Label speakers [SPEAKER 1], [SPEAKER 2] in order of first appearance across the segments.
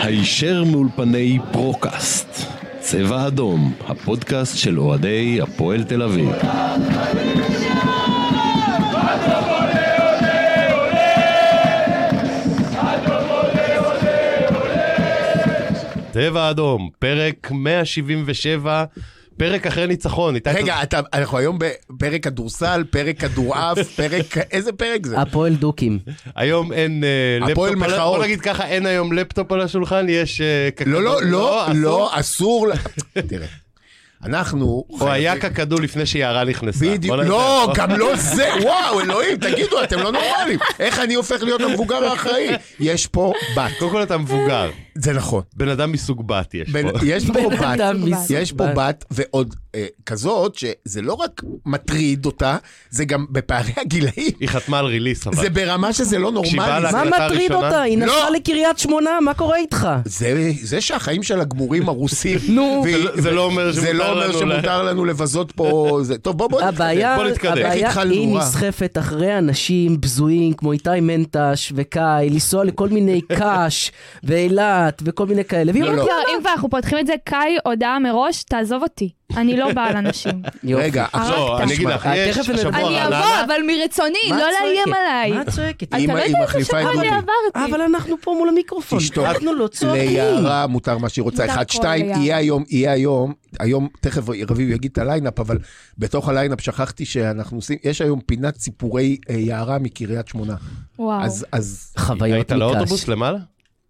[SPEAKER 1] הישר מאולפני פרוקאסט, צבע אדום, הפודקאסט של אוהדי הפועל תל אביב. צבע אדום, פרק 177, פרק אחרי ניצחון. איתי, אתה-
[SPEAKER 2] רגע, אתה, אנחנו היום בפרק כדורסל, פרק כדורעף, פרק... איזה פרק זה?
[SPEAKER 3] הפועל דוקים.
[SPEAKER 1] היום אין אה,
[SPEAKER 2] הפועל
[SPEAKER 1] לפטופ, על ה-
[SPEAKER 2] מחאות.
[SPEAKER 1] בוא נגיד ככה, אין היום לפטופ על השולחן, יש... אה, קקדו-
[SPEAKER 2] לא, לא, לא,
[SPEAKER 1] אסור.
[SPEAKER 2] לא, אסור... ל- תראה, אנחנו...
[SPEAKER 1] או
[SPEAKER 2] חייבים-
[SPEAKER 1] היה קקדו לפני שיערה נכנסה.
[SPEAKER 2] בדיוק,
[SPEAKER 1] בוא נעשה-
[SPEAKER 2] לא, גם לא זה, וואו, אלוהים, תגידו, אתם לא נורמלים. איך אני הופך להיות המבוגר האחראי? יש פה בת,
[SPEAKER 1] קודם כל אתה מבוגר,
[SPEAKER 2] זה נכון.
[SPEAKER 1] בן אדם מסוג בת יש
[SPEAKER 2] בן-
[SPEAKER 1] פה.
[SPEAKER 2] יש פה
[SPEAKER 3] בן
[SPEAKER 2] בת,
[SPEAKER 3] אדם מסוג
[SPEAKER 2] יש פה
[SPEAKER 3] בת.
[SPEAKER 2] בת ועוד אה, כזאת, שזה לא רק מטריד אותה, זה גם בפערי הגילאים.
[SPEAKER 1] היא חתמה על ריליס אבל.
[SPEAKER 2] זה ברמה שזה לא
[SPEAKER 1] כשהיא באה
[SPEAKER 2] נורמלי.
[SPEAKER 1] לה-
[SPEAKER 3] מה
[SPEAKER 1] הקלטה
[SPEAKER 3] מטריד
[SPEAKER 1] הראשונה?
[SPEAKER 3] אותה? היא
[SPEAKER 2] לא.
[SPEAKER 3] נסעה לקריית שמונה, מה קורה איתך?
[SPEAKER 2] זה, זה שהחיים שלה גמורים הרוסים.
[SPEAKER 3] נו.
[SPEAKER 2] והיא-
[SPEAKER 1] זה לא- זה לא אומר
[SPEAKER 2] זה לא
[SPEAKER 1] שמותר
[SPEAKER 2] אומר
[SPEAKER 1] לנו
[SPEAKER 2] שמותר לנו לבזות פה... זה- טוב, בוא, בוא נתקדם.
[SPEAKER 3] הבעיה,
[SPEAKER 1] בוא נתקדם.
[SPEAKER 2] איך
[SPEAKER 3] הבעיה
[SPEAKER 2] התחלנו,
[SPEAKER 3] היא
[SPEAKER 2] אה?
[SPEAKER 3] נסחפת אחרי אנשים בזויים כמו איתי מנטש וקאי, לנסוע לכל מיני קאש ואילת וכל מיני כאלה. והיא
[SPEAKER 2] לא,
[SPEAKER 3] אומרת,
[SPEAKER 2] לא.
[SPEAKER 4] לא, אם כבר אנחנו פותחים את זה, קאי, הודעה מראש, תעזוב אותי. אני לא באה לנשים.
[SPEAKER 3] יופי.
[SPEAKER 2] רגע, עכשיו,
[SPEAKER 1] לא,
[SPEAKER 4] הרגת.
[SPEAKER 1] אני אגיד לך,
[SPEAKER 3] אה,
[SPEAKER 1] יש
[SPEAKER 3] תכף
[SPEAKER 1] השבוע
[SPEAKER 3] נדבר.
[SPEAKER 4] אני
[SPEAKER 3] וואלה,
[SPEAKER 1] רעננה,
[SPEAKER 4] אבוא, אבל מרצוני,
[SPEAKER 3] מה
[SPEAKER 4] לא
[SPEAKER 3] את
[SPEAKER 4] לאיים
[SPEAKER 3] צועקת?
[SPEAKER 4] עליי.
[SPEAKER 3] מה את צועקת?
[SPEAKER 2] אם
[SPEAKER 4] אתה לא
[SPEAKER 2] היא
[SPEAKER 4] יודע איזה
[SPEAKER 2] מחליפה את
[SPEAKER 4] שבוע אני
[SPEAKER 2] גולי.
[SPEAKER 5] אה,
[SPEAKER 4] עברתי.
[SPEAKER 3] אבל אנחנו פה מול המיקרופון,
[SPEAKER 2] תשתוק.
[SPEAKER 3] אנחנו לא צועקים.
[SPEAKER 2] ליערה מותר מה שהיא רוצה,
[SPEAKER 4] מותר
[SPEAKER 2] אחד,
[SPEAKER 4] כל
[SPEAKER 2] שתיים,
[SPEAKER 4] ליערה.
[SPEAKER 2] יהיה היום, יהיה היום, היום, תכף רביב יגיד את הליינאפ, אבל בתוך הליינאפ שכחתי שאנחנו עושים, יש היום פינת סיפורי אה, יערה מקריית שמונה.
[SPEAKER 4] וואו.
[SPEAKER 2] אז, אז,
[SPEAKER 3] חוויות
[SPEAKER 1] היית
[SPEAKER 3] מקאש.
[SPEAKER 1] לאוטובוס למעלה?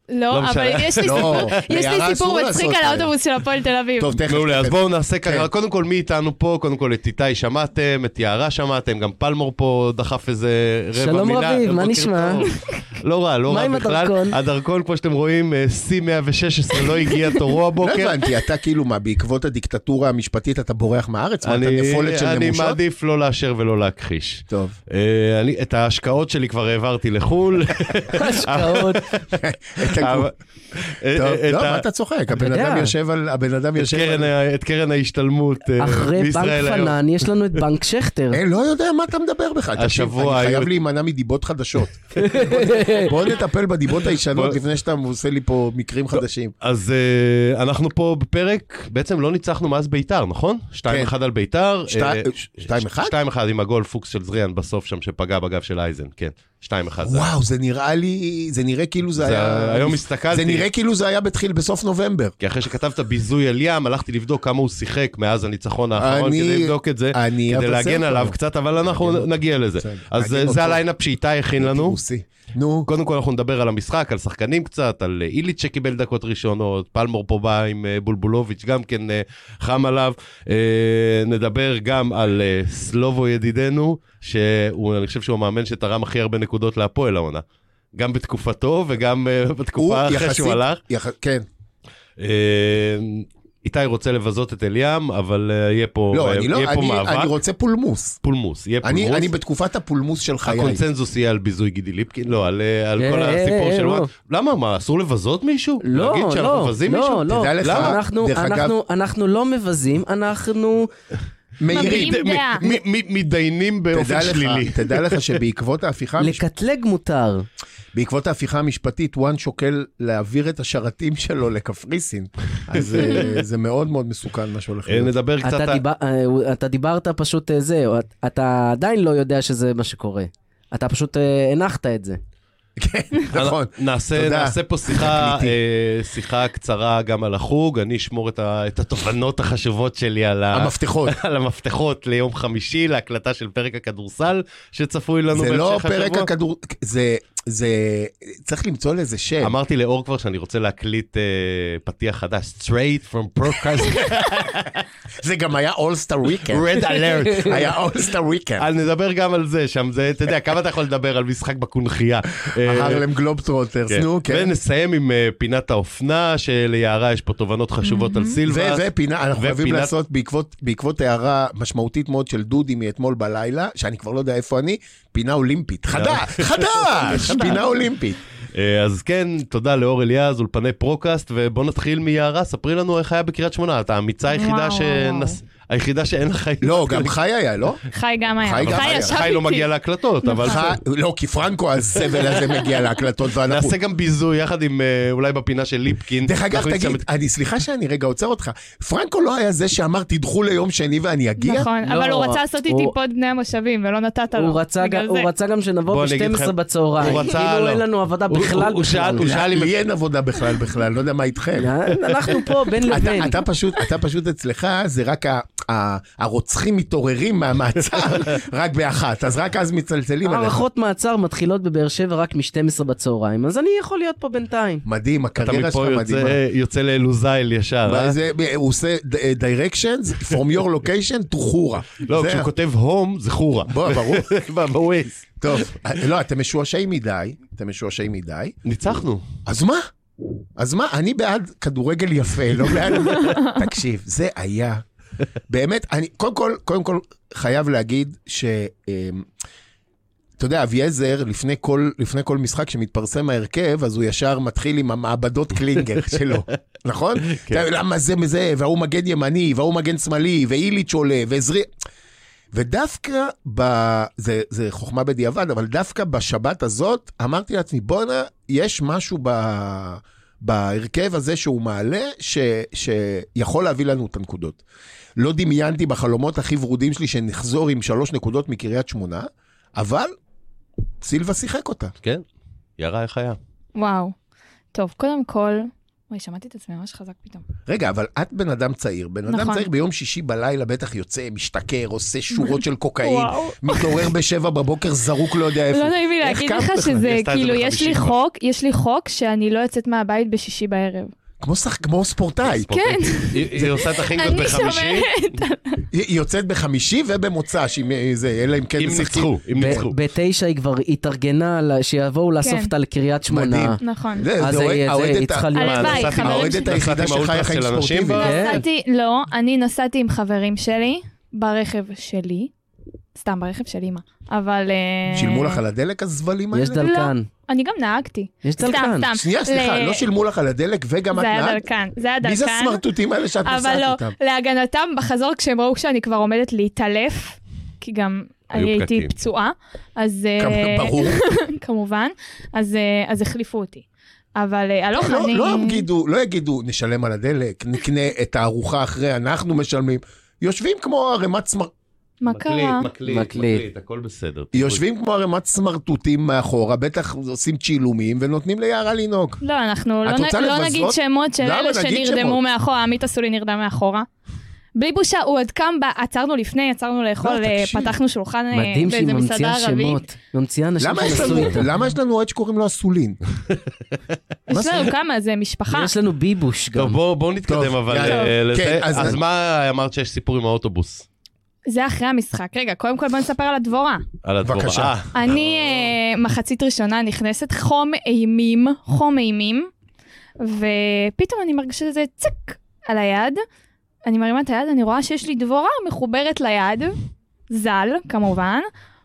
[SPEAKER 4] לא,
[SPEAKER 1] לא
[SPEAKER 4] אבל
[SPEAKER 1] משנה.
[SPEAKER 4] יש לי סיפור-
[SPEAKER 2] לא,
[SPEAKER 4] יש
[SPEAKER 2] ליערה אסור
[SPEAKER 4] לי סיפור
[SPEAKER 2] לעשות
[SPEAKER 4] מצחיק על
[SPEAKER 2] כאלה.
[SPEAKER 4] האוטובוס של הפועל תל אביב.
[SPEAKER 2] טוב, תכף.
[SPEAKER 1] מעולה, אז
[SPEAKER 2] תכף.
[SPEAKER 1] בואו נעשה ככה,
[SPEAKER 2] כן.
[SPEAKER 1] קודם כל מי איתנו פה, קודם כל את איתי שמעתם, את יערה שמעתם, גם פלמור פה דחף איזה רבע מילה.
[SPEAKER 3] שלום רביב, מה
[SPEAKER 1] בוקר
[SPEAKER 3] נשמע?
[SPEAKER 1] טוב. לא רע, לא
[SPEAKER 3] מה
[SPEAKER 1] רע
[SPEAKER 3] עם
[SPEAKER 1] בכלל.
[SPEAKER 3] הדרכון?
[SPEAKER 1] הדרכון, כמו שאתם רואים, אה, שיא 116 לא הגיע תורו
[SPEAKER 2] לא
[SPEAKER 1] הבוקר.
[SPEAKER 2] הבנתי, אתה כאילו מה, בעקבות הדיקטטורה המשפטית אתה בורח מהארץ? מה, אתה
[SPEAKER 1] אני-
[SPEAKER 2] נפולת של
[SPEAKER 1] אני
[SPEAKER 2] נמושות?
[SPEAKER 1] מעדיף לא לאשר ולא להכחיש.
[SPEAKER 2] טוב.
[SPEAKER 1] אה, אני- את ההשקעות שלי כבר העברתי לחו"ל.
[SPEAKER 3] השקעות.
[SPEAKER 2] את הגבול.
[SPEAKER 1] אבל- אה,
[SPEAKER 2] טוב,
[SPEAKER 1] אה, את
[SPEAKER 2] לא,
[SPEAKER 1] ה-
[SPEAKER 2] מה אתה צוחק? הבן
[SPEAKER 3] יודע.
[SPEAKER 2] אדם יושב על... הבן אדם
[SPEAKER 1] את
[SPEAKER 2] יושב
[SPEAKER 1] קרן
[SPEAKER 2] על...
[SPEAKER 1] ה- את קרן ההשתלמות אה,
[SPEAKER 3] אחרי בנק
[SPEAKER 1] בישראל היום.
[SPEAKER 3] פנן יש לנו את בנק שכטר.
[SPEAKER 2] אה, לא יודע מה אתה מדבר בכלל. תקשיב,
[SPEAKER 1] השבוע
[SPEAKER 2] אני חייב
[SPEAKER 1] היו-
[SPEAKER 2] להימנע מדיבות חדשות. בוא- בוא נטפל בדיבות הישנות
[SPEAKER 1] בוא-
[SPEAKER 2] לפני שאתה עושה לי פה מקרים חדשים.
[SPEAKER 1] אז אה, אנחנו פה בפרק, בעצם לא ניצחנו מאז ביתר, נכון? 2-1 על ביתר.
[SPEAKER 2] כן. שתי-
[SPEAKER 1] אה,
[SPEAKER 2] ש- שתיים אחד?
[SPEAKER 1] 2-1 עם הגול פוקס של זריאן בסוף שם שפגע בגב של אייזן, כן. 2-1. זה היה.
[SPEAKER 2] וואו, זה נראה לי... זה נראה כאילו זה
[SPEAKER 1] זה
[SPEAKER 2] היה...
[SPEAKER 1] אה, היום הסתכלתי.
[SPEAKER 2] זה נראה כאילו זה היה בתחיל בסוף נובמבר.
[SPEAKER 1] כי אחרי שכתבת ביזוי על ים, הלכתי לבדוק כמה הוא שיחק מאז הניצחון האחרון
[SPEAKER 2] אני-
[SPEAKER 1] כדי לבדוק את זה,
[SPEAKER 2] אני
[SPEAKER 1] כדי
[SPEAKER 2] אבשר
[SPEAKER 1] להגן
[SPEAKER 2] אותו.
[SPEAKER 1] עליו קצת, אבל אנחנו
[SPEAKER 2] אותו.
[SPEAKER 1] נגיע לזה.
[SPEAKER 2] בסדר.
[SPEAKER 1] אז
[SPEAKER 2] נגן
[SPEAKER 1] אה,
[SPEAKER 2] אותו.
[SPEAKER 1] זה הליינאפ שאיתי הכין לנו.
[SPEAKER 2] רוסי. נו,
[SPEAKER 1] קודם כל אנחנו נדבר על המשחק, על שחקנים קצת, על אה, איליץ' שקיבל דקות ראשונות, פלמור פה בא עם אה, בולבולוביץ', גם כן אה, חם עליו. אה, נדבר גם על אה, סלובו ידידנו, שאני חושב שהוא המאמן שתרם הכי הרבה נקודות להפועל העונה. גם בתקופתו וגם אה,
[SPEAKER 2] הוא
[SPEAKER 1] בתקופה אחרי
[SPEAKER 2] יחסית...
[SPEAKER 1] שהוא הלך.
[SPEAKER 2] יח- כן.
[SPEAKER 1] אה, איתי רוצה לבזות את אליאם, אבל אה, יהיה פה
[SPEAKER 2] לא,
[SPEAKER 1] אה,
[SPEAKER 2] אני לא...
[SPEAKER 1] יהיה פה
[SPEAKER 2] אני- אני
[SPEAKER 1] מאבק.
[SPEAKER 2] רוצה פולמוס.
[SPEAKER 1] פולמוס, יהיה
[SPEAKER 2] אני
[SPEAKER 1] פולמוס.
[SPEAKER 2] אני בתקופת הפולמוס של חיי.
[SPEAKER 1] הקונצנזוס יהיה על ביזוי גידי ליפקין, לא, על אה, על
[SPEAKER 3] אה,
[SPEAKER 1] כל
[SPEAKER 3] אה,
[SPEAKER 1] הסיפור
[SPEAKER 3] אה,
[SPEAKER 1] של...
[SPEAKER 3] לא.
[SPEAKER 1] וואט. למה, מה, אסור לבזות מישהו?
[SPEAKER 3] לא,
[SPEAKER 1] להגיד שאנחנו
[SPEAKER 3] לא,
[SPEAKER 1] מבזים מישהו?
[SPEAKER 3] לא, לא.
[SPEAKER 2] תדע לך,
[SPEAKER 3] למה? אנחנו-
[SPEAKER 2] דרך אגב-
[SPEAKER 3] אנחנו- אנחנו לא מבזים, אנחנו...
[SPEAKER 2] מאירים.
[SPEAKER 4] מביעים דעה.
[SPEAKER 1] מ- מ- מ- מתדיינים באופן
[SPEAKER 2] תדע
[SPEAKER 1] שלילי.
[SPEAKER 2] לך, תדע לך שבעקבות ההפיכה, המשפ...
[SPEAKER 3] לקטלג מותר.
[SPEAKER 2] בעקבות ההפיכה המשפטית, וואן שוקל להעביר את השרתים שלו לקפריסין. אז אה, זה מאוד מאוד מסוכן מה שהולך
[SPEAKER 1] אה,
[SPEAKER 2] להיות.
[SPEAKER 1] נדבר קצת...
[SPEAKER 3] אתה
[SPEAKER 1] על-
[SPEAKER 3] דיבר- אה, אתה דיברת פשוט אה, זה, או את- אתה עדיין לא יודע שזה מה שקורה. אתה פשוט אה, הנחת את זה.
[SPEAKER 2] כן,
[SPEAKER 1] אה,
[SPEAKER 2] נכון.
[SPEAKER 1] נעשה,
[SPEAKER 2] תודה.
[SPEAKER 1] נעשה פה שיחה,
[SPEAKER 2] תקליטי.
[SPEAKER 1] אה, שיחה קצרה גם על החוג, אני אשמור את, ה, את התובנות החשובות שלי על, ה,
[SPEAKER 2] המפתחות.
[SPEAKER 1] על המפתחות ליום חמישי, להקלטה של פרק הכדורסל שצפוי לנו
[SPEAKER 2] זה
[SPEAKER 1] בהמשך
[SPEAKER 2] לא
[SPEAKER 1] השבוע.
[SPEAKER 2] פרק הכדור... זה... זה... צריך למצוא לזה שם.
[SPEAKER 1] אמרתי לאור כבר שאני רוצה להקליט אה, פתיח חדש, straight from broadcast,
[SPEAKER 2] זה גם היה אולסטר וויקנד.
[SPEAKER 1] red alert.
[SPEAKER 2] היה אולסטר וויקנד.
[SPEAKER 1] אז נדבר גם על זה שם, זה, אתה יודע, כמה אתה יכול לדבר על משחק בקונכייה. אה,
[SPEAKER 2] הרלם גלובטרוטרס,
[SPEAKER 1] כן.
[SPEAKER 2] נו, כן.
[SPEAKER 1] ונסיים עם אה, פינת האופנה, שליערה יש פה תובנות חשובות על סילבה.
[SPEAKER 2] ו- ופינה, אנחנו חייבים
[SPEAKER 1] ופינת-
[SPEAKER 2] לעשות בעקבות, בעקבות הערה משמעותית מאוד של דודי מאתמול בלילה, שאני כבר לא יודע איפה אני, פינה אולימפית. חדש, חדש, פינה אולימפית.
[SPEAKER 1] אה, אז כן, תודה לאור אליעז, אולפני פרוקאסט, ובוא נתחיל מיערה, ספרי לנו איך היה בקריית שמונה, את האמיצה היחידה
[SPEAKER 4] וואו,
[SPEAKER 1] שנס...
[SPEAKER 4] וואו,
[SPEAKER 1] היחידה שאין לך...
[SPEAKER 2] לא, גם חי היה, לא?
[SPEAKER 4] חי גם היה.
[SPEAKER 2] חי גם
[SPEAKER 4] חי
[SPEAKER 2] היה.
[SPEAKER 4] ישב
[SPEAKER 1] חי לא
[SPEAKER 4] איתי.
[SPEAKER 1] מגיע להקלטות, אבל...
[SPEAKER 2] חי- לא, כי פרנקו הסבל הזה מגיע להקלטות ואנחנו...
[SPEAKER 1] נעשה גם ביזוי יחד עם אה, אולי בפינה של ליפקין.
[SPEAKER 2] דרך אגב,
[SPEAKER 1] נכניס שם
[SPEAKER 2] תגיד,
[SPEAKER 1] את-
[SPEAKER 2] אני, סליחה שאני רגע עוצר אותך, פרנקו לא היה זה שאמר תדחו ליום שני ואני אגיע?
[SPEAKER 4] נכון,
[SPEAKER 3] לא,
[SPEAKER 4] אבל הוא רצה לעשות איתי
[SPEAKER 3] הוא-
[SPEAKER 4] פוד בני המושבים, ולא נתת לו.
[SPEAKER 3] הוא רצה
[SPEAKER 4] בגלל
[SPEAKER 3] גם- הוא
[SPEAKER 4] זה.
[SPEAKER 3] רצה גם שנבוא
[SPEAKER 1] בוא, אני אגיד
[SPEAKER 3] ב-12
[SPEAKER 1] לכם,
[SPEAKER 3] בצהריים.
[SPEAKER 1] הוא רצה,
[SPEAKER 3] כאילו
[SPEAKER 1] לא.
[SPEAKER 3] אין לנו עבודה
[SPEAKER 1] הוא-
[SPEAKER 3] בכלל
[SPEAKER 1] הוא- הוא שאל-
[SPEAKER 3] בכלל.
[SPEAKER 1] הוא שאל אם-
[SPEAKER 2] לי אין עבודה בכלל בכלל, לא יודע מה איתכם.
[SPEAKER 3] לאן? אה, אנחנו פה בין
[SPEAKER 2] אתה-
[SPEAKER 3] לבין.
[SPEAKER 2] אתה פשוט, אתה פשוט אצלך, זה רק ה- ה- הרוצחים מתעוררים מהמעצר, רק באחת, אז רק אז מצלצלים עליך.
[SPEAKER 3] הארכות מעצר מתחילות בבאר שבע רק מ-12 בצרים, אז אני יכול להיות פה בינתיים.
[SPEAKER 2] מדהים,
[SPEAKER 1] אתה
[SPEAKER 2] הקריירה שלך
[SPEAKER 1] מפה
[SPEAKER 2] מדהימה.
[SPEAKER 1] יוצא- אה, יוצא לאלוזייל ישר, אה?
[SPEAKER 2] זה- הוא עושה דירקשנס, from your location to חורה.
[SPEAKER 1] לא,
[SPEAKER 2] זה
[SPEAKER 1] כשהוא כותב הום זה חורה.
[SPEAKER 2] בוא, ברור.
[SPEAKER 1] בווייז.
[SPEAKER 2] טוב, לא, אתם משועשעים מדי, אתם משועשעים מדי.
[SPEAKER 1] ניצחנו.
[SPEAKER 2] אז מה? אז מה? אני בעד כדורגל יפה, לא בעד... תקשיב, זה היה... באמת, אני קודם כל, קודם כל חייב להגיד ש... אמ, אתה יודע, אביעזר, לפני כל, לפני כל משחק שמתפרסם ההרכב, אז הוא ישר מתחיל עם המעבדות קלינגר שלו, נכון?
[SPEAKER 1] כן.
[SPEAKER 2] אתה יודע, למה זה מזה, וההוא מגן ימני, וההוא מגן שמאלי, ואיליץ' עולה, ועזרי... ודווקא ב... זה, זה חוכמה בדיעבד, אבל דווקא בשבת הזאת, אמרתי לעצמי, בואנה, יש משהו ב... בהרכב הזה שהוא מעלה, ש... שיכול להביא לנו את הנקודות. לא דמיינתי בחלומות הכי ורודים שלי שנחזור עם שלוש נקודות מקריית שמונה, אבל סילבה שיחק אותה.
[SPEAKER 1] כן. ירה איך היה.
[SPEAKER 4] וואו. טוב, קודם כל... וואי, שמעתי את עצמי ממש חזק פתאום.
[SPEAKER 2] רגע, אבל את בן אדם צעיר. בן אדם
[SPEAKER 4] נכון.
[SPEAKER 2] צעיר ביום שישי בלילה בטח יוצא, משתכר, עושה שורות של קוקאין,
[SPEAKER 4] וואו.
[SPEAKER 2] מתעורר בשבע בבוקר, זרוק לא יודע איפה.
[SPEAKER 4] לא נעים לי
[SPEAKER 2] איך
[SPEAKER 4] להגיד
[SPEAKER 2] קמת
[SPEAKER 4] לך
[SPEAKER 2] בכלל?
[SPEAKER 4] שזה,
[SPEAKER 1] היא עשתה את זה
[SPEAKER 4] כאילו, יש
[SPEAKER 1] בחמישים
[SPEAKER 4] לי
[SPEAKER 1] כבר.
[SPEAKER 4] חוק, יש לי חוק שאני לא יוצאת מהבית בשישי בערב.
[SPEAKER 2] כמו שח- כמו ספורטאי.
[SPEAKER 1] ספורטאי. היא היא עושה את החינגות
[SPEAKER 4] אני
[SPEAKER 1] בחמישי,
[SPEAKER 4] שומרת.
[SPEAKER 2] היא היא יוצאת בחמישי ובמוצ"ש, אם אה, זה, אלא אם כן
[SPEAKER 1] אם
[SPEAKER 2] משחקים.
[SPEAKER 1] ניצחו, אם
[SPEAKER 3] ב-
[SPEAKER 1] ניצחו.
[SPEAKER 3] בתשע היא כבר התארגנה ל- שיבואו לאסוף
[SPEAKER 4] כן.
[SPEAKER 3] אותה לקריית
[SPEAKER 2] מדהים.
[SPEAKER 3] שמונה.
[SPEAKER 4] נכון.
[SPEAKER 2] זה- זה
[SPEAKER 3] אז
[SPEAKER 2] אוהד-
[SPEAKER 3] היא- זה-
[SPEAKER 2] האוהדת
[SPEAKER 3] היא
[SPEAKER 2] ה-
[SPEAKER 3] צריכה להיות...
[SPEAKER 4] הלוואי,
[SPEAKER 1] נסעת עם
[SPEAKER 4] חברים
[SPEAKER 1] האוהדת
[SPEAKER 4] שלי.
[SPEAKER 2] היחידה
[SPEAKER 1] נסעת עם
[SPEAKER 2] שחיה
[SPEAKER 1] האולטרס
[SPEAKER 2] חיים
[SPEAKER 1] של אנשים
[SPEAKER 2] ספורטיביים.
[SPEAKER 1] ב-
[SPEAKER 3] כן.
[SPEAKER 4] נסעתי, לא, אני נסעתי עם חברים שלי ברכב שלי. סתם, ברכב שלי, מה? אבל... אה,
[SPEAKER 2] שילמו לך על הדלק הזבלים האלה?
[SPEAKER 3] יש דלקן.
[SPEAKER 4] אני גם נהגתי.
[SPEAKER 3] יש
[SPEAKER 4] לא. סתם,
[SPEAKER 3] דלקן.
[SPEAKER 4] סתם.
[SPEAKER 2] שנייה, סליחה,
[SPEAKER 4] ל-
[SPEAKER 2] לא שילמו לך על הדלק וגם את
[SPEAKER 4] זה היה
[SPEAKER 2] נהגת?
[SPEAKER 4] דלקן, זה היה דלקן.
[SPEAKER 2] מי זה הסמרטוטים האלה שאת
[SPEAKER 4] אבל
[SPEAKER 2] נוסעת
[SPEAKER 4] לא,
[SPEAKER 2] איתם?
[SPEAKER 4] להגנתם בחזור כשהם ראו שאני כבר עומדת להתעלף, כי גם
[SPEAKER 1] היו
[SPEAKER 4] אני הייתי
[SPEAKER 1] פקקים.
[SPEAKER 4] פצועה, אז... אה,
[SPEAKER 2] כמ- ברור.
[SPEAKER 4] כמובן, אז אה, אז החליפו אותי. אבל אה, הלוך,
[SPEAKER 2] לא-
[SPEAKER 4] אני...
[SPEAKER 2] לא יגידו, לא יגידו, נשלם על הדלק, נקנה את הארוחה אחרי, אנחנו משלמים. יושבים כמו ערימת סמר...
[SPEAKER 4] מה קרה?
[SPEAKER 1] מקליט,
[SPEAKER 3] מקליט.
[SPEAKER 1] מקליט, הכל בסדר.
[SPEAKER 2] יושבים כמו ערימת סמרטוטים מאחורה, בטח עושים צילומים ונותנים ליערה לנהוג.
[SPEAKER 4] לא, אנחנו לא
[SPEAKER 2] את
[SPEAKER 4] נ-
[SPEAKER 2] רוצה
[SPEAKER 4] לא
[SPEAKER 2] לבזות?
[SPEAKER 4] נגיד שמות של
[SPEAKER 2] למה?
[SPEAKER 4] אלה
[SPEAKER 2] נגיד
[SPEAKER 4] שנרדמו
[SPEAKER 2] שמות.
[SPEAKER 4] מאחורה, עמית אסולי נרדם מאחורה. בלי בושה, הוא עוד קם, ב- עצרנו לפני, עצרנו לאכול,
[SPEAKER 2] לא,
[SPEAKER 4] אה,
[SPEAKER 2] תקשיב.
[SPEAKER 4] פתחנו שולחן אה,
[SPEAKER 3] מדהים שהיא
[SPEAKER 4] באיזה מסעדה
[SPEAKER 3] ממציאה
[SPEAKER 4] ערבית.
[SPEAKER 3] שמות. ממציאה אנשים
[SPEAKER 2] למה יש
[SPEAKER 3] שנסעו
[SPEAKER 2] לנו-
[SPEAKER 3] איתה.
[SPEAKER 2] למה יש לנו אוהד שקוראים לו אסולין?
[SPEAKER 4] יש לנו לא, כמה, זה משפחה.
[SPEAKER 3] יש לנו ביבוש גם.
[SPEAKER 1] טוב, בואו בואו נתקדם
[SPEAKER 2] טוב,
[SPEAKER 1] אבל
[SPEAKER 2] יאללה.
[SPEAKER 1] אה,
[SPEAKER 2] כן,
[SPEAKER 1] לזה.
[SPEAKER 2] אז-
[SPEAKER 1] אז מה אמרת שיש סיפור עם האוטובוס?
[SPEAKER 4] זה אחרי המשחק. רגע, קודם כל בוא נספר על הדבורה.
[SPEAKER 1] על הדבורה.
[SPEAKER 2] בבקשה.
[SPEAKER 1] אה,
[SPEAKER 4] אני
[SPEAKER 3] לא.
[SPEAKER 4] אה, מחצית ראשונה נכנסת חום אימים, חום אימים, ופתאום אני מרגישה איזה צק על היד. אני מרימה את היד, אני רואה שיש לי דבורה מחוברת ליד, ז"ל, כמובן,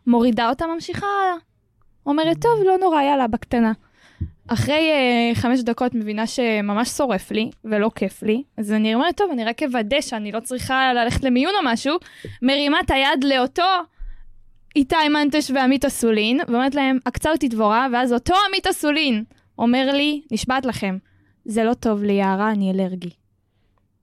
[SPEAKER 4] מורידה אותה, ממשיכה הלאה. אומרת, טוב, לא נורא, יאללה, בקטנה. אחרי אה, חמש דקות מבינה שממש שורף לי, ולא כיף לי, אז אני אומרת, טוב, אני רק אוודא שאני לא צריכה ללכת למיון או משהו, מרימה את היד לאותו איתי מנטש ועמית אסולין, ואומרת להם, עקצה אותי דבורה, ואז אותו עמית אסולין אומר לי, נשבעת לכם, זה לא טוב לי, יערה, אני אלרגי.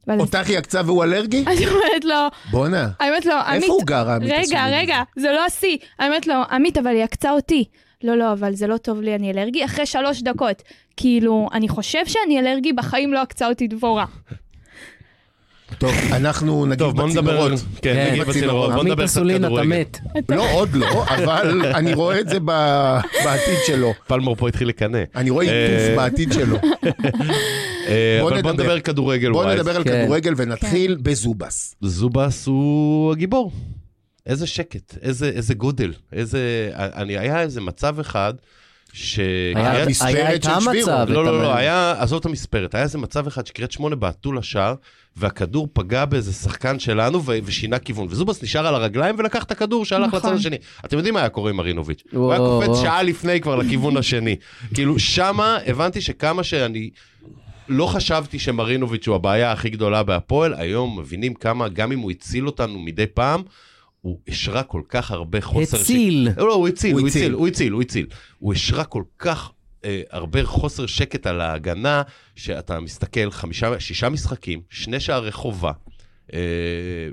[SPEAKER 4] ואז
[SPEAKER 2] אותך היא עקצה והוא אלרגי?
[SPEAKER 4] אני אומרת לו,
[SPEAKER 2] בואנה,
[SPEAKER 4] אני אומרת לו, עמית,
[SPEAKER 2] איפה הוא גר, העמית
[SPEAKER 4] רגע,
[SPEAKER 2] הסולין?
[SPEAKER 4] רגע, זה לא השיא. אני אומרת לו, עמית, אבל היא עקצה אותי. לא, לא, אבל זה לא טוב לי, אני אלרגי. אחרי שלוש דקות, כאילו, אני חושב שאני אלרגי, בחיים לא עקצה אותי דבורה.
[SPEAKER 2] טוב, אנחנו נגיב
[SPEAKER 1] טוב, בואו נדבר...
[SPEAKER 2] בצינורות.
[SPEAKER 1] כן,
[SPEAKER 3] כן,
[SPEAKER 1] נגיד
[SPEAKER 2] בצינורות.
[SPEAKER 1] בצינורות. בואו
[SPEAKER 3] עמית
[SPEAKER 1] נדבר קצת
[SPEAKER 3] אסולין, אתה
[SPEAKER 1] כדורגל.
[SPEAKER 3] מת.
[SPEAKER 2] לא, עוד לא, אבל אני רואה את זה ב- בעתיד שלו.
[SPEAKER 1] פלמור פה התחיל לקנא.
[SPEAKER 2] אני רואה
[SPEAKER 1] אה,
[SPEAKER 2] עיטוף בעתיד שלו.
[SPEAKER 1] אה,
[SPEAKER 2] בואו
[SPEAKER 1] אבל בואו
[SPEAKER 2] נדבר.
[SPEAKER 1] נדבר כדורגל.
[SPEAKER 2] בואו
[SPEAKER 1] וואי.
[SPEAKER 2] נדבר על
[SPEAKER 3] כן.
[SPEAKER 2] כדורגל ונתחיל בזובס.
[SPEAKER 1] זובס הוא הגיבור. איזה שקט, איזה, איזה גודל, איזה... אני, היה איזה מצב אחד ש...
[SPEAKER 3] היה-
[SPEAKER 1] קריית-
[SPEAKER 2] המספרת
[SPEAKER 3] היה את
[SPEAKER 2] של שבירו.
[SPEAKER 3] המצב.
[SPEAKER 1] לא,
[SPEAKER 3] את
[SPEAKER 1] לא, לא,
[SPEAKER 3] המ-
[SPEAKER 1] היה, עזוב את המספרת, היה איזה מצב אחד שקריית שמונה בעטו לשער, והכדור פגע באיזה שחקן שלנו ו- ושינה כיוון. וזובס נשאר על הרגליים ולקח את הכדור שהלך
[SPEAKER 4] נכון.
[SPEAKER 1] לצד השני. אתם יודעים מה היה קורה עם מרינוביץ'. הוא היה
[SPEAKER 3] וואו,
[SPEAKER 1] קופץ
[SPEAKER 3] וואו.
[SPEAKER 1] שעה לפני כבר לכיוון השני. כאילו, שמה הבנתי שכמה שאני... לא חשבתי שמרינוביץ' הוא הבעיה הכי גדולה בהפועל, היום מבינים כמה, גם אם הוא הציל אותנו מדי פעם, הוא השרה כל כך הרבה חוסר...
[SPEAKER 5] הציל.
[SPEAKER 1] שק... לא, לא, הוא הציל,
[SPEAKER 2] הוא
[SPEAKER 1] הוא
[SPEAKER 2] הציל.
[SPEAKER 1] הציל, הוא הציל, הוא הציל. הוא השרה כל כך אה, הרבה חוסר שקט על ההגנה, שאתה מסתכל חמישה, שישה משחקים, שני שערי חובה. אה,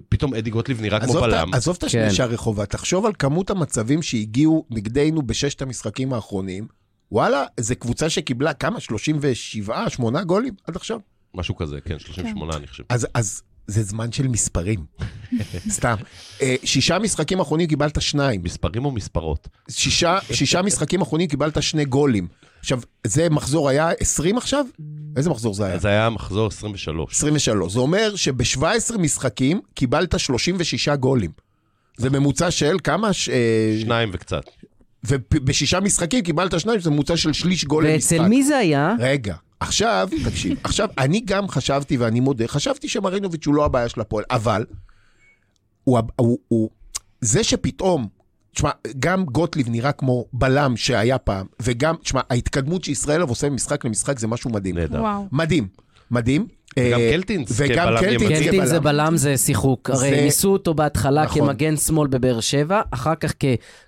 [SPEAKER 1] פתאום אדי גוטליב נראה כמו
[SPEAKER 2] עזוב את ה-
[SPEAKER 1] בלם.
[SPEAKER 2] עזוב את
[SPEAKER 5] כן.
[SPEAKER 2] השני שערי חובה, תחשוב על כמות המצבים שהגיעו נגדנו בששת המשחקים האחרונים. וואלה, זו קבוצה שקיבלה כמה? 37, 8 גולים עד עכשיו?
[SPEAKER 1] משהו כזה, כן, 38 אני חושב.
[SPEAKER 2] אז, אז זה זמן של מספרים, סתם. אה, שישה משחקים אחרונים קיבלת שניים.
[SPEAKER 1] מספרים או מספרות?
[SPEAKER 2] שישה, שישה משחקים אחרונים קיבלת שני גולים. עכשיו, זה מחזור היה 20 עכשיו? איזה מחזור זה היה?
[SPEAKER 1] זה היה מחזור 23.
[SPEAKER 2] 23. זה אומר שב-17 משחקים קיבלת 36 גולים. זה ממוצע של כמה? ש... אה,
[SPEAKER 1] שניים וקצת.
[SPEAKER 2] ובשישה משחקים קיבלת שניים, שזה ממוצע של שליש גול למשחק.
[SPEAKER 5] ואצל מי זה היה?
[SPEAKER 2] רגע, עכשיו, תקשיב, עכשיו, אני גם חשבתי, ואני מודה, חשבתי שמרינוביץ' הוא לא הבעיה של הפועל, אבל הוא, הב- הוא, הוא, זה שפתאום, תשמע, גם גוטליב נראה כמו בלם שהיה פעם, וגם, תשמע, ההתקדמות שישראלוב עושה ממשחק למשחק זה משהו מדהים.
[SPEAKER 1] נהדר.
[SPEAKER 4] וואו.
[SPEAKER 2] מדהים, מדהים.
[SPEAKER 1] וגם
[SPEAKER 2] אה,
[SPEAKER 1] קלטינס
[SPEAKER 2] וגם
[SPEAKER 1] כבלם
[SPEAKER 2] קלטינס
[SPEAKER 1] ימני.
[SPEAKER 2] זה
[SPEAKER 5] קלטין כן, זה
[SPEAKER 2] בלם.
[SPEAKER 5] בלם, זה שיחוק. הרי
[SPEAKER 2] זה-
[SPEAKER 5] ניסו אותו בהתחלה
[SPEAKER 2] נכון.
[SPEAKER 5] כמגן שמאל בבאר שבע, אחר כך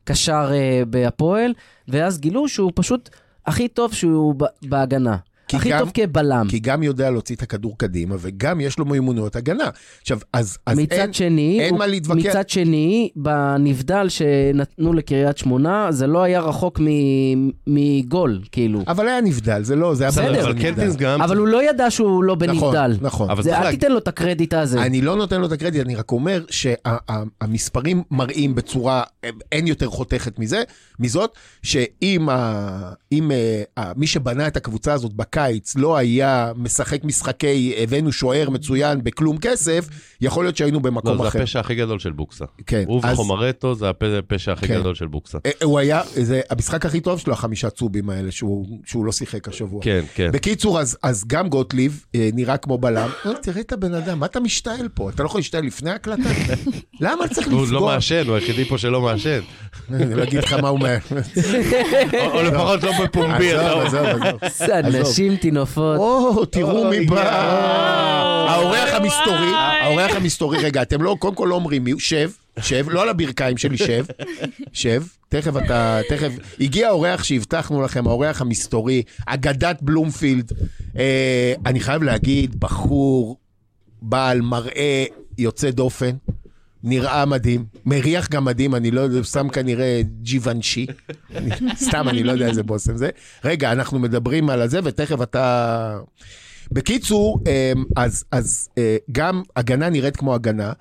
[SPEAKER 5] כקשר אה, בהפועל, ואז גילו שהוא פשוט הכי טוב שהוא ב- בהגנה.
[SPEAKER 2] כי
[SPEAKER 5] הכי
[SPEAKER 2] גם-
[SPEAKER 5] טוב כבלם.
[SPEAKER 2] כי גם יודע להוציא את הכדור קדימה, וגם יש לו מיומנויות הגנה. עכשיו, אז, אז
[SPEAKER 5] מצד
[SPEAKER 2] אין...
[SPEAKER 5] שני,
[SPEAKER 2] אין
[SPEAKER 5] הוא-
[SPEAKER 2] מה להתווכח.
[SPEAKER 5] מצד שני, בנבדל שנתנו לקריית שמונה, זה לא היה רחוק מ- מגול, כאילו.
[SPEAKER 2] אבל היה נבדל, זה לא, זה היה
[SPEAKER 1] בסדר,
[SPEAKER 2] ברור,
[SPEAKER 1] אבל
[SPEAKER 2] זה
[SPEAKER 1] קלטינס גם...
[SPEAKER 5] אבל הוא לא ידע שהוא לא
[SPEAKER 2] נבדל. נכון,
[SPEAKER 5] בנבדל.
[SPEAKER 2] נכון.
[SPEAKER 1] אבל
[SPEAKER 5] זה-
[SPEAKER 1] צריך
[SPEAKER 5] אל
[SPEAKER 1] להגיד-
[SPEAKER 5] תיתן לו את הקרדיט הזה.
[SPEAKER 2] אני לא נותן לו את הקרדיט, אני רק אומר שהמספרים מראים בצורה, אין יותר חותכת מזה, מזאת, שאם ה, אם, אה, ה, מי שבנה את הקבוצה הזאת בקיץ לא היה משחק משחקי, הבאנו שוער מצוין בכלום כסף, יכול להיות שהיינו
[SPEAKER 1] לא,
[SPEAKER 2] במקום
[SPEAKER 1] זה
[SPEAKER 2] אחר.
[SPEAKER 1] הפשע הכי גדול של בוקסה.
[SPEAKER 2] כן,
[SPEAKER 1] הוא
[SPEAKER 2] אז-
[SPEAKER 1] וחומרטו זה הפ- הפשע הכי
[SPEAKER 2] כן.
[SPEAKER 1] גדול של בוקסה.
[SPEAKER 2] אה, הוא היה, זה המשחק הכי טוב שלו, החמישה צובים האלה, שהוא, שהוא לא שיחק השבוע.
[SPEAKER 1] כן, כן.
[SPEAKER 2] בקיצור, אז, אז גם גוטליב אה, נראה כמו בלם. אה, תראה את הבן אדם, מה אתה משתעל פה? אתה לא יכול להשתעל לפני ההקלטה? למה צריך
[SPEAKER 1] הוא לא
[SPEAKER 2] לפגוע?
[SPEAKER 1] מעשן, הוא היחידי פה שלא מעשן.
[SPEAKER 2] אני לא אגיד לך מה הוא מה...
[SPEAKER 1] או או לפחות לא בפומבי.
[SPEAKER 2] עזוב,
[SPEAKER 1] אתה-
[SPEAKER 2] עזוב, עזוב.
[SPEAKER 5] אנשים, תינופות.
[SPEAKER 2] או, תראו מי בא. האורח
[SPEAKER 4] וואי.
[SPEAKER 2] המסתורי, האורח המסתורי, רגע, אתם לא, קודם כל לא אומרים מי הוא, שב, שב, לא על הברכיים שלי, שב, שב, תכף אתה, תכף, הגיע האורח שהבטחנו לכם, האורח המסתורי, אגדת בלומפילד. אה, אני חייב להגיד, בחור בעל מראה יוצא דופן. נראה מדהים, מריח גם מדהים, אני לא יודע, הוא שם כנראה ג'יוונשי. סתם, אני לא יודע איזה בושם זה. רגע, אנחנו מדברים על הזה, ותכף אתה... בקיצור, אמ, אז, אז אה, גם הגנה נראית כמו הגנה.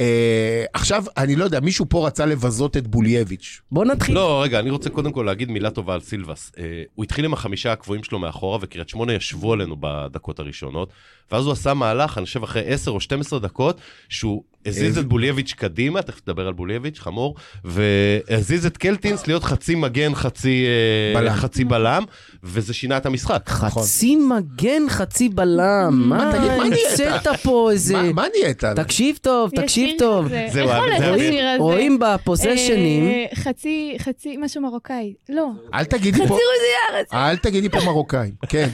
[SPEAKER 2] אה, עכשיו, אני לא יודע, מישהו פה רצה לבזות את בולייביץ'.
[SPEAKER 5] בוא נתחיל.
[SPEAKER 1] לא, רגע, אני רוצה קודם כל להגיד מילה טובה על סילבס. אה, הוא התחיל עם החמישה הקבועים שלו מאחורה, וקריית שמונה ישבו עלינו בדקות הראשונות, ואז הוא עשה מהלך, אני חושב אחרי 10 או 12 דקות, שהוא
[SPEAKER 5] אה,
[SPEAKER 1] הזיז את בולייביץ' קדימה, תכף נדבר על בולייביץ', חמור, והזיז את קלטינס להיות חצי מגן, חצי אה,
[SPEAKER 2] בלם.
[SPEAKER 1] חצי בלם, וזה שינה את המשחק.
[SPEAKER 2] נכון.
[SPEAKER 5] חצי מגן, חצי בלם. מה,
[SPEAKER 2] תגיד, מה נהיית?
[SPEAKER 5] המצאת פה איזה...
[SPEAKER 2] מה, מה נהיית?
[SPEAKER 5] תקשיב טוב,
[SPEAKER 4] יש
[SPEAKER 5] תקשיב
[SPEAKER 4] שיר
[SPEAKER 5] טוב.
[SPEAKER 4] כזה.
[SPEAKER 1] זהו,
[SPEAKER 4] איך
[SPEAKER 1] היה
[SPEAKER 4] הולך
[SPEAKER 1] בזה.
[SPEAKER 4] השיר הזה?
[SPEAKER 5] רואים בפוזיישנים,
[SPEAKER 4] אה, חצי, חצי, משהו מרוקאי. לא.
[SPEAKER 2] אל תגידי פה,
[SPEAKER 4] עוזי ארץ.
[SPEAKER 2] אל תגידי פה מרוקאים. כן,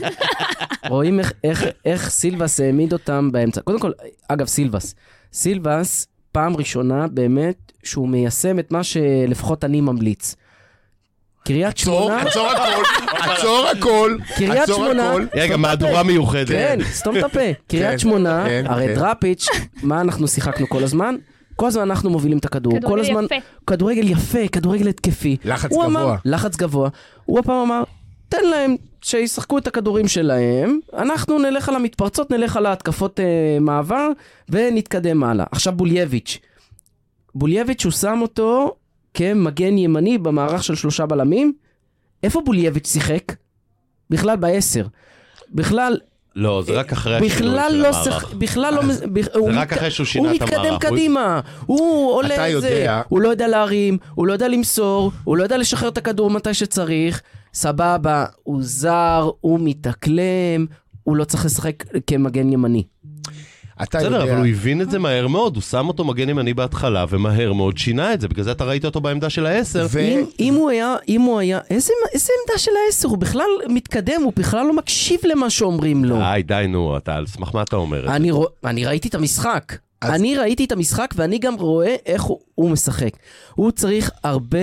[SPEAKER 5] רואים איך- איך- איך סילבס העמיד אותם באמצע. קודם כל, אגב, סילבס. סילבס, פעם ראשונה באמת שהוא מיישם את מה שלפחות אני ממליץ. קריית
[SPEAKER 2] עצור,
[SPEAKER 5] שמונה,
[SPEAKER 2] עצור הכל, עצור הכל,
[SPEAKER 5] קריית
[SPEAKER 2] עצור
[SPEAKER 5] שמונה.
[SPEAKER 2] הכל.
[SPEAKER 1] רגע, מהדורה מיוחדת.
[SPEAKER 5] כן, סתום את הפה.
[SPEAKER 2] כן,
[SPEAKER 5] קריית שמונה,
[SPEAKER 2] כן, כן.
[SPEAKER 5] הרי דראפיץ', מה אנחנו שיחקנו כל הזמן? כל הזמן אנחנו מובילים את הכדור. כל
[SPEAKER 4] כדורגל
[SPEAKER 5] הזמן...
[SPEAKER 4] יפה.
[SPEAKER 5] כדורגל יפה, כדורגל התקפי.
[SPEAKER 2] לחץ
[SPEAKER 5] הוא אמר-
[SPEAKER 2] גבוה.
[SPEAKER 5] לחץ גבוה. הוא הפעם אמר, תן להם שישחקו את הכדורים שלהם, אנחנו נלך על המתפרצות, נלך על ההתקפות אה, מעבר, ונתקדם הלאה. עכשיו בולייביץ'. בולייביץ', הוא שם אותו כמגן ימני במערך של שלושה בלמים. איפה בולייביץ' שיחק? בכלל בעשר. בכלל,
[SPEAKER 1] לא, זה רק אחרי השינוי
[SPEAKER 5] בכלל
[SPEAKER 1] של
[SPEAKER 5] לא
[SPEAKER 1] המערך.
[SPEAKER 5] שח... בכלל לא... מז- בכ- הוא
[SPEAKER 1] רק
[SPEAKER 5] מת-
[SPEAKER 1] אחרי שהוא שינה את
[SPEAKER 5] הוא מתקדם
[SPEAKER 1] המערך, הוא-
[SPEAKER 5] קדימה, הוא
[SPEAKER 2] אתה
[SPEAKER 5] עולה את זה,
[SPEAKER 2] יודע-
[SPEAKER 5] הוא לא יודע להרים, הוא לא יודע למסור, הוא לא יודע לשחרר את הכדור מתי שצריך, סבבה, הוא זר, הוא מתאקלם, הוא לא צריך לשחק כמגן ימני.
[SPEAKER 2] אתה יודע...
[SPEAKER 1] בסדר, אבל הוא הבין את זה מהר מאוד, הוא שם אותו מגן ימני בהתחלה, ומהר מאוד שינה את זה, בגלל זה אתה ראית אותו בעמדה של העשר.
[SPEAKER 2] ו-
[SPEAKER 5] אם, אם הוא היה, אם הוא היה, איזה, איזה עמדה של העשר? הוא בכלל מתקדם, הוא בכלל לא מקשיב למה שאומרים לו.
[SPEAKER 1] די, די, נו, אתה, על סמך מה אתה אומר את זה?
[SPEAKER 5] אני, רוא, אני ראיתי את המשחק.
[SPEAKER 2] אז-
[SPEAKER 5] אני ראיתי את המשחק ואני גם רואה איך הוא, הוא משחק. הוא צריך הרבה,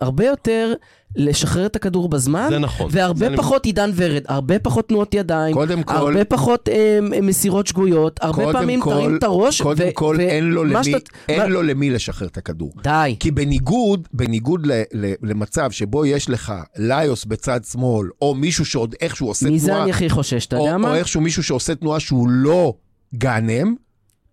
[SPEAKER 5] הרבה יותר לשחרר את הכדור בזמן.
[SPEAKER 1] זה נכון. זה
[SPEAKER 5] והרבה
[SPEAKER 1] אני-
[SPEAKER 5] פחות עידן ורד, הרבה פחות תנועות ידיים,
[SPEAKER 2] קודם כל-
[SPEAKER 5] הרבה פחות אה, מסירות שגויות, הרבה
[SPEAKER 2] קודם
[SPEAKER 5] פעמים
[SPEAKER 2] כל-
[SPEAKER 5] תרים את הראש.
[SPEAKER 2] קודם
[SPEAKER 5] ו-
[SPEAKER 2] כל,
[SPEAKER 5] ו-
[SPEAKER 2] אין לו
[SPEAKER 5] מה
[SPEAKER 2] למי-
[SPEAKER 5] שאתה- מה-
[SPEAKER 2] אין לו למי לשחרר את הכדור.
[SPEAKER 5] די.
[SPEAKER 2] כי בניגוד, בניגוד ל, ל, למצב שבו יש לך ליוס בצד שמאל, או מישהו שעוד איכשהו עושה תנועה...
[SPEAKER 5] מזה אני הכי חושש, אתה יודע
[SPEAKER 2] או,
[SPEAKER 5] מה?
[SPEAKER 2] או איכשהו מישהו שעושה תנועה שהוא לא גאנם,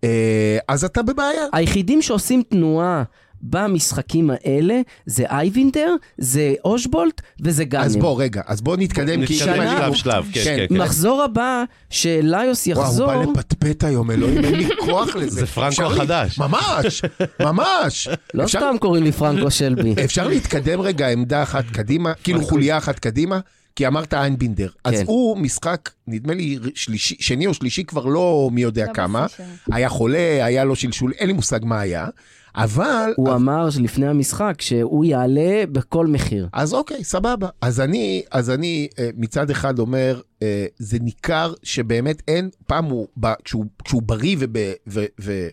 [SPEAKER 2] אה, אז אתה בבעיה.
[SPEAKER 5] היחידים שעושים תנועה במשחקים האלה זה אייבינדר, זה אושבולט וזה גאנם.
[SPEAKER 2] אז בוא, רגע, אז בוא נתקדם, כי...
[SPEAKER 1] נתקדם
[SPEAKER 2] אם אני-
[SPEAKER 1] שלב, שלב, כן, כן, כן.
[SPEAKER 5] מחזור הבא שליוס
[SPEAKER 2] וואו,
[SPEAKER 5] יחזור,
[SPEAKER 2] הוא בא לפטפט היום, אלוהים, אין לי כוח לזה.
[SPEAKER 1] זה פרנקו
[SPEAKER 2] אפשר לי-
[SPEAKER 1] החדש.
[SPEAKER 2] ממש, ממש.
[SPEAKER 5] לא
[SPEAKER 2] אפשר- אה,
[SPEAKER 5] סתם קוראים לי פרנקו שלבי.
[SPEAKER 2] אפשר להתקדם רגע עמדה אחת קדימה, כאילו חוליה אחת קדימה, כי אמרת איינבינדר. אז
[SPEAKER 5] כן.
[SPEAKER 2] הוא משחק, נדמה לי, שלישי, שני או שלישי כבר לא מי יודע
[SPEAKER 4] לא
[SPEAKER 2] כמה.
[SPEAKER 4] בשיא שלו.
[SPEAKER 2] היה חולה, היה לו שלשול, אין לי מושג מה היה, אבל...
[SPEAKER 5] הוא אמר לפני המשחק שהוא יעלה בכל מחיר.
[SPEAKER 2] אז אוקיי, סבבה. אז אני, אז אני אה, מצד אחד אומר, אה, זה ניכר שבאמת אין, פעם הוא, ב- כשהוא, כשהוא בריא וב, ו, ו,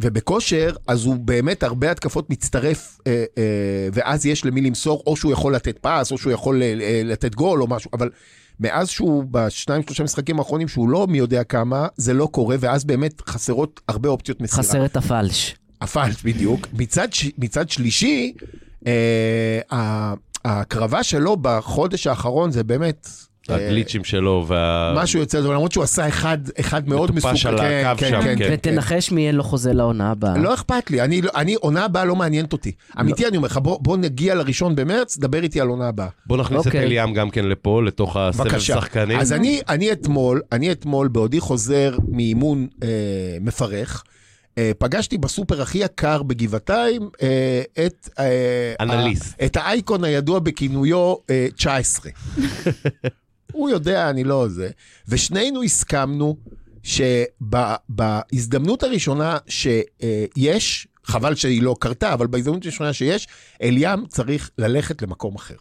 [SPEAKER 2] ובכושר, אז הוא באמת הרבה התקפות מצטרף, אה, אה, ואז יש למי למסור, או שהוא יכול לתת פס, או שהוא יכול אה, אה, לתת גול או משהו, אבל מאז שהוא בשניים, שלושה משחקים האחרונים, שהוא לא מי יודע כמה, זה לא קורה, ואז באמת חסרות הרבה אופציות מסירה.
[SPEAKER 5] חסר את הפלש.
[SPEAKER 2] הפלט בדיוק. מצד, ש- מצד שלישי, אה, ה- ההקרבה שלו בחודש האחרון זה באמת... אה,
[SPEAKER 1] הגליצ'ים שלו וה...
[SPEAKER 2] משהו יוצא, דופן, למרות שהוא עשה אחד, אחד מאוד
[SPEAKER 1] מטופש
[SPEAKER 2] מסוכן.
[SPEAKER 1] על
[SPEAKER 2] כן,
[SPEAKER 1] הקו
[SPEAKER 2] כן,
[SPEAKER 1] שם,
[SPEAKER 2] כן,
[SPEAKER 1] כן.
[SPEAKER 2] כן.
[SPEAKER 5] ותנחש מי אין לו חוזה לעונה הבאה.
[SPEAKER 2] לא אכפת לי, אני, לא- אני, עונה הבאה לא מעניינת אותי. אמיתי, אני אומר לך, בוא, בוא נגיע לראשון במרץ, דבר איתי על עונה הבאה.
[SPEAKER 1] בוא נכניס את
[SPEAKER 5] אוקיי.
[SPEAKER 1] אליאם גם כן לפה, לתוך הסבב
[SPEAKER 2] בבקשה.
[SPEAKER 1] שחקנים.
[SPEAKER 2] אז אני, אני אתמול, אני אתמול, בעודי חוזר מאימון אה, מפרך, אה, פגשתי בסופר הכי יקר בגבעתיים אה, את... אה,
[SPEAKER 1] אנליסט.
[SPEAKER 2] ה, את האייקון הידוע בכינויו אה, 19. הוא יודע, אני לא זה. ושנינו הסכמנו שבהזדמנות הראשונה שיש, חבל שהיא לא קרתה, אבל בהזדמנות הראשונה שיש, אליאם צריך ללכת למקום אחר.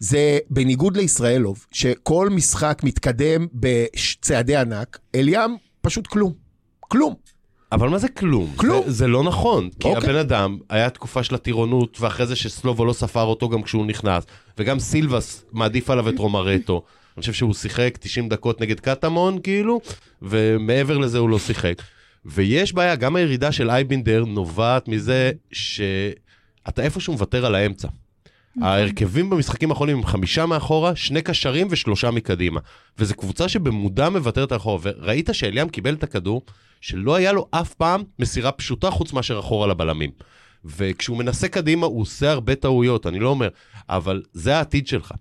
[SPEAKER 2] זה בניגוד לישראלוב, שכל משחק מתקדם בצעדי ענק, אליאם פשוט כלום. כלום.
[SPEAKER 1] אבל מה זה כלום?
[SPEAKER 2] כלום.
[SPEAKER 1] זה, זה לא נכון. כי
[SPEAKER 2] אוקיי.
[SPEAKER 1] הבן אדם, היה תקופה של הטירונות, ואחרי זה שסלובו לא ספר אותו גם כשהוא נכנס. וגם סילבס מעדיף עליו את רומרטו. אני חושב שהוא שיחק 90 דקות נגד קטמון, כאילו, ומעבר לזה הוא לא שיחק. ויש בעיה, גם הירידה של אייבינדר נובעת מזה שאתה איפשהו מוותר על האמצע.
[SPEAKER 2] נכון.
[SPEAKER 1] אה, ההרכבים במשחקים האחרונים הם חמישה מאחורה, שני קשרים ושלושה מקדימה. וזו קבוצה שבמודע מוותרת אחורה. וראית שאליאם קיבל את הכדור, שלא היה לו אף פעם מסירה פשוטה חוץ מאשר אחורה לבלמים. וכשהוא מנסה קדימה, הוא עושה הרבה טעויות, אני לא אומר, אבל זה העתיד שלך.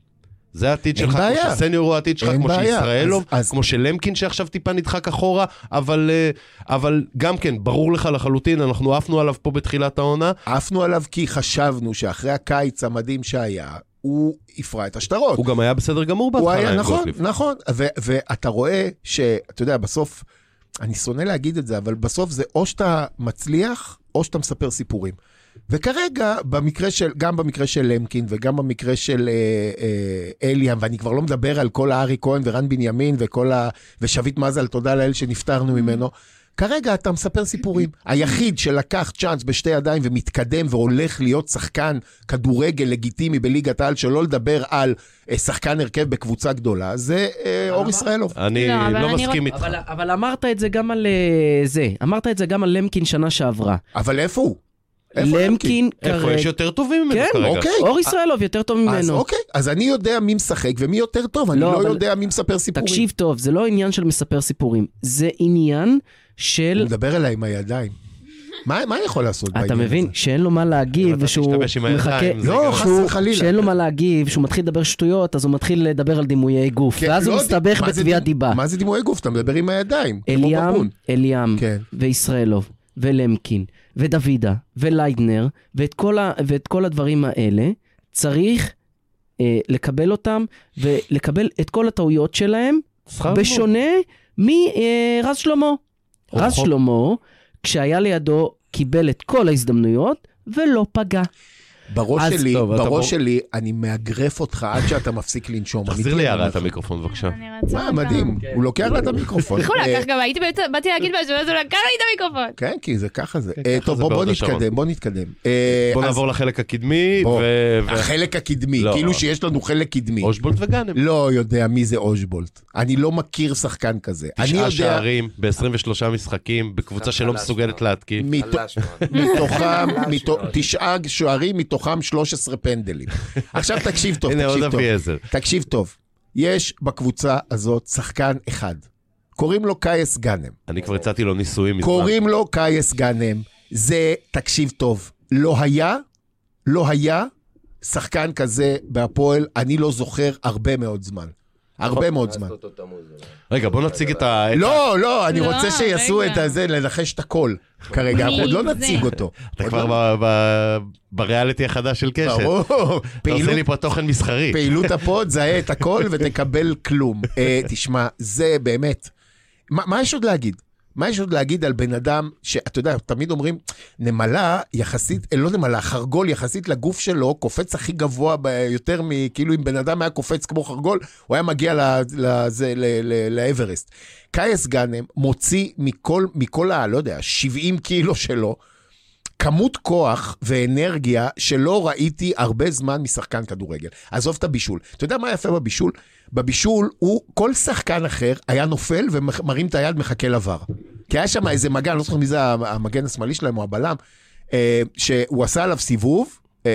[SPEAKER 1] זה העתיד
[SPEAKER 2] אין
[SPEAKER 1] שלך,
[SPEAKER 2] בעיה.
[SPEAKER 1] כמו שסניור הוא העתיד שלך,
[SPEAKER 2] אין
[SPEAKER 1] כמו
[SPEAKER 2] בעיה.
[SPEAKER 1] שישראלוב,
[SPEAKER 2] אז- אז-
[SPEAKER 1] כמו שלמקין שעכשיו טיפה נדחק אחורה, אבל, אה, אבל גם כן, ברור לך לחלוטין, אנחנו עפנו עליו פה בתחילת העונה,
[SPEAKER 2] עפנו עליו כי חשבנו שאחרי הקיץ המדהים שהיה, הוא הפרע את השטרות.
[SPEAKER 1] הוא גם היה בסדר גמור
[SPEAKER 2] הוא
[SPEAKER 1] בהתחלה,
[SPEAKER 2] היה,
[SPEAKER 1] עם
[SPEAKER 2] נכון,
[SPEAKER 1] גוטליב.
[SPEAKER 2] נכון. ו- ואתה רואה שאתה יודע, בסוף, אני שונא להגיד את זה, אבל בסוף זה או שאתה מצליח, או שאתה מספר סיפורים. וכרגע, במקרה של, גם במקרה של למקין, וגם במקרה של אה, אה, אליאם, ואני כבר לא מדבר על כל הארי כהן ורן בנימין וכל ה... ושביט מזל, תודה לאל שנפטרנו ממנו. כרגע אתה מספר סיפורים. היחיד שלקח צ'אנס בשתי ידיים ומתקדם והולך להיות שחקן כדורגל לגיטימי בליגת העל, שלא לדבר על אה, שחקן הרכב בקבוצה גדולה, זה אה, אור ישראלוב.
[SPEAKER 1] אני
[SPEAKER 4] לא, אבל
[SPEAKER 1] לא
[SPEAKER 4] אני
[SPEAKER 1] מסכים איתך.
[SPEAKER 5] אבל, אבל אמרת את זה גם על אה, זה, אמרת את זה גם על למקין שנה שעברה.
[SPEAKER 2] אבל איפה הוא? איפה
[SPEAKER 5] למקין
[SPEAKER 1] איפה יש
[SPEAKER 5] כרגע,
[SPEAKER 1] יותר טובים ממנו
[SPEAKER 5] כן,
[SPEAKER 1] כרגע?
[SPEAKER 2] אוקיי.
[SPEAKER 5] אור ישראלוב יותר טוב
[SPEAKER 2] אז
[SPEAKER 5] ממנו.
[SPEAKER 2] אוקיי, אז אני יודע מי משחק ומי יותר טוב, אני
[SPEAKER 5] לא,
[SPEAKER 2] לא
[SPEAKER 5] אבל-
[SPEAKER 2] יודע מי מספר סיפורים.
[SPEAKER 5] תקשיב טוב, זה לא עניין של מספר סיפורים, זה עניין של...
[SPEAKER 2] הוא מדבר אליי עם הידיים. מה מה אני יכול לעשות
[SPEAKER 5] אתה
[SPEAKER 2] בעניין
[SPEAKER 5] מבין
[SPEAKER 2] הזה?
[SPEAKER 5] שאין לו מה
[SPEAKER 1] אם
[SPEAKER 5] להגיב
[SPEAKER 1] אתה
[SPEAKER 5] ושהוא
[SPEAKER 1] תשתמש עם הידיים,
[SPEAKER 5] מחכה,
[SPEAKER 1] זה
[SPEAKER 2] לא,
[SPEAKER 1] גם-
[SPEAKER 2] חס
[SPEAKER 5] שהוא-
[SPEAKER 2] וחלילה.
[SPEAKER 5] שאין לו מה להגיב, שהוא מתחיל לדבר שטויות אז הוא מתחיל לדבר על דימויי גוף,
[SPEAKER 2] כן,
[SPEAKER 5] ואז הוא
[SPEAKER 2] לא,
[SPEAKER 5] מסתבך
[SPEAKER 2] מה זה
[SPEAKER 5] בתביעת
[SPEAKER 2] דימ-
[SPEAKER 5] דיבה.
[SPEAKER 2] מה זה דימויי גוף? אתה מדבר עם הידיים. כמו
[SPEAKER 5] אליאם,
[SPEAKER 2] בבון.
[SPEAKER 5] אליאם,
[SPEAKER 2] כן.
[SPEAKER 5] וישראלוב, ולמקין, ודוידה, וליידנר, ואת כל, ה, ואת כל הדברים האלה, צריך אה, לקבל אותם, ולקבל את כל הטעויות שלהם,
[SPEAKER 1] שכר לימוד.
[SPEAKER 5] בשונה מרז שלמה.
[SPEAKER 3] רז
[SPEAKER 1] חוק.
[SPEAKER 3] שלמה, כשהיה לידו, קיבל את כל ההזדמנויות ולא פגע.
[SPEAKER 2] בראש
[SPEAKER 3] אז
[SPEAKER 2] שלי,
[SPEAKER 1] טוב, אתה
[SPEAKER 2] בראש
[SPEAKER 1] בוא-
[SPEAKER 2] שלי, אני מאגרף אותך עד שאתה מפסיק לנשום.
[SPEAKER 1] תחזיר
[SPEAKER 2] אמיתי,
[SPEAKER 1] לי
[SPEAKER 2] אני
[SPEAKER 1] יערה
[SPEAKER 2] אומר
[SPEAKER 1] את
[SPEAKER 2] לך.
[SPEAKER 1] המיקרופון בבקשה.
[SPEAKER 4] אני רוצה...
[SPEAKER 2] מה,
[SPEAKER 4] גם-
[SPEAKER 2] מדהים,
[SPEAKER 3] כן.
[SPEAKER 2] הוא לוקח לה את המיקרופון.
[SPEAKER 4] איך הוא
[SPEAKER 2] אה,
[SPEAKER 4] לקח גם, הייתי באמת- באתי להגיד משהו, ואז הוא לקח לי את המיקרופון.
[SPEAKER 2] כן, כי זה ככה זה.
[SPEAKER 1] כן,
[SPEAKER 2] אה,
[SPEAKER 1] ככה
[SPEAKER 2] טוב,
[SPEAKER 1] זה
[SPEAKER 2] בוא- בוא
[SPEAKER 1] בהוד השרון.
[SPEAKER 2] נתקדם, בוא נתקדם. אה,
[SPEAKER 1] בוא
[SPEAKER 2] אז
[SPEAKER 1] נעבור לחלק הקדמי,
[SPEAKER 2] בוא.
[SPEAKER 1] ו- ו-
[SPEAKER 2] החלק הקדמי,
[SPEAKER 1] לא.
[SPEAKER 2] כאילו שיש לנו חלק קדמי.
[SPEAKER 1] אושבולט וגאנם.
[SPEAKER 2] לא יודע מי זה אושבולט. אני לא מכיר שחקן כזה. אני
[SPEAKER 1] תשעה
[SPEAKER 2] יודע
[SPEAKER 1] שערים ב-23 משחקים, בקבוצה שלא
[SPEAKER 6] חלש
[SPEAKER 1] מסוגלת
[SPEAKER 6] מאוד.
[SPEAKER 1] להתקיף.
[SPEAKER 2] מת-
[SPEAKER 6] חלש מאוד.
[SPEAKER 2] מתוכם,
[SPEAKER 6] חלש
[SPEAKER 2] מתו-
[SPEAKER 6] מאוד.
[SPEAKER 2] תשעה שערים, מתוכם 13 פנדלים. עכשיו תקשיב טוב,
[SPEAKER 1] הנה עוד
[SPEAKER 2] תקשיב טוב.
[SPEAKER 1] אביעזר.
[SPEAKER 2] תקשיב טוב. יש בקבוצה הזאת שחקן אחד. קוראים לו קייס גאנם.
[SPEAKER 1] אני כבר הצעתי לו נישואים מזמן.
[SPEAKER 2] קוראים לו קייס גאנם. זה, תקשיב טוב, לא היה, לא היה שחקן כזה בהפועל, אני לא זוכר הרבה מאוד זמן. הרבה מאוד זמן.
[SPEAKER 6] אז אותו תמוז, אולי.
[SPEAKER 1] רגע, בוא נציג את ה...
[SPEAKER 2] לא, לא, אני
[SPEAKER 4] לא,
[SPEAKER 2] רוצה שיעשו
[SPEAKER 4] רגע.
[SPEAKER 2] את הזה, לנחש את הכל. כרגע, אנחנו עוד
[SPEAKER 4] מי
[SPEAKER 2] לא
[SPEAKER 4] זה?
[SPEAKER 2] נציג אותו.
[SPEAKER 1] אתה
[SPEAKER 2] עוד
[SPEAKER 1] כבר
[SPEAKER 2] לא-
[SPEAKER 1] ב- ב- בריאליטי החדש של קשת.
[SPEAKER 2] ברור.
[SPEAKER 1] אתה
[SPEAKER 2] פעילות-
[SPEAKER 1] עושה לי פה תוכן מסחרי.
[SPEAKER 2] פעילות הפוד, זהה את הכל ותקבל כלום. אה, תשמע, זה באמת... מה מה יש עוד להגיד? מה יש עוד להגיד על בן אדם שאתה יודע, תמיד אומרים, נמלה יחסית, אה, לא נמלה, חרגול יחסית לגוף שלו, קופץ הכי גבוה ב- יותר מכאילו אם בן אדם היה קופץ כמו חרגול, הוא היה מגיע ל- לזה- ל- ל- לאברסט. קייס גאנם מוציא מכל, מכל ה... לא יודע, 70 קילו שלו, כמות כוח ואנרגיה שלא ראיתי הרבה זמן משחקן כדורגל. עזוב את הבישול. אתה יודע מה יפה בבישול? בבישול הוא, כל שחקן אחר היה נופל ומרים את היד, מחכה לבר. כי היה שם איזה מגן, לא זוכר מי זה המגן השמאלי שלהם או הבלם, אה, שהוא עשה עליו סיבוב, אה,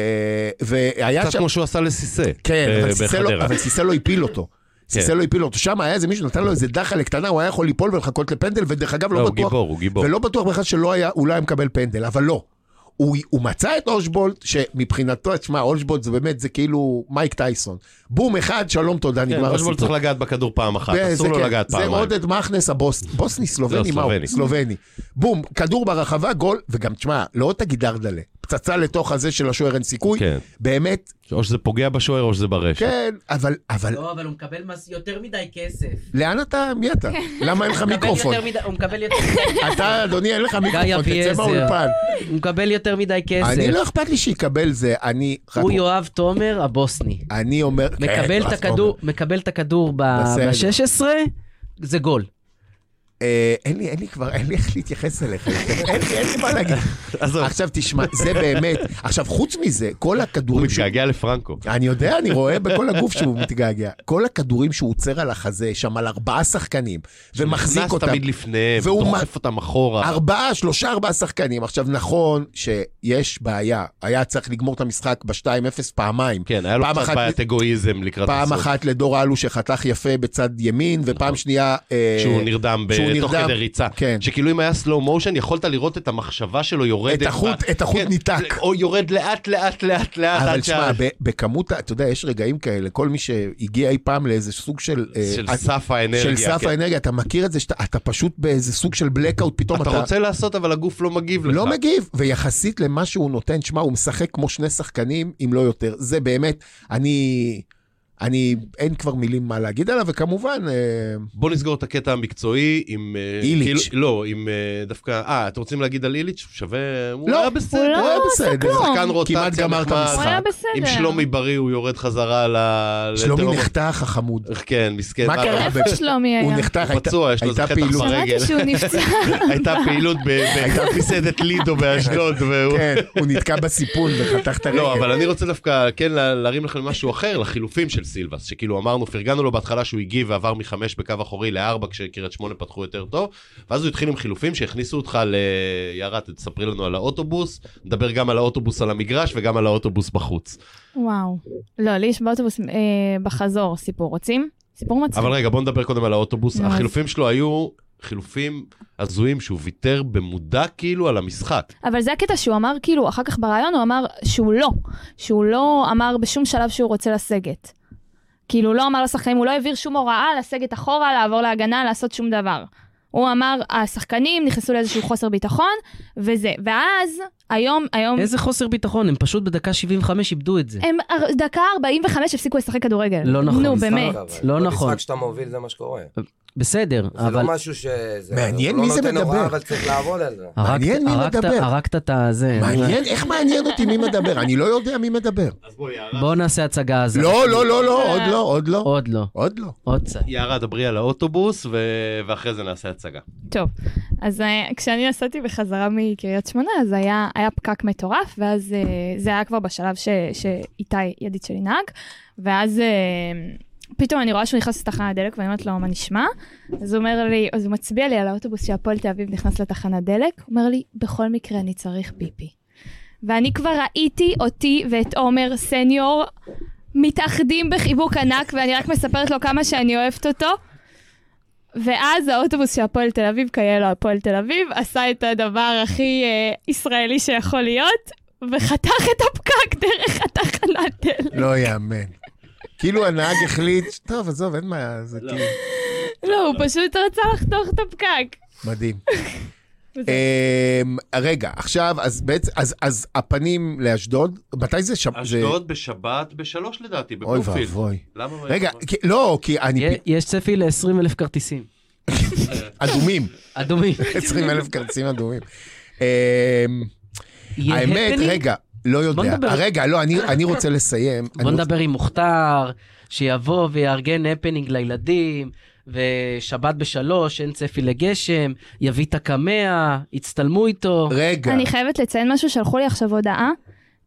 [SPEAKER 2] והיה
[SPEAKER 1] קצת
[SPEAKER 2] שם...
[SPEAKER 1] כמו שהוא עשה לסיסא.
[SPEAKER 2] כן,
[SPEAKER 1] אה,
[SPEAKER 2] אבל סיסלו-
[SPEAKER 1] בחדרה. כן.
[SPEAKER 2] אבל סיסלו הפיל אותו. סיסלו הפיל אותו. שם היה איזה מישהו, נתן לו איזה דחלה קטנה, הוא היה יכול ליפול ולחכות לפנדל, ודרך אגב,
[SPEAKER 1] לא,
[SPEAKER 2] לא
[SPEAKER 1] הוא
[SPEAKER 2] בטוח...
[SPEAKER 1] גיבור, הוא גיבור.
[SPEAKER 2] ולא בטוח בכלל שלא היה, הוא לא היה מקבל פנדל, אבל לא. הוא, הוא מצא את אושבולט, שמבחינתו, תשמע, אושבולט זה באמת, זה כאילו מייק טייסון. בום אחד, שלום, תודה,
[SPEAKER 1] כן,
[SPEAKER 2] נגמר
[SPEAKER 1] אושבולט צריך
[SPEAKER 2] הסיפור.
[SPEAKER 1] לגעת בכדור פעם אחת,
[SPEAKER 2] זה-
[SPEAKER 1] אסור
[SPEAKER 2] זה
[SPEAKER 1] לו
[SPEAKER 2] כן,
[SPEAKER 1] לגעת
[SPEAKER 2] זה
[SPEAKER 1] פעמיים.
[SPEAKER 2] עודד מכנס הבוס, בוסני סלובני,
[SPEAKER 1] לא,
[SPEAKER 2] מה הוא?
[SPEAKER 1] סלובני.
[SPEAKER 2] סלובני. בום, כדור ברחבה, גול, וגם תשמע, לא עוד תגיד ארדלה, פצצה לתוך הזה של השוער אין סיכוי,
[SPEAKER 1] כן.
[SPEAKER 2] באמת,
[SPEAKER 1] או שזה פוגע בשוער או שזה ברשת.
[SPEAKER 2] כן, אבל, אבל,
[SPEAKER 5] לא, אבל הוא מקבל מס- יותר מדי כסף.
[SPEAKER 2] לאן אתה, מי אתה? למה אין לך
[SPEAKER 5] הוא מקבל
[SPEAKER 2] מיקרופון?
[SPEAKER 5] יותר מדי- הוא מקבל יותר-
[SPEAKER 2] אתה, אדוני, אין לך מיקרופון, תצא
[SPEAKER 5] אביעזר.
[SPEAKER 2] מהאולפן.
[SPEAKER 5] הוא מקבל יותר מדי
[SPEAKER 2] אני,
[SPEAKER 5] כסף.
[SPEAKER 2] לא אכפת לי שיקבל זה, אני... רק-
[SPEAKER 5] הוא יואב תומר הבוסני.
[SPEAKER 2] אני אומר...
[SPEAKER 5] מקבל את הכדור- מקבל את הכדור
[SPEAKER 2] כן, בסדר.
[SPEAKER 5] ב-16, זה גול.
[SPEAKER 2] אה, אין לי, אין לי כבר, אין לי איך להתייחס אליך. אין לי, אין לי מה להגיד.
[SPEAKER 1] עזוב,
[SPEAKER 2] עכשיו תשמע, זה באמת... עכשיו, חוץ מזה, כל
[SPEAKER 1] הוא
[SPEAKER 2] הכדורים... שהוא-
[SPEAKER 1] מתגעגע לפרנקו.
[SPEAKER 2] אני יודע, אני רואה בכל הגוף שהוא מתגעגע. כל הכדורים שהוא עוצר על החזה, שם על ארבעה שחקנים, ומחזיק
[SPEAKER 1] נכנס
[SPEAKER 2] אותם.
[SPEAKER 1] תמיד לפניהם,
[SPEAKER 2] והוא אה,
[SPEAKER 1] דוחף אותם אחורה.
[SPEAKER 2] ארבעה, שלושה, ארבעה שחקנים. עכשיו, נכון שיש בעיה, היה צריך לגמור את המשחק ב-2-0 פעמיים.
[SPEAKER 1] כן, היה לו
[SPEAKER 2] פעם
[SPEAKER 1] קצת
[SPEAKER 2] אחת-
[SPEAKER 1] בעיית אגואיזם לקראת
[SPEAKER 2] פעם
[SPEAKER 1] הסוף.
[SPEAKER 2] אחת לדור אלו שחתך יפה בצד ימין, ופעם שנייה... אה,
[SPEAKER 1] נכון. כשהוא נרדם ב-
[SPEAKER 2] כשהוא
[SPEAKER 1] תוך
[SPEAKER 2] נרדם,
[SPEAKER 1] כדי ריצה.
[SPEAKER 2] כן.
[SPEAKER 1] שכאילו אם היה סלואו מושן, יכולת לראות את המחשבה שלו יורדת.
[SPEAKER 2] את החוט-
[SPEAKER 1] ב-
[SPEAKER 2] את החוט
[SPEAKER 1] כן,
[SPEAKER 2] ניתק.
[SPEAKER 1] או יורד לאט לאט לאט לאט.
[SPEAKER 2] אבל
[SPEAKER 1] עד
[SPEAKER 2] תשמע,
[SPEAKER 1] שה-
[SPEAKER 2] ב- בכמות, ה- אתה יודע, יש רגעים כאלה, כל מי שהגיע אי פעם לאיזה סוג של... אה,
[SPEAKER 1] של
[SPEAKER 2] אה,
[SPEAKER 1] סף האנרגיה.
[SPEAKER 2] של סף
[SPEAKER 1] כן.
[SPEAKER 2] האנרגיה, אתה מכיר את זה שאתה אתה פשוט באיזה סוג של בלקאוט, פתאום
[SPEAKER 1] אתה רוצה לעשות, אבל הגוף לא מגיב לך.
[SPEAKER 2] לא מגיב, ויחסית למה שהוא נותן, שמע, הוא משחק כמו שני שחקנים, אם לא יותר. זה באמת, אני... אני, אין כבר מילים מה להגיד עליו, וכמובן, אה,
[SPEAKER 1] בוא נסגור את הקטע המקצועי עם... אה,
[SPEAKER 2] איליץ'.
[SPEAKER 1] כאילו- לא, עם אה, דווקא... אה, אתם רוצים להגיד על איליץ'? הוא שווה... הוא
[SPEAKER 2] לא,
[SPEAKER 1] היה
[SPEAKER 4] הוא
[SPEAKER 1] בסדר.
[SPEAKER 4] לא
[SPEAKER 2] הוא היה
[SPEAKER 4] עשה
[SPEAKER 2] בסדר.
[SPEAKER 4] כלום.
[SPEAKER 1] שחקן רוטציה
[SPEAKER 2] כמעט גמר את
[SPEAKER 1] נחמד.
[SPEAKER 4] הוא
[SPEAKER 2] המשחק.
[SPEAKER 4] היה
[SPEAKER 1] עם
[SPEAKER 4] בסדר.
[SPEAKER 1] שלומי בריא הוא יורד חזרה ל... לתהום.
[SPEAKER 2] שלומי נחתך החמוד.
[SPEAKER 1] כן, מסכן.
[SPEAKER 2] מה קרה?
[SPEAKER 4] איפה שלומי
[SPEAKER 2] הוא
[SPEAKER 4] היה?
[SPEAKER 2] נחתך,
[SPEAKER 1] הוא
[SPEAKER 2] הייתה-
[SPEAKER 1] פצוע, יש לו איזה
[SPEAKER 2] הייתה
[SPEAKER 1] חטח
[SPEAKER 2] פעילות.
[SPEAKER 1] ברגל.
[SPEAKER 4] שמעתי שהוא נפצע.
[SPEAKER 1] אה, הייתה פעילות במסעדת לידו באשדוד. והוא-
[SPEAKER 2] כן, הוא נתקע בסיפון וחתך את הרגל.
[SPEAKER 1] לא, אבל אני רוצה דווקא כן לה- להרים לכם משהו אחר, לחילופים של סילבס, שכאילו אמרנו, פרגנו לו בהתחלה שהוא הגיב ועבר מחמש בקו אחורי לארבע כשקריית שמונה פתחו יותר טוב, ואז הוא התחיל עם חילופים שהכניסו אותך ל... יערה, תספרי לנו על האוטובוס, נדבר גם על האוטובוס על המגרש וגם על האוטובוס בחוץ.
[SPEAKER 4] וואו. לא, לי יש באוטובוס אה, בחזור סיפור. רוצים? סיפור מצחיק.
[SPEAKER 1] אבל רגע, בוא נדבר קודם על האוטובוס.
[SPEAKER 4] נו, אז-
[SPEAKER 1] החילופים שלו היו חילופים הזויים שהוא ויתר במודע כאילו על המשחק.
[SPEAKER 4] אבל זה הקטע שהוא אמר, כאילו, אחר כך בריאיון הוא אמר שהוא לא. שהוא לא אמר בשום שלב שהוא רוצה לסגת. כאילו, לא אמר לשחקנים, הוא לא העביר שום הוראה לסגת אחורה, לעבור להגנה, לעשות שום דבר. הוא אמר, השחקנים נכנסו לאיזשהו חוסר ביטחון, וזה. ואז, היום, היום,
[SPEAKER 5] איזה חוסר ביטחון, הם פשוט בדקה 75 איבדו את זה.
[SPEAKER 4] הם אר- דקה 45 הפסיקו לשחק כדורגל.
[SPEAKER 5] לא נכון.
[SPEAKER 4] נו, באמת.
[SPEAKER 6] אבל
[SPEAKER 5] לא
[SPEAKER 6] כל
[SPEAKER 5] נכון.
[SPEAKER 6] משחק שאתה מוביל זה מה שקורה.
[SPEAKER 5] בסדר,
[SPEAKER 6] זה לא
[SPEAKER 5] אבל
[SPEAKER 6] משהו ש... זה-
[SPEAKER 2] מעניין מי זה
[SPEAKER 6] הוא לא נותן הוראה,
[SPEAKER 2] מדבר.
[SPEAKER 6] אבל צריך לעבוד על זה.
[SPEAKER 5] הרגת-
[SPEAKER 2] מעניין מי
[SPEAKER 5] הרגת-
[SPEAKER 2] מדבר.
[SPEAKER 5] הרגת את הזה.
[SPEAKER 2] מעניין, איך מעניין אותי מי מדבר? אני לא יודע מי מדבר.
[SPEAKER 1] אז בואי, יערה.
[SPEAKER 5] בואו נעשה הצגה אז.
[SPEAKER 2] לא, לא, לא, לא, עוד לא, עוד לא.
[SPEAKER 5] עוד לא.
[SPEAKER 2] עוד לא.
[SPEAKER 5] עוד קצת.
[SPEAKER 1] יערה, דברי על האוטובוס, ו- ואחרי זה נעשה הצגה.
[SPEAKER 4] טוב, אז אה, כשאני נסעתי בחזרה מקריית שמונה, אז היה, היה פקק מטורף, ואז אה, זה היה כבר בשלב ש, שאיתי, ידיד שלי, נהג, ואז אה, פתאום אני רואה שהוא נכנס לתחנת דלק, ואני אומרת לו, מה נשמע? אז הוא אומר לי, אז הוא מצביע לי על האוטובוס שהפועל תל אביב נכנס לתחנת דלק, הוא אומר לי, בכל מקרה אני צריך ביפי. ואני כבר ראיתי אותי ואת עומר סניור מתאחדים בחיבוק ענק, ואני רק מספרת לו כמה שאני אוהבת אותו. ואז האוטובוס של הפועל תל אביב, כיאה לו הפועל תל אביב, עשה את הדבר הכי אה, ישראלי שיכול להיות, וחתך את הפקק דרך התחנת דלק.
[SPEAKER 2] לא יאמן. כאילו הנהג החליט, טוב, עזוב, אין מה, זה כאילו
[SPEAKER 4] לא, הוא פשוט רצה לחתוך את הפקק.
[SPEAKER 2] מדהים.
[SPEAKER 4] וזה-
[SPEAKER 2] אמ, רגע, עכשיו, אז בעצם, אז- אז הפנים לאשדוד, מתי זה שם? זה-
[SPEAKER 1] אשדוד בשבת בשלוש לדעתי,
[SPEAKER 2] אוי
[SPEAKER 1] בבלומפילד.
[SPEAKER 2] ואבוי.
[SPEAKER 1] למה?
[SPEAKER 2] רגע, כי- לא, כי אני...
[SPEAKER 5] יה- יש צפי ל-20 אלף כרטיסים.
[SPEAKER 2] אדומים.
[SPEAKER 5] אדומים.
[SPEAKER 2] 20 אלף כרטיסים אדומים. אמ,
[SPEAKER 5] יהיה
[SPEAKER 2] האמת,
[SPEAKER 5] happening?
[SPEAKER 2] רגע, לא
[SPEAKER 5] בוא
[SPEAKER 2] יודע.
[SPEAKER 5] נדבר.
[SPEAKER 2] רגע, לא, אני- אני רוצה לסיים.
[SPEAKER 5] בוא
[SPEAKER 2] אני
[SPEAKER 5] נדבר עם מוכתר, שיבוא ויארגן הפנינג לילדים, ושבת בשלוש, אין צפי לגשם, יביא את הקמע, יצטלמו איתו.
[SPEAKER 2] רוצה- רגע.
[SPEAKER 4] אני חייבת לציין משהו, שלחו לי עכשיו הודעה.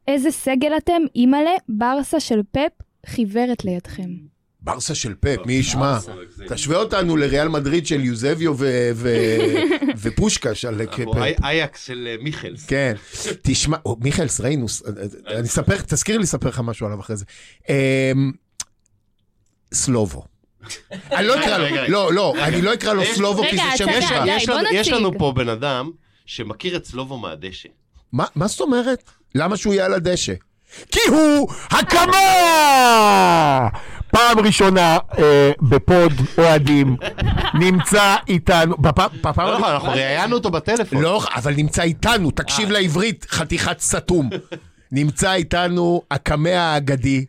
[SPEAKER 4] איזה סגל אתם, אימא'לה, ברסה של פפ, חיוורת לידכם.
[SPEAKER 2] ברסה של פאפ, מי ישמע? תשווה אותנו לריאל מדריד של יוזביו ו- ו- ופושקש על פאפ.
[SPEAKER 1] אייקס של אה, מיכלס.
[SPEAKER 2] כן, תשמע, או, מיכאלס ריינוס, אה, אני אספר, תזכיר לי לספר לך משהו עליו אחרי זה. אמ, סלובו. אני לא
[SPEAKER 1] רגע,
[SPEAKER 2] אקרא לו,
[SPEAKER 1] רגע.
[SPEAKER 2] לא, לא, אני לא אקרא לו
[SPEAKER 1] רגע,
[SPEAKER 2] סלובו כי זה
[SPEAKER 4] הצגה,
[SPEAKER 2] שם
[SPEAKER 4] די,
[SPEAKER 2] רע.
[SPEAKER 4] די,
[SPEAKER 1] יש
[SPEAKER 4] בוא
[SPEAKER 1] לנו- יש
[SPEAKER 4] נציג.
[SPEAKER 1] לנו פה בן אדם שמכיר את סלובו מהדשא.
[SPEAKER 2] מה מה זאת אומרת? למה שהוא יהיה על הדשא? כי הוא הקמה! פעם ראשונה אה, בפוד אוהדים נמצא איתנו, בפעם בפעם
[SPEAKER 1] לא,
[SPEAKER 2] הראשונה-
[SPEAKER 1] אנחנו ראיינו אותו בטלפון.
[SPEAKER 2] לא, אבל נמצא איתנו, תקשיב לעברית, חתיכת סתום. נמצא איתנו הקמע האגדי,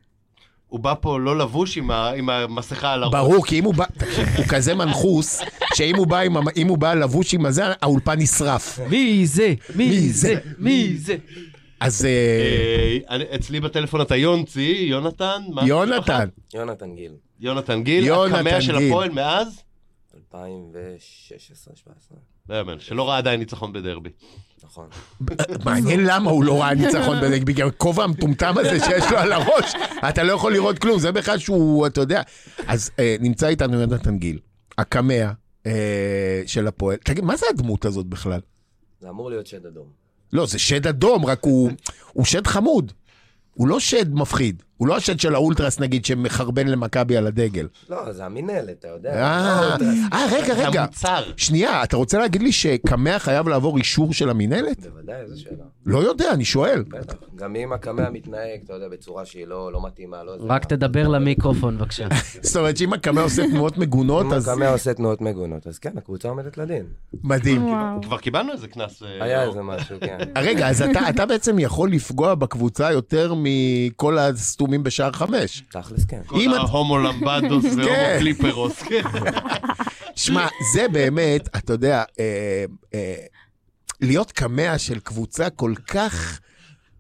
[SPEAKER 1] הוא בא פה לא לבוש עם ה- עם המסכה על הראש.
[SPEAKER 2] ברור, כי אם הוא בא, תקשיב, הוא כזה מנחוס, שאם הוא בא, עם, המ- אם הוא בא לבוש עם הזה, האולפן נשרף.
[SPEAKER 5] מי זה?
[SPEAKER 2] מי
[SPEAKER 5] מי
[SPEAKER 2] זה?
[SPEAKER 5] זה? מי זה?
[SPEAKER 2] אז אה,
[SPEAKER 1] אה, אני- אצלי בטלפון אתה יונצי, יונתן? מה המשפחה?
[SPEAKER 2] יונתן,
[SPEAKER 6] יונתן גיל,
[SPEAKER 1] יונתן גיל,
[SPEAKER 2] יונתן
[SPEAKER 1] הקמע של
[SPEAKER 2] גיל.
[SPEAKER 1] הפועל מאז?
[SPEAKER 6] 2016-2017,
[SPEAKER 1] לא יאמן, שלא ראה עדיין ניצחון בדרבי.
[SPEAKER 6] נכון.
[SPEAKER 2] מעניין למה הוא לא ראה ניצחון בדק, בגלל הכובע המטומטם הזה שיש לו על הראש, אתה לא יכול לראות כלום, זה בכלל שהוא, אתה יודע. אז אה, נמצא איתנו יונתן גיל, הקמע אה, של הפועל. תגיד, מה זה הדמות הזאת בכלל?
[SPEAKER 6] זה אמור להיות שד אדום.
[SPEAKER 2] לא, זה שד אדום, רק הוא, הוא שד חמוד. הוא לא שד מפחיד. הוא לא השד של האולטרס, נגיד, שמחרבן למכבי על הדגל.
[SPEAKER 6] לא, זה המינהלת, אתה יודע. לא,
[SPEAKER 2] אה, אה, רגע,
[SPEAKER 1] זה
[SPEAKER 2] רגע.
[SPEAKER 1] המוצר.
[SPEAKER 2] שנייה, אתה רוצה להגיד לי שקמע חייב לעבור אישור של המינהלת?
[SPEAKER 6] בוודאי, איזו שאלה.
[SPEAKER 2] לא יודע, אני שואל.
[SPEAKER 6] בטח. גם אם הקמע מתנהג, אתה יודע, בצורה שהיא לא לא מתאימה, לא... זה-
[SPEAKER 5] רק תדבר למיקרופון בבקשה.
[SPEAKER 2] זאת אומרת שאם הקמע עושה תנועות מגונות,
[SPEAKER 6] אם
[SPEAKER 2] אז
[SPEAKER 6] הקמע עושה תנועות מגונות, אז כן, הקבוצה עומדת לדין.
[SPEAKER 2] מדהים. אה,
[SPEAKER 1] כבר קיבלנו איזה קנס. אה,
[SPEAKER 6] היה
[SPEAKER 1] לא.
[SPEAKER 6] איזה משהו, כן.
[SPEAKER 2] רגע, אז אתה, אתה בעצם יכול לפגוע בקבוצה יותר מכל הסתומים בשער חמש.
[SPEAKER 6] תכלס, כן.
[SPEAKER 1] כל
[SPEAKER 2] אם את-
[SPEAKER 1] ההומו למבדוס והומו
[SPEAKER 2] כן.
[SPEAKER 1] קליפרוס. כן.
[SPEAKER 2] שמע, זה באמת, אתה יודע, אה, אה, להיות קמע של קבוצה כל כך...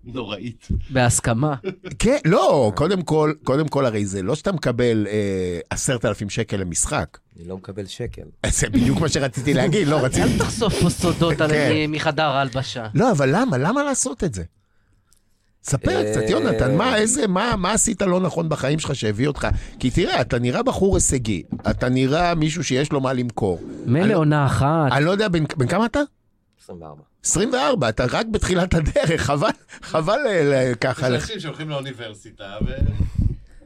[SPEAKER 1] נוראית.
[SPEAKER 5] בהסכמה.
[SPEAKER 2] כן, לא, קודם כל, קודם כל, הרי זה לא שאתה מקבל אה, עשרת אלפים שקל למשחק.
[SPEAKER 6] אני לא מקבל שקל.
[SPEAKER 2] זה בדיוק מה שרציתי להגיד, לא רציתי...
[SPEAKER 5] אל תחשוף פה סודות על-
[SPEAKER 2] כן.
[SPEAKER 5] מחדר ההלבשה.
[SPEAKER 2] לא, אבל למה? למה לעשות את זה? ספר
[SPEAKER 6] אה,
[SPEAKER 2] קצת, יונתן, מה, איזה, מה, מה עשית לא נכון בחיים שלך שהביא אותך? כי תראה, אתה נראה בחור הישגי, אתה נראה מישהו שיש לו מה למכור. אני-
[SPEAKER 5] מילא עונה אחת.
[SPEAKER 2] אני לא יודע, בן, בן כמה אתה?
[SPEAKER 6] 24.
[SPEAKER 2] 24, אתה רק בתחילת הדרך, חבל, חבל אה, ל- ככה. לך.
[SPEAKER 1] שהולכים לאוניברסיטה, ו...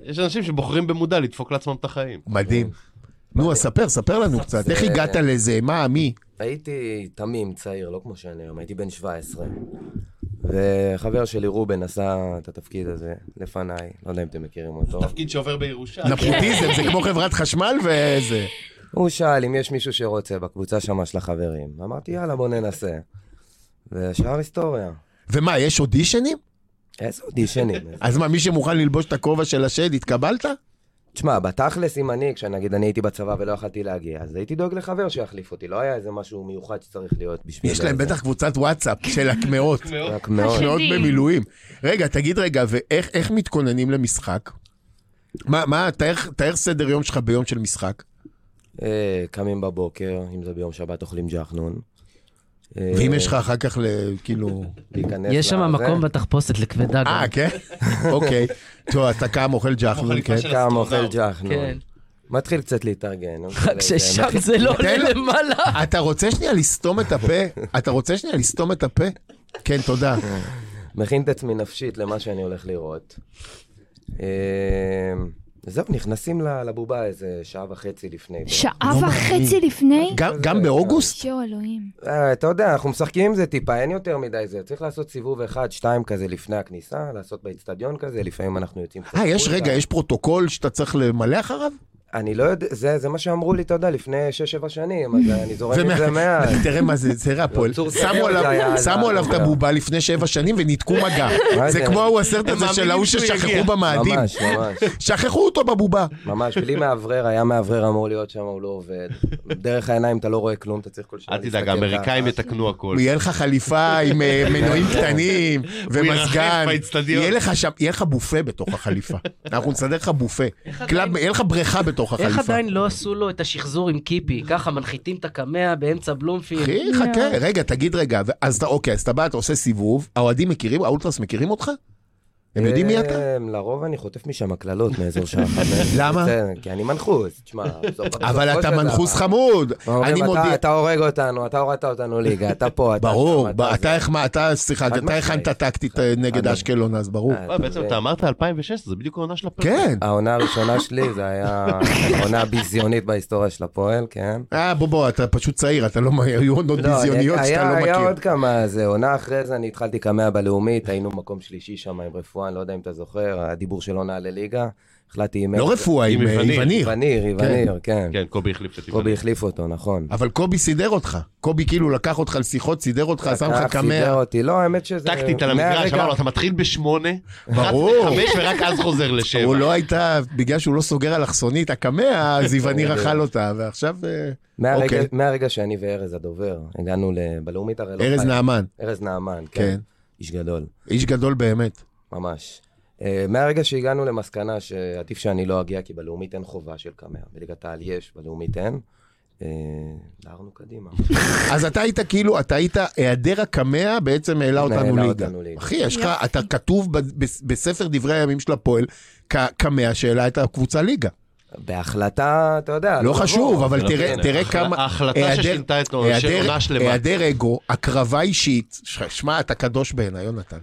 [SPEAKER 1] יש אנשים שבוחרים במודע לדפוק לעצמם את החיים.
[SPEAKER 2] מדהים. נו, אז ספר, ספר לנו קצת, איך
[SPEAKER 6] זה-
[SPEAKER 2] הגעת לזה, מה, מי?
[SPEAKER 6] הייתי תמים, צעיר, לא כמו שאני היום, הייתי בן 17. וחבר שלי רובן עשה את התפקיד הזה לפניי, לא יודע אם אתם מכירים אותו.
[SPEAKER 1] תפקיד שעובר בירושה.
[SPEAKER 2] נפוטיזם, זה כמו חברת חשמל וזה.
[SPEAKER 6] הוא שאל אם יש מישהו שרוצה בקבוצה שמה של החברים. אמרתי, יאללה, בוא ננסה. והשאר היסטוריה.
[SPEAKER 2] ומה, יש אודישנים?
[SPEAKER 6] איזה אודישנים.
[SPEAKER 2] אז מה, מי שמוכן ללבוש את הכובע של השד, התקבלת?
[SPEAKER 6] תשמע, בתכלס, אם אני, כשנגיד אני הייתי בצבא ולא יכלתי להגיע, אז הייתי דואג לחבר שיחליף אותי, לא היה איזה משהו מיוחד שצריך להיות בשביל...
[SPEAKER 2] יש להם
[SPEAKER 6] זה.
[SPEAKER 2] בטח קבוצת וואטסאפ של הקמעות.
[SPEAKER 1] כן,
[SPEAKER 6] רק מאוד.
[SPEAKER 2] מאוד
[SPEAKER 4] שלי.
[SPEAKER 2] במילואים. רגע, תגיד רגע, ואיך איך מתכוננים למשחק? מה, מה, תאר, תאר סדר יום שלך ביום של משחק.
[SPEAKER 6] אה, קמים בבוקר, אם זה ביום שבת, אוכלים ג'חנון. אה,
[SPEAKER 2] ואם יש לך אחר כך, ל- כאילו...
[SPEAKER 6] להיכנס
[SPEAKER 5] יש שם
[SPEAKER 6] לזה.
[SPEAKER 5] מקום
[SPEAKER 2] כן.
[SPEAKER 5] בתחפושת לכבדה גם.
[SPEAKER 2] אה, כן? אוקיי. טוב, אתה קם, אוכל ג'חנון,
[SPEAKER 1] חליפה
[SPEAKER 2] כן.
[SPEAKER 1] של
[SPEAKER 6] קם,
[SPEAKER 1] אסטרונאוט.
[SPEAKER 6] אוכל ג'חנון.
[SPEAKER 5] כן.
[SPEAKER 6] מתחיל קצת להתארגן. לא משנה,
[SPEAKER 5] רק ששם
[SPEAKER 6] מכין-
[SPEAKER 5] זה לא עולה
[SPEAKER 2] כן, תן לו-
[SPEAKER 5] למעלה.
[SPEAKER 2] אתה רוצה שנייה לסתום את הפה? אתה רוצה שנייה לסתום את הפה? כן, תודה.
[SPEAKER 6] מכין את עצמי נפשית למה שאני הולך לראות. אה, זהו, נכנסים ל- לבובה איזה שעה וחצי לפני.
[SPEAKER 4] שעה
[SPEAKER 2] לא
[SPEAKER 4] וחצי לפני?
[SPEAKER 2] גם- גם באוגוסט?
[SPEAKER 4] שואו אלוהים.
[SPEAKER 6] אה, אתה יודע, אנחנו משחקים עם זה טיפה, אין יותר מדי זה. צריך לעשות סיבוב אחד, שתיים כזה לפני הכניסה, לעשות באיצטדיון כזה, לפעמים אנחנו יוצאים... קצת
[SPEAKER 2] אה, יש
[SPEAKER 6] החוצה.
[SPEAKER 2] רגע, יש פרוטוקול שאתה צריך למלא אחריו?
[SPEAKER 6] אני לא יודע, זה זה מה שאמרו לי, אתה יודע, לפני 6-7 שנים, אז אני זורם עם זה מאז.
[SPEAKER 2] תראה מה זה, תראה הפועל.
[SPEAKER 6] אה. לא, צור
[SPEAKER 2] שמו
[SPEAKER 6] סביר
[SPEAKER 2] עליו-
[SPEAKER 6] זה היה
[SPEAKER 2] שמו
[SPEAKER 6] אז,
[SPEAKER 2] עליו
[SPEAKER 6] אז
[SPEAKER 2] את
[SPEAKER 6] לא.
[SPEAKER 2] הבובה לפני שבע שנים וניתקו מגע.
[SPEAKER 6] מה
[SPEAKER 2] זה
[SPEAKER 6] זה?
[SPEAKER 2] כמו ההוא הסרט הזה של
[SPEAKER 1] מאמינים
[SPEAKER 2] ההוא
[SPEAKER 1] שהוא
[SPEAKER 2] ששכחו
[SPEAKER 1] יגיע.
[SPEAKER 2] במאדים.
[SPEAKER 6] ממש, ממש,
[SPEAKER 2] שכחו אותו בבובה.
[SPEAKER 6] ממש, בלי מאוורר, היה מאוורר אמור להיות שם, הוא לא עובד. דרך העיניים אתה לא רואה כלום, אתה צריך כל שעה
[SPEAKER 1] אל תדאג,
[SPEAKER 6] להסתכל
[SPEAKER 1] האמריקאים
[SPEAKER 6] ככה.
[SPEAKER 1] יתקנו הכל.
[SPEAKER 2] יהיה לך חליפה עם אה, מנועים קטנים ומזגן.
[SPEAKER 1] ירחף באצטדיון.
[SPEAKER 2] יהיה לך שם, יהיה לך בופה בתוך החליפה. אנחנו נסדר לך בופה. קלאב- אוקיי. יהיה לך בריכה בתוך
[SPEAKER 5] איך
[SPEAKER 2] החליפה.
[SPEAKER 5] עדיין לא עשו לו את השחזור עם קיפי? ככה מנחיתים את הקמע באמצע בלומפילד.
[SPEAKER 2] אחי, חכה, רגע, תגיד רגע. ו- אז אתה, אוקיי, אז אתה בא, אתה עושה סיבוב, האוהדים מכירים, האולטרס מכירים אותך? הם יודעים מי אתה?
[SPEAKER 6] אה, לרוב אני חוטף משם הקללות מאזור שעה חמש.
[SPEAKER 2] למה?
[SPEAKER 6] בסדר, כי אני מנחוס, תשמע. בסופו-
[SPEAKER 2] אבל
[SPEAKER 6] בסופו
[SPEAKER 2] אתה
[SPEAKER 6] של
[SPEAKER 2] מנחוס
[SPEAKER 6] דבר.
[SPEAKER 2] חמוד.
[SPEAKER 6] אומרים,
[SPEAKER 2] אני
[SPEAKER 6] "אתה-
[SPEAKER 2] מודיע.
[SPEAKER 6] אתה הורג אותנו, אתה הורדת אותנו ליגה, אתה פה, אתה...
[SPEAKER 2] ברור,
[SPEAKER 6] שם,
[SPEAKER 2] ב-
[SPEAKER 6] זה."
[SPEAKER 2] אתה החמא- אתה, סליחה, אתה
[SPEAKER 6] משמעית.
[SPEAKER 2] הכנת טקטית אה, נגד
[SPEAKER 6] אני-
[SPEAKER 2] אשקלון, אז ברור.
[SPEAKER 6] אה,
[SPEAKER 1] אה, בעצם
[SPEAKER 6] זה-
[SPEAKER 1] אתה אמרת 2016, זה בדיוק העונה של הפרק.
[SPEAKER 2] כן.
[SPEAKER 6] העונה הראשונה שלי, זה היה העונה הביזיונית בהיסטוריה של הפועל, כן.
[SPEAKER 2] אה, בוא, בוא, אתה פשוט צעיר, אתה לא, היו עוד עוד ביזיוניות
[SPEAKER 6] היה-
[SPEAKER 2] שאתה לא
[SPEAKER 6] היה
[SPEAKER 2] מכיר.
[SPEAKER 6] עוד כמה, זה עונה אחרי זה, אני התחלתי קמע בלאומית, היינו מקום שלישי שם עם רפואה, אני לא יודע אם אתה זוכר, הדיבור של עונה לליגה, החלטתי עם...
[SPEAKER 2] לא רפואה, עם
[SPEAKER 1] עם
[SPEAKER 2] אה,
[SPEAKER 1] יווניר.
[SPEAKER 2] יווניר.
[SPEAKER 6] איווניר, איווניר, כן.
[SPEAKER 1] כן, קובי החליף את
[SPEAKER 6] קובי
[SPEAKER 1] יפעל.
[SPEAKER 6] החליף אותו, נכון.
[SPEAKER 2] אבל קובי סידר אותך. קובי כאילו לקח אותך לשיחות, סידר אותך, שם לך
[SPEAKER 6] לקח, סידר
[SPEAKER 2] קמע.
[SPEAKER 6] אותי, לא, האמת שזה...
[SPEAKER 1] טקטית על המגרש,
[SPEAKER 6] מהרגע-
[SPEAKER 1] אמרנו, אתה מתחיל בשמונה, רץ
[SPEAKER 2] ברור.
[SPEAKER 1] בחמש ורק אז חוזר לשבע.
[SPEAKER 2] הוא לא הייתה, בגלל שהוא לא סוגר אלכסונית, הקמע, אז יווניר
[SPEAKER 6] בדיוק.
[SPEAKER 2] אכל אותה, ועכשיו אה,
[SPEAKER 6] מהרגע-
[SPEAKER 2] אוקיי.
[SPEAKER 6] מהרגע שאני וארז הדובר, הגענו ל- בלאומית הרי לא
[SPEAKER 2] ארז
[SPEAKER 6] חי-
[SPEAKER 2] נעמן,
[SPEAKER 6] ארז נעמן,
[SPEAKER 2] כן.
[SPEAKER 6] כן. איש גדול.
[SPEAKER 2] איש גדול באמת.
[SPEAKER 6] ממש. אה, מהרגע שהגענו למסקנה שעדיף שאני לא אגיע, כי בלאומית אין חובה של קמע. בליגת העל יש, בלאומית אין. אה, דהרנו קדימה.
[SPEAKER 2] אז אתה היית כאילו, אתה היית, היעדר הקמע בעצם העלה אותנו
[SPEAKER 6] העלה
[SPEAKER 2] ליגה.
[SPEAKER 6] אותנו ליגה.
[SPEAKER 2] אחי, יש לך,
[SPEAKER 4] יופי.
[SPEAKER 2] אתה כתוב ב- ב- בספר דברי הימים של הפועל, כ- קמע שהעלה את הקבוצה ליגה.
[SPEAKER 6] בהחלטה, אתה יודע.
[SPEAKER 2] לא חשוב,
[SPEAKER 6] לבוא.
[SPEAKER 2] אבל תראה-
[SPEAKER 1] כן,
[SPEAKER 2] תראה
[SPEAKER 1] החלט-
[SPEAKER 2] כמה...
[SPEAKER 1] ההחלטה
[SPEAKER 2] היעדר-
[SPEAKER 1] ששינתה את
[SPEAKER 2] היעדר-
[SPEAKER 1] העונה לא, שלמה.
[SPEAKER 2] היעדר אגו, הקרבה אישית, ש- שמע, אתה קדוש בעיניי, יונתן.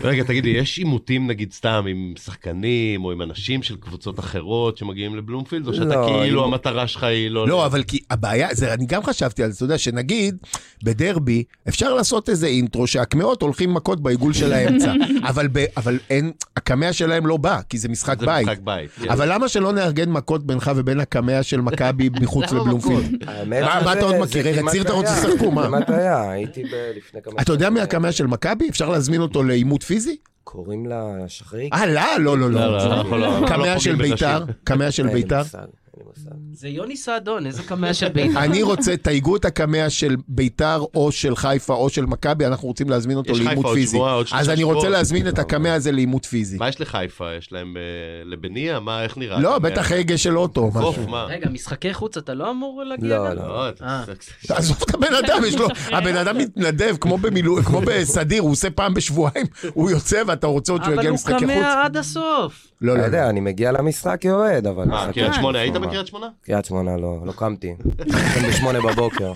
[SPEAKER 1] רגע, תגידי, יש עימותים נגיד סתם עם שחקנים או עם אנשים של קבוצות אחרות שמגיעים לבלומפילד, או שאתה
[SPEAKER 6] לא,
[SPEAKER 1] כאילו
[SPEAKER 6] עימות.
[SPEAKER 1] המטרה שלך היא לא...
[SPEAKER 2] לא, אבל כי הבעיה, זה, אני גם חשבתי על זה, אתה יודע, שנגיד, בדרבי, אפשר לעשות איזה אינטרו שהקמעות הולכים מכות בעיגול של האמצע, אבל, ב, אבל אין, הקמע שלהם לא בא, כי זה משחק
[SPEAKER 1] זה
[SPEAKER 2] בית.
[SPEAKER 1] משחק בית. כן.
[SPEAKER 2] אבל למה שלא נארגן מכות בינך ובין הקמע של מכבי מחוץ
[SPEAKER 1] למה
[SPEAKER 2] לבלומפילד?
[SPEAKER 6] האמת
[SPEAKER 2] מה-
[SPEAKER 6] שזה-
[SPEAKER 2] מה אתה עוד
[SPEAKER 6] זה
[SPEAKER 2] מכיר? רגע,
[SPEAKER 6] כמעט
[SPEAKER 2] ציר אתה רוצה
[SPEAKER 6] היה.
[SPEAKER 2] שתשחקו, מה?
[SPEAKER 6] כמעט היה, הייתי ב- לפני כמה...
[SPEAKER 2] אתה יודע
[SPEAKER 6] שנים.
[SPEAKER 2] מי הקמע של מכבי? אפשר להזמין אותו לעימות פיזי?
[SPEAKER 6] קוראים לה שחריק.
[SPEAKER 2] אה, לא, לא, לא,
[SPEAKER 1] לא, לא,
[SPEAKER 2] לא.
[SPEAKER 1] אנחנו לא- אנחנו לא
[SPEAKER 2] קמע
[SPEAKER 1] פוגעים
[SPEAKER 2] של
[SPEAKER 1] בנשים.
[SPEAKER 2] ביתר, קמע של
[SPEAKER 6] אין לי
[SPEAKER 2] ביתר. לא,
[SPEAKER 6] מושג, אין לי מושג.
[SPEAKER 5] זה יוני סעדון, איזה קמע של בית"ר.
[SPEAKER 2] אני רוצה, תייגו את הקמע של ביתר או של חיפה או של מכבי, אנחנו רוצים להזמין אותו
[SPEAKER 1] יש חיפה
[SPEAKER 2] לעימות
[SPEAKER 1] עוד
[SPEAKER 2] פיזי.
[SPEAKER 1] שבוע, עוד שלושה
[SPEAKER 2] אז אני רוצה
[SPEAKER 1] שבועות.
[SPEAKER 2] להזמין את הקמע הזה לעימות פיזי.
[SPEAKER 1] מה יש לחיפה? יש להם אה, לבניה? מה, איך נראה?
[SPEAKER 2] לא,
[SPEAKER 1] אתה אומר?
[SPEAKER 2] בטח הגה של אוטו. או
[SPEAKER 1] קוף,
[SPEAKER 2] משהו.
[SPEAKER 1] מה?
[SPEAKER 5] רגע, משחקי חוץ אתה לא אמור להגיע?
[SPEAKER 6] לא,
[SPEAKER 5] גם?
[SPEAKER 6] לא.
[SPEAKER 1] לא, אתה-
[SPEAKER 2] תעזוב את הבן אדם, יש לו, הבן אדם מתנדב כמו במילואים, כמו בסדיר, הוא עושה פעם בשבועיים, הוא יוצא ואתה רוצה עוד שהוא
[SPEAKER 5] אבל
[SPEAKER 2] יגיע
[SPEAKER 5] הוא
[SPEAKER 2] למשחקי חוץ?
[SPEAKER 5] קמע עד הסוף.
[SPEAKER 2] לא,
[SPEAKER 6] אתה
[SPEAKER 2] לא, לא.
[SPEAKER 6] יודע, אני מגיע למשחק יורד, אבל...
[SPEAKER 1] מה,
[SPEAKER 6] משחק-
[SPEAKER 1] אה, קריית שמונה, היית
[SPEAKER 6] מה?
[SPEAKER 1] בקריית שמונה?
[SPEAKER 6] קריית שמונה לא, לא קמתי. קמתי בשמונה בבוקר.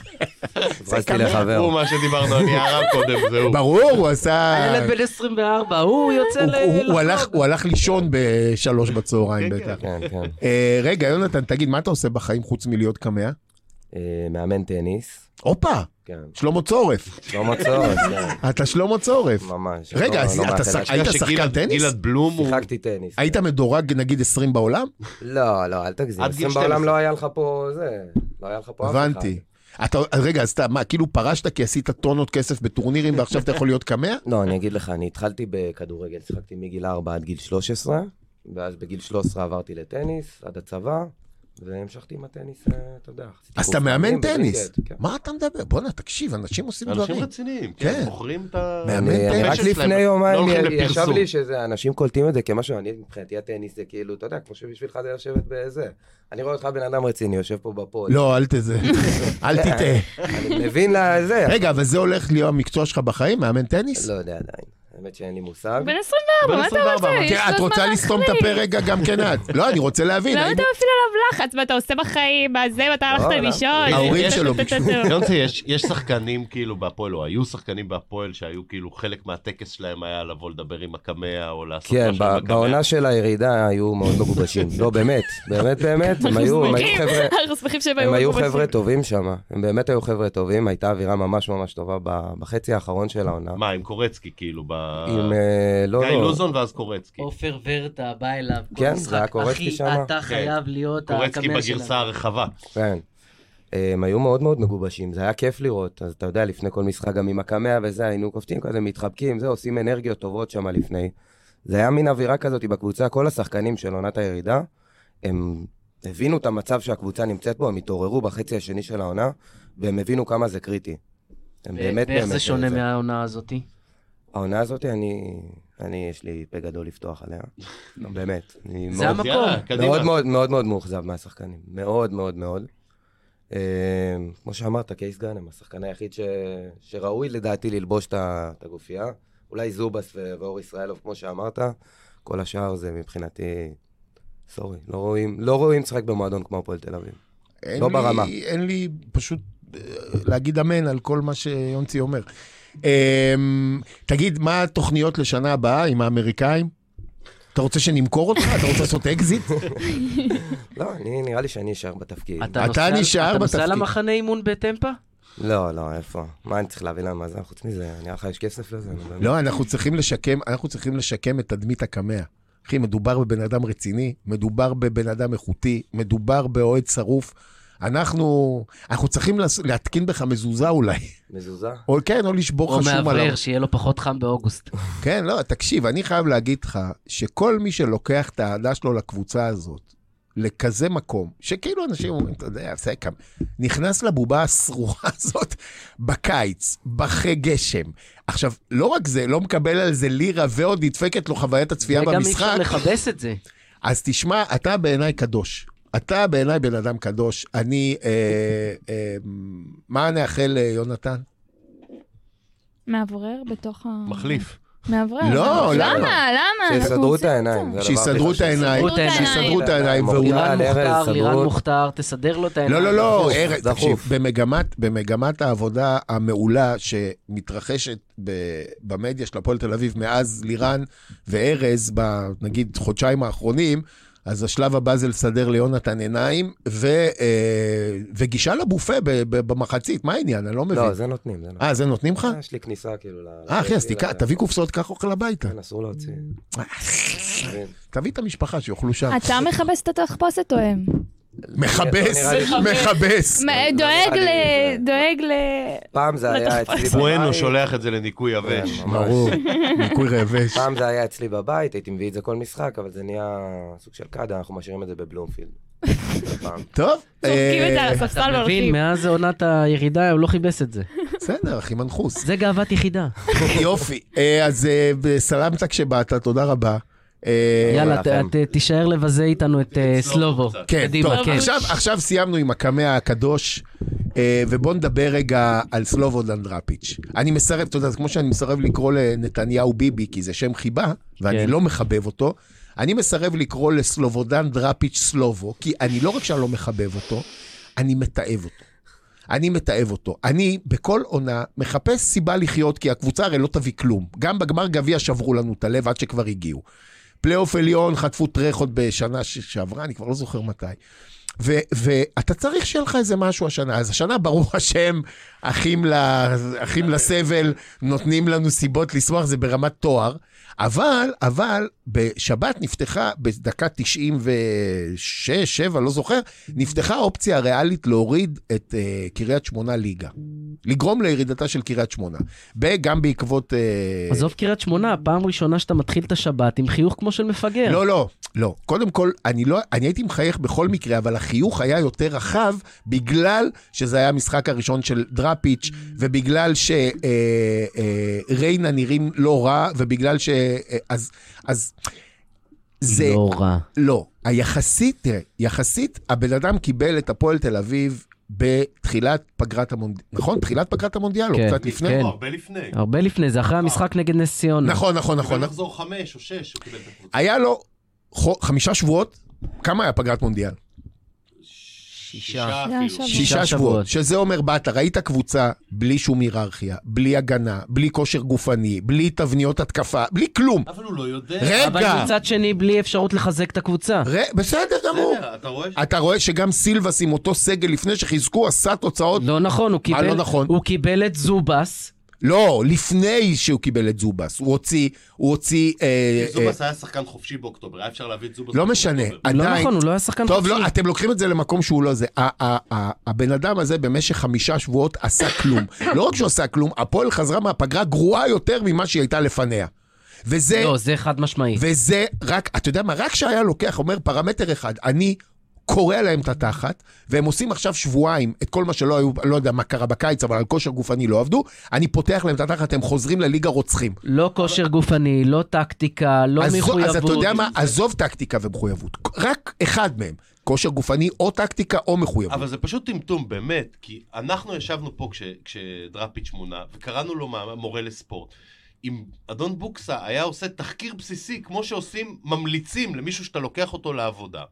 [SPEAKER 6] הברזתי
[SPEAKER 1] הוא
[SPEAKER 2] לא.
[SPEAKER 6] לחבר.
[SPEAKER 1] מה שדיברנו על יערם קודם, זהו.
[SPEAKER 2] ברור, הוא עשה...
[SPEAKER 5] ילד בן 24, הוא יוצא
[SPEAKER 2] אה. הוא- הוא- הוא הלך-
[SPEAKER 5] לחוג.
[SPEAKER 2] הוא הלך לישון בשלוש בצהריים
[SPEAKER 1] כן, כן.
[SPEAKER 2] בטח.
[SPEAKER 6] כן, כן.
[SPEAKER 2] אה, רגע, יונתן, תגיד, מה אתה עושה בחיים חוץ מלהיות קמע?
[SPEAKER 6] אה, מאמן טניס.
[SPEAKER 2] הופה,
[SPEAKER 6] כן.
[SPEAKER 2] שלמה צורף.
[SPEAKER 6] לא מוצאות, כן.
[SPEAKER 2] אתה שלמה צורף.
[SPEAKER 6] ממש.
[SPEAKER 2] רגע,
[SPEAKER 6] לא-
[SPEAKER 2] אז
[SPEAKER 6] לא
[SPEAKER 2] אתה
[SPEAKER 6] מעט
[SPEAKER 2] שח-
[SPEAKER 6] אליי.
[SPEAKER 2] היית
[SPEAKER 1] שגיל-
[SPEAKER 2] שחקן טניס?
[SPEAKER 1] גלעד בלום הוא...
[SPEAKER 6] שיחקתי טניס.
[SPEAKER 2] היית מדורג נגיד 20 בעולם?
[SPEAKER 6] לא, לא, אל תגזים.
[SPEAKER 1] עד גיל
[SPEAKER 6] אצלם בעולם
[SPEAKER 1] 12.
[SPEAKER 6] לא היה לך פה זה. לא היה לך פה אף אחד.
[SPEAKER 2] הבנתי. אתה, אז רגע, אז אתה, מה, כאילו פרשת כי עשית טונות כסף בטורנירים ועכשיו אתה יכול להיות קמע?
[SPEAKER 6] לא, אני אגיד לך, אני התחלתי בכדורגל, שיחקתי מגיל 4 עד גיל 13, ואז בגיל 13 עברתי לטניס, עד הצבא, והמשכתי עם הטניס, אה, אתה יודע. עשיתי
[SPEAKER 2] אז
[SPEAKER 6] קורס
[SPEAKER 2] אתה מאמן
[SPEAKER 6] מאמנים
[SPEAKER 2] טניס.
[SPEAKER 6] וקריקט, כן.
[SPEAKER 2] מה אתה מדבר? בואנה, תקשיב, אנשים עושים
[SPEAKER 1] אנשים
[SPEAKER 2] דברים.
[SPEAKER 1] רציניים,
[SPEAKER 2] כן.
[SPEAKER 1] כן, מוכרים את ה...
[SPEAKER 2] מאמן
[SPEAKER 6] אני- אני
[SPEAKER 2] טניס
[SPEAKER 6] רק
[SPEAKER 1] שלהם,
[SPEAKER 6] לפני
[SPEAKER 1] לא
[SPEAKER 6] יומיים
[SPEAKER 1] הולכים
[SPEAKER 6] י- ישב
[SPEAKER 1] לפרסום.
[SPEAKER 6] לי שזה, אנשים קולטים את זה כמשהו, אני מבחינתי הטניס זה כאילו, אתה יודע, כמו שבשבילך זה לשבת בזה. אני רואה אותך בן אדם רציני, יושב פה בפוד.
[SPEAKER 2] לא, אל תזה. אל תטעה.
[SPEAKER 6] אני מבין לזה.
[SPEAKER 2] רגע, אבל זה הולך להיות המקצוע שלך בחיים, מאמן טניס?
[SPEAKER 6] לא יודע עדיין. האמת שאין לי מושג.
[SPEAKER 4] בן
[SPEAKER 6] אה,
[SPEAKER 4] 24,
[SPEAKER 1] בן
[SPEAKER 4] מה אתה
[SPEAKER 1] 24,
[SPEAKER 4] רוצה?
[SPEAKER 1] אבל
[SPEAKER 4] יש
[SPEAKER 2] כן,
[SPEAKER 4] לו
[SPEAKER 2] את
[SPEAKER 4] זמן
[SPEAKER 2] רוצה לסתום את
[SPEAKER 4] להחליט.
[SPEAKER 2] הפה רגע גם כן את. לא, אני רוצה להבין.
[SPEAKER 4] למה
[SPEAKER 2] האם-
[SPEAKER 4] אתה מפעיל עליו לחץ? מה אתה עושה בחיים? מה זה? מתי הלכת
[SPEAKER 6] לא, לא.
[SPEAKER 4] לישון?
[SPEAKER 2] ההורים
[SPEAKER 4] טה,
[SPEAKER 2] שלו
[SPEAKER 4] טה, טה, טה,
[SPEAKER 2] ביקשו.
[SPEAKER 4] טה.
[SPEAKER 1] יונתן, יש, יש שחקנים כאילו בהפועל, או היו שחקנים בהפועל שהיו כאילו חלק מהטקס שלהם היה לבוא לדבר עם הקמע, או לעשות
[SPEAKER 6] כן,
[SPEAKER 1] משהו
[SPEAKER 6] ב-
[SPEAKER 1] עם הקמע.
[SPEAKER 6] בעונה של הירידה היו מאוד מגובשים. לא, באמת, באמת, באמת, הם היו הם היו
[SPEAKER 4] שמחים,
[SPEAKER 6] חבר'ה...
[SPEAKER 4] אנחנו שמחים שהם
[SPEAKER 6] הם היו
[SPEAKER 4] מגובשים.
[SPEAKER 6] חבר'ה טובים שם, הם באמת היו חבר'ה טובים, הייתה אווירה ממש ממש טובה ב- בחצי האחרון של העונה.
[SPEAKER 1] מה, עם קורצקי כאילו, ב...
[SPEAKER 6] עם, אה, לא,
[SPEAKER 1] גיא
[SPEAKER 6] לא,
[SPEAKER 1] לוזון ואז קורצקי.
[SPEAKER 5] כן. עופר ורטה בא אליו, כל
[SPEAKER 6] כן, זה
[SPEAKER 5] משחק,
[SPEAKER 6] היה קורצקי
[SPEAKER 5] אחי,
[SPEAKER 6] שמה.
[SPEAKER 5] אתה חייב להיות
[SPEAKER 1] קורצקי
[SPEAKER 5] הקמע שלנו.
[SPEAKER 1] בגרסה הרחבה.
[SPEAKER 6] כן. אה, הם היו מאוד מאוד מגובשים, זה היה כיף לראות. אז אתה יודע, לפני כל משחק, גם עם הקמע וזה, היינו קופצים כזה, מתחבקים, זה, עושים אנרגיות טובות שם לפני. זה היה מין אווירה כזאת בקבוצה, כל השחקנים של עונת הירידה, הם הבינו את המצב שהקבוצה נמצאת בו, הם התעוררו בחצי השני של העונה, והם הבינו כמה זה קריטי. הם
[SPEAKER 5] ו-
[SPEAKER 6] באמת
[SPEAKER 5] ואיך
[SPEAKER 6] באמת...
[SPEAKER 5] זה שונה
[SPEAKER 6] זה.
[SPEAKER 5] מהעונה הזאתי?
[SPEAKER 6] העונה הזאת, אני, אני, יש לי פה גדול לפתוח עליה. לא, באמת. אני
[SPEAKER 5] זה
[SPEAKER 6] מאוד-
[SPEAKER 5] המקום.
[SPEAKER 1] יאללה, קדימה.
[SPEAKER 6] מאוד מאוד מאוד מאוד מאוכזב מהשחקנים, מאוד מאוד מאוד. אה, כמו שאמרת, קייס גאנם, השחקן היחיד ש... שראוי לדעתי ללבוש את ה- את הגופייה. אולי זובס ו- ואור ישראלוב, כמו שאמרת, כל השאר זה מבחינתי... סורי, לא רואים, לא רואים לשחק במועדון כמו הפועל תל אביב.
[SPEAKER 2] אין
[SPEAKER 6] לא
[SPEAKER 2] לי-
[SPEAKER 6] ברמה.
[SPEAKER 2] אין לי פשוט אה, להגיד אמן על כל מה שיונצי אומר. אמ, תגיד, מה התוכניות לשנה הבאה עם האמריקאים? אתה רוצה שנמכור אותך? אתה רוצה לעשות אקזיט?
[SPEAKER 6] לא, אני, נראה לי שאני אשאר בתפקיד.
[SPEAKER 5] אתה
[SPEAKER 2] אתה
[SPEAKER 5] נוסע-
[SPEAKER 2] נשאר
[SPEAKER 5] אתה נוסע
[SPEAKER 2] בתפקיד.
[SPEAKER 5] למחנה אימון בטמפה?
[SPEAKER 6] לא, לא, איפה? מה אני צריך להביא להם מאזן חוץ מזה? נראה לך יש כסף לזה? אני באמת-
[SPEAKER 2] לא, אנחנו צריכים לשקם, אנחנו צריכים לשקם את תדמית הקמע. אחי, מדובר בבן אדם רציני, מדובר בבן אדם איכותי, מדובר באוהד שרוף. אנחנו, אנחנו צריכים לס- להתקין בך מזוזה אולי,
[SPEAKER 6] מזוזה?
[SPEAKER 2] או כן, או לשבור
[SPEAKER 5] או
[SPEAKER 2] לך שום עליו.
[SPEAKER 5] מאוורר, שיהיה לו פחות חם באוגוסט.
[SPEAKER 2] כן, לא, תקשיב, אני חייב להגיד לך, שכל מי שלוקח את האהדה שלו לקבוצה הזאת, לכזה מקום, שכאילו אנשים אומרים, אתה יודע, זה כמה, נכנס לבובה הסרוחה הזאת בקיץ, בחי גשם. עכשיו, לא רק זה, לא מקבל על זה לירה ועוד נדפקת לו חוויית הצפייה
[SPEAKER 5] וגם אי
[SPEAKER 2] במשחק,
[SPEAKER 5] אפשר לכבס את זה.
[SPEAKER 2] אז תשמע, אתה בעיניי קדוש. אתה בעיניי בן אדם קדוש. אני, אה, אה, מה אה, נאחל ליונתן?
[SPEAKER 4] מאוורר בתוך ה...
[SPEAKER 1] מחליף.
[SPEAKER 4] מאוורר.
[SPEAKER 2] לא,
[SPEAKER 4] למה?
[SPEAKER 2] למה?
[SPEAKER 4] למה? אנחנו
[SPEAKER 6] שיסדרו את
[SPEAKER 4] עושים
[SPEAKER 6] העיניים. זה הדבר הכי
[SPEAKER 2] שיסדרו את העיניים,
[SPEAKER 5] שיסדרו
[SPEAKER 6] חשוב.
[SPEAKER 5] את העיניים.
[SPEAKER 2] שיסדרו את העיניים, ואולי...
[SPEAKER 6] לירן
[SPEAKER 5] לירן
[SPEAKER 6] ארז,
[SPEAKER 5] מוכתר,
[SPEAKER 6] סדרות.
[SPEAKER 5] לירן מוכתר, תסדר לו את העיניים.
[SPEAKER 2] לא, לא, לא,
[SPEAKER 6] דחוף,
[SPEAKER 2] ארז,
[SPEAKER 6] דחוף.
[SPEAKER 2] תקשיב, במגמת, במגמת העבודה המעולה שמתרחשת ב, במדיה של הפועל תל אביב מאז לירן וארז, ב, נגיד חודשיים האחרונים, אז השלב הבא זה לסדר ליונתן עיניים, ו, אה, וגישה לבופה ב, ב, במחצית, מה העניין? אני לא מבין.
[SPEAKER 6] לא, זה נותנים, זה נותנים.
[SPEAKER 2] אה, זה נותנים לך?
[SPEAKER 6] יש לי כניסה כאילו ל...
[SPEAKER 2] אה, אחי, אז תיקח,
[SPEAKER 6] ל-
[SPEAKER 2] תביא קופסאות, קח אוכל הביתה.
[SPEAKER 6] כן, אסור להוציא. מבין?
[SPEAKER 2] תביא את המשפחה, שיאכלו שם.
[SPEAKER 4] אתה מכבס את התחפושת או הם?
[SPEAKER 2] מכבס,
[SPEAKER 6] לא נראה לי ש-
[SPEAKER 2] מכבס.
[SPEAKER 4] מ-
[SPEAKER 6] לא
[SPEAKER 4] דואג ל... דואג ל...
[SPEAKER 6] פעם זה היה אצלי בבית.
[SPEAKER 1] בואנו שולח את זה לניקוי יבש.
[SPEAKER 6] כן, ממש.
[SPEAKER 2] ברור, ניקוי רעבש.
[SPEAKER 6] פעם זה היה אצלי בבית, הייתי מביא את זה כל משחק, אבל זה נהיה סוג של קאדה, אנחנו משאירים את זה בבלומפילד. פעם.
[SPEAKER 2] טוב.
[SPEAKER 4] זורקים את זה על
[SPEAKER 2] אה,
[SPEAKER 5] אתה
[SPEAKER 4] הספסל
[SPEAKER 5] מבין,
[SPEAKER 4] והולכים.
[SPEAKER 5] מאז עונת הירידה הוא לא כיבס את זה.
[SPEAKER 2] בסדר, אחי מנחוס.
[SPEAKER 5] זה גאוות יחידה.
[SPEAKER 2] יופי. אה, אז אה, סלמת כשבאת, תודה רבה.
[SPEAKER 6] כן,
[SPEAKER 2] אה,
[SPEAKER 5] יאללה, ת-
[SPEAKER 6] לכם.
[SPEAKER 5] ת- תישאר לבזה איתנו את אה, סלובו.
[SPEAKER 1] קצת.
[SPEAKER 2] כן,
[SPEAKER 5] קדימה,
[SPEAKER 2] טוב,
[SPEAKER 5] כן.
[SPEAKER 2] עכשיו, עכשיו סיימנו עם הקמע הקדוש, אה, ובואו נדבר רגע על סלובו דנדרפיץ'. אני מסרב, אתה יודע, זה כמו שאני מסרב לקרוא לנתניהו ביבי, כי זה שם חיבה, ואני
[SPEAKER 5] כן.
[SPEAKER 2] לא מחבב אותו. אני מסרב לקרוא לסלובודן דראפיץ' סלובו, כי אני לא רק שאני לא מחבב אותו, אני מתעב אותו. אני מתעב אותו. אני בכל עונה מחפש סיבה לחיות, כי הקבוצה הרי לא תביא כלום. גם בגמר גביע שברו לנו את הלב עד שכבר הגיעו. פלייאוף עליון, חטפו טרחות בשנה ש- שעברה, אני כבר לא זוכר מתי. ו- ואתה צריך שיהיה לך איזה משהו השנה. אז השנה, ברוך השם, אחים, ל- אחים לסבל נותנים לנו סיבות לשמוח, זה ברמת תואר. אבל, אבל, בשבת נפתחה, בדקה 96, 7, לא זוכר, נפתחה האופציה הריאלית להוריד את uh, קריית אה, שמונה ליגה. לגרום לירידתה של קריית שמונה. וגם בעקבות... אה,
[SPEAKER 5] עזוב קריית שמונה, פעם ראשונה שאתה מתחיל את השבת עם חיוך כמו של מפגר.
[SPEAKER 2] לא, לא, לא. קודם כל, אני, לא, אני הייתי מחייך בכל מקרה, אבל החיוך היה יותר רחב, בגלל שזה היה המשחק הראשון של דראפיץ', ובגלל שריינה אה, אה, ריינה נראים לא רע, ובגלל ש... אה, אז... אז זה...
[SPEAKER 5] לא רע.
[SPEAKER 2] לא. היחסית, תראה, יחסית, הבן אדם קיבל את הפועל תל אביב בתחילת פגרת המונדיאל, נכון? תחילת פגרת המונדיאל,
[SPEAKER 5] כן,
[SPEAKER 2] או קצת לפני?
[SPEAKER 5] כן.
[SPEAKER 1] לא, הרבה לפני.
[SPEAKER 5] הרבה לפני זה, אחרי המשחק נגד נס ציונה.
[SPEAKER 2] נכון, נכון,
[SPEAKER 1] נכון.
[SPEAKER 2] נכון.
[SPEAKER 5] כן.
[SPEAKER 1] מחזור חמש או שש הוא קיבל את הקבוצה.
[SPEAKER 2] היה לו חו- חמישה שבועות, כמה היה פגרת מונדיאל?
[SPEAKER 1] שישה
[SPEAKER 4] לא,
[SPEAKER 1] אפילו.
[SPEAKER 4] שבוע.
[SPEAKER 2] שישה
[SPEAKER 5] שבועות.
[SPEAKER 2] שבועות. שזה אומר, באת, ראית קבוצה בלי שום היררכיה, בלי הגנה, בלי כושר גופני, בלי תבניות התקפה, בלי כלום.
[SPEAKER 1] אבל הוא לא יודע.
[SPEAKER 5] אבל
[SPEAKER 2] רגע,
[SPEAKER 5] מצד שני, בלי אפשרות לחזק את הקבוצה.
[SPEAKER 2] ר- בסדר גמור.
[SPEAKER 1] בסדר, אתה רואה? ש-
[SPEAKER 2] אתה רואה שגם סילבס עם אותו סגל לפני שחיזקו עשה תוצאות,
[SPEAKER 5] לא נכון, הוא קיבל,
[SPEAKER 2] לא נכון?
[SPEAKER 5] הוא קיבל את זובס,
[SPEAKER 2] לא, לפני שהוא קיבל את זובס. הוא הוציא, הוא הוציא, אה, אה,
[SPEAKER 1] זובס היה שחקן חופשי באוקטובר, היה אפשר להביא את זובס.
[SPEAKER 2] לא
[SPEAKER 1] באוקטובר.
[SPEAKER 2] משנה,
[SPEAKER 5] לא
[SPEAKER 2] עדיין.
[SPEAKER 5] נכון, הוא לא היה שחקן
[SPEAKER 2] טוב,
[SPEAKER 5] חופשי.
[SPEAKER 2] לא, אתם לוקחים את זה למקום שהוא לא זה. ה- ה- ה- הבן אדם הזה במשך חמישה שבועות עשה כלום. לא רק שהוא עשה כלום, הפועל חזרה מהפגרה גרועה יותר ממה שהיא הייתה לפניה. וזה,
[SPEAKER 5] לא, זה חד משמעי.
[SPEAKER 2] וזה רק, אתה יודע מה, רק שהיה לוקח, אומר פרמטר אחד, אני קורע להם את התחת, והם עושים עכשיו שבועיים את כל מה שלא היו, לא יודע מה קרה בקיץ, אבל על כושר גופני לא עבדו, אני פותח להם את התחת, הם חוזרים לליגה רוצחים.
[SPEAKER 5] לא כושר גופני, לא טקטיקה, לא
[SPEAKER 2] אז, זו- אז
[SPEAKER 5] מחויבות.
[SPEAKER 2] אתה יודע מה, עזוב טקטיקה ומחויבות, רק אחד מהם, כושר גופני או טקטיקה או מחויבות.
[SPEAKER 1] אבל זה פשוט טמטום, באמת, כי אנחנו ישבנו פה כש, כשדראפיץ' מונה, וקראנו לו מה- מורה לספורט. אם אדון בוקסה היה עושה תחקיר בסיסי, כמו שעושים ממליצים למישהו שאתה לוקח אותו לעבודה,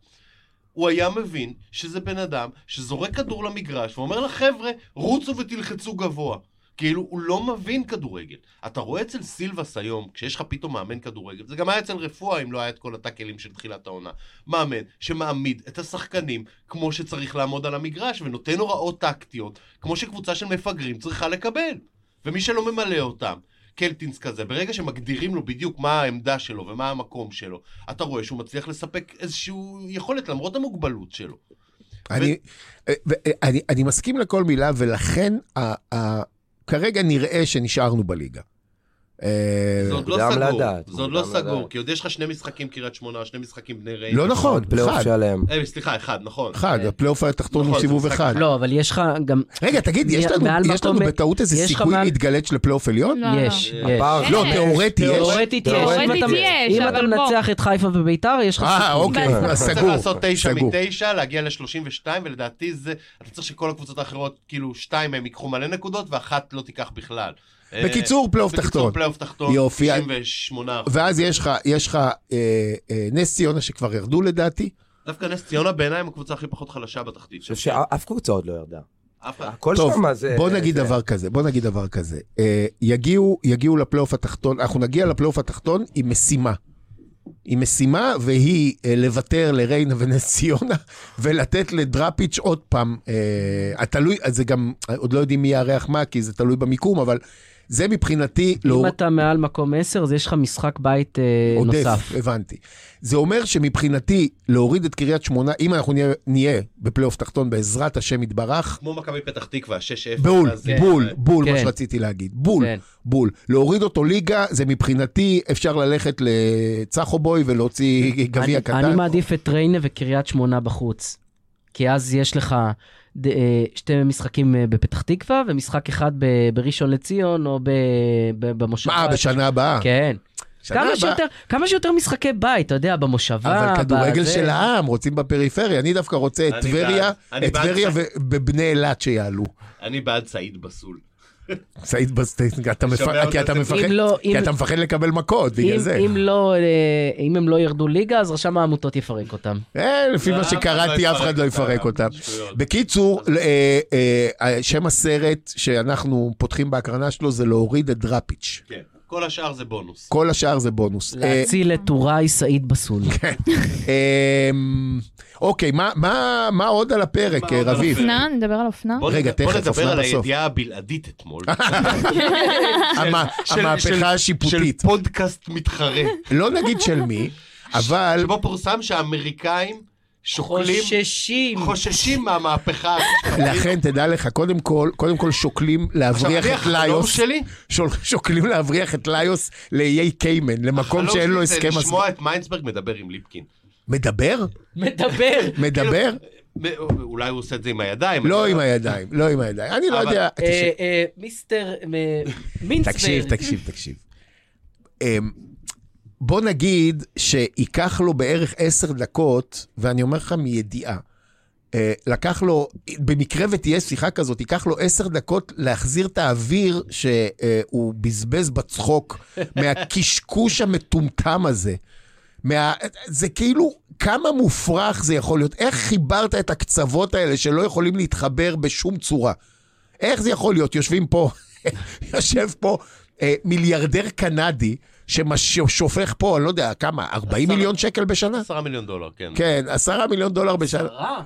[SPEAKER 1] הוא היה מבין שזה בן אדם שזורק כדור למגרש ואומר לחבר'ה, רוצו ותלחצו גבוה. כאילו, הוא לא מבין כדורגל. אתה רואה אצל סילבס היום, כשיש לך פתאום מאמן כדורגל, זה גם היה אצל רפואה, אם לא היה את כל הטאקלים של תחילת העונה. מאמן שמעמיד את השחקנים כמו שצריך לעמוד על המגרש, ונותן הוראות טקטיות, כמו שקבוצה של מפגרים צריכה לקבל. ומי שלא ממלא אותם, קלטינס כזה, ברגע שמגדירים לו בדיוק מה העמדה שלו ומה המקום שלו, אתה רואה שהוא מצליח לספק איזושהי יכולת למרות המוגבלות שלו.
[SPEAKER 2] אני, אה, ו... אני, אני מסכים לכל מילה, ולכן ה, ה, כרגע נראה שנשארנו בליגה. אה,
[SPEAKER 1] זה עוד לא
[SPEAKER 6] מוקדם
[SPEAKER 1] סגור,
[SPEAKER 6] לדעת,
[SPEAKER 1] זה עוד לא
[SPEAKER 6] מוקדם
[SPEAKER 1] סגור,
[SPEAKER 6] לדעת.
[SPEAKER 1] כי עוד יש לך שני משחקים קריית שמונה, שני משחקים בני רעים.
[SPEAKER 2] לא נכון,
[SPEAKER 6] פלייאוף
[SPEAKER 2] אחד,
[SPEAKER 6] שלם.
[SPEAKER 1] אה, סליחה, אחד, נכון.
[SPEAKER 2] אחד, הפלייאוף התחתון הוא
[SPEAKER 1] נכון, זה
[SPEAKER 2] סיבוב
[SPEAKER 1] משחק
[SPEAKER 2] אחד.
[SPEAKER 1] אחד.
[SPEAKER 5] לא, אבל יש לך גם...
[SPEAKER 2] רגע, תגיד, יש
[SPEAKER 5] מ-
[SPEAKER 2] לנו-
[SPEAKER 5] מעל
[SPEAKER 2] יש לנו
[SPEAKER 5] מקום-
[SPEAKER 2] בטעות איזה
[SPEAKER 5] יש לך
[SPEAKER 2] סיכוי
[SPEAKER 5] מעל-
[SPEAKER 2] להתגלץ לפלייאוף עליון?
[SPEAKER 4] לא, לא.
[SPEAKER 5] יש, יש.
[SPEAKER 6] הפער
[SPEAKER 4] אין.
[SPEAKER 2] לא,
[SPEAKER 6] שלהם.
[SPEAKER 2] תיאורטי יש.
[SPEAKER 5] תיאורטית יש.
[SPEAKER 6] תיאורטית
[SPEAKER 5] אם אתה-
[SPEAKER 4] לא, יש,
[SPEAKER 5] אם אתה
[SPEAKER 4] אבל בוא.
[SPEAKER 5] מנצח את חיפה וביתר, יש לך
[SPEAKER 2] אה,
[SPEAKER 5] סיכוי.
[SPEAKER 2] אוקיי, אז
[SPEAKER 1] אתה צריך
[SPEAKER 2] סגור.
[SPEAKER 1] לעשות תשע
[SPEAKER 2] סגור.
[SPEAKER 1] מתשע, להגיע ל-32, ולדעתי זה, אתה צריך שכל הקבוצות האחרות, כאילו, שתיים מהם ייקחו מלא נקודות, ואחת לא תיקח בכלל. אה,
[SPEAKER 2] בקיצור, פלייאוף
[SPEAKER 1] בקיצור,
[SPEAKER 2] תחתון.
[SPEAKER 1] פלייאוף תחתון,
[SPEAKER 2] יופי.
[SPEAKER 1] 98
[SPEAKER 2] ואז יש לך, יש לך אה, אה, נס ציונה שכבר ירדו לדעתי.
[SPEAKER 1] דווקא נס ציונה בעיניי הם הקבוצה הכי פחות חלשה בתחתית.
[SPEAKER 6] אני חושב שאף קבוצה עוד לא ירדה.
[SPEAKER 1] אף אחד.
[SPEAKER 6] הכל
[SPEAKER 2] טוב,
[SPEAKER 6] שם זה...
[SPEAKER 2] בוא נגיד
[SPEAKER 6] זה-
[SPEAKER 2] דבר כזה, בוא נגיד דבר כזה. אה, יגיעו, יגיעו לפלייאוף התחתון, אנחנו נגיע לפלייאוף התחתון עם משימה. עם משימה, והיא אה, לוותר לריינה ונס ציונה, ולתת לדראפיץ' עוד פעם. אה, התלוי, אז זה גם, עוד לא יודעים מי יארח מה, כי זה תלוי במיקום, אבל זה מבחינתי לא...
[SPEAKER 5] אם אתה מעל מקום 10, אז יש לך משחק בית אה, נוסף.
[SPEAKER 2] הבנתי. זה אומר שמבחינתי, להוריד את קריית שמונה, אם אנחנו נהיה, נהיה בפלייאוף תחתון, בעזרת השם יתברך,
[SPEAKER 1] כמו מכבי פתח תקווה, 6-0.
[SPEAKER 2] בול,
[SPEAKER 1] אז, אה,
[SPEAKER 2] בול, בול, מה
[SPEAKER 5] כן.
[SPEAKER 2] שרציתי להגיד. בול,
[SPEAKER 5] כן.
[SPEAKER 2] בול. להוריד אותו ליגה, זה מבחינתי, אפשר ללכת לצחו בוי ולהוציא גביע
[SPEAKER 5] אני-
[SPEAKER 2] קטן.
[SPEAKER 5] אני מעדיף את ריינה וקריית שמונה בחוץ. כי אז יש לך ד- אה, שתי משחקים אה, בפתח תקווה, ומשחק אחד ב- בראשון לציון או ב- ב- במושבה.
[SPEAKER 2] מה, אה, בשנה הבאה?
[SPEAKER 5] כן.
[SPEAKER 2] שנה
[SPEAKER 5] כמה
[SPEAKER 2] הבאה.
[SPEAKER 5] שיותר, כמה שיותר משחקי בית, אתה יודע, במושבה.
[SPEAKER 2] אבל כדורגל
[SPEAKER 5] בזה.
[SPEAKER 2] של העם, רוצים בפריפריה. אני דווקא רוצה את
[SPEAKER 1] אני
[SPEAKER 2] טבריה,
[SPEAKER 1] בעד, אני
[SPEAKER 2] את
[SPEAKER 1] בעד
[SPEAKER 2] טבריה
[SPEAKER 1] ש-
[SPEAKER 2] ובבני אילת שיעלו.
[SPEAKER 1] אה, אני בעד סעיד בסול.
[SPEAKER 2] סעיד בסטייט, אתה מפ-
[SPEAKER 1] שומע
[SPEAKER 2] כי
[SPEAKER 1] אותה,
[SPEAKER 2] אתה
[SPEAKER 1] זה-
[SPEAKER 2] מפחד-
[SPEAKER 5] אם לא-
[SPEAKER 2] כי
[SPEAKER 5] אם-
[SPEAKER 2] אתה מפחד לקבל מכות, בגלל
[SPEAKER 5] אם-
[SPEAKER 2] זה.
[SPEAKER 5] אם לא, אה, אם הם לא ירדו ליגה, אז רשם העמותות יפרק אותם.
[SPEAKER 2] אה, לפי
[SPEAKER 1] לא,
[SPEAKER 2] מה
[SPEAKER 1] אף אחד
[SPEAKER 2] שקראתי,
[SPEAKER 1] לא
[SPEAKER 2] אף אחד לא
[SPEAKER 1] יפרק
[SPEAKER 2] יפרק
[SPEAKER 1] אותם.
[SPEAKER 2] אותם.
[SPEAKER 1] שטויות.
[SPEAKER 2] בקיצור, אה, אה, שם הסרט שאנחנו פותחים בהקרנה שלו זה להוריד את דראפיץ'.
[SPEAKER 1] כן. כל השאר זה בונוס.
[SPEAKER 2] כל השאר זה בונוס. אה, כן.
[SPEAKER 5] להציל את טוראי סעיד בסול.
[SPEAKER 2] אמ, אוקיי, מה- מה- מה עוד על הפרק,
[SPEAKER 1] מה
[SPEAKER 2] אה,
[SPEAKER 1] עוד על
[SPEAKER 2] רביב?
[SPEAKER 1] הפרק?
[SPEAKER 4] אופנה, נדבר על אופנה.
[SPEAKER 1] בוא
[SPEAKER 2] רגע,
[SPEAKER 1] נד- בוא
[SPEAKER 2] תכף,
[SPEAKER 1] נדבר
[SPEAKER 2] אופנה
[SPEAKER 1] על
[SPEAKER 2] בסוף.
[SPEAKER 1] הידיעה הבלעדית אתמול.
[SPEAKER 2] המה-
[SPEAKER 1] של- של-
[SPEAKER 2] המהפכה השיפוטית.
[SPEAKER 1] של פודקאסט מתחרה.
[SPEAKER 2] לא נגיד של מי, אבל
[SPEAKER 1] שבו פורסם שהאמריקאים שוקלים,
[SPEAKER 5] חוששים.
[SPEAKER 1] חוששים מהמהפכה.
[SPEAKER 2] לכן תדע לך, קודם כל, קודם כל שוקלים
[SPEAKER 1] עכשיו,
[SPEAKER 2] להבריח
[SPEAKER 1] אני
[SPEAKER 2] את
[SPEAKER 1] החלום
[SPEAKER 2] ליוס,
[SPEAKER 1] שלי,
[SPEAKER 2] שול- שוקלים להבריח את ליוס לאיי קיימן, למקום
[SPEAKER 1] החלום
[SPEAKER 2] שאין לו
[SPEAKER 1] שלי
[SPEAKER 2] הסכם
[SPEAKER 1] זה
[SPEAKER 2] אז...
[SPEAKER 1] לשמוע את מיינצברג מדבר עם ליפקין.
[SPEAKER 2] מדבר?
[SPEAKER 5] מדבר.
[SPEAKER 2] מדבר?
[SPEAKER 1] כאילו- מ- אולי הוא עושה את זה עם הידיים.
[SPEAKER 2] לא
[SPEAKER 1] אבל-
[SPEAKER 2] עם הידיים, לא עם הידיים. אני לא
[SPEAKER 1] אבל-
[SPEAKER 2] יודע...
[SPEAKER 5] אה, אה, מיסטר אה, מינצברג.
[SPEAKER 2] תקשיב, תקשיב, תקשיב. אמ, בוא נגיד שייקח לו בערך עשר דקות, ואני אומר לך מידיעה, אה, לקח לו, במקרה ותהיה שיחה כזאת, ייקח לו עשר דקות להחזיר את האוויר שהוא בזבז בצחוק מהקשקוש המטומטם הזה. מה... זה כאילו, כמה מופרך זה יכול להיות? איך חיברת את הקצוות האלה שלא יכולים להתחבר בשום צורה? איך זה יכול להיות? יושבים פה, יושב פה אה, מיליארדר קנדי ששופך פה, אני לא יודע, כמה, 40
[SPEAKER 1] עשרה.
[SPEAKER 2] מיליון שקל בשנה?
[SPEAKER 1] עשרה מיליון דולר, כן.
[SPEAKER 2] כן, עשרה מיליון דולר בשנה.
[SPEAKER 5] שרה?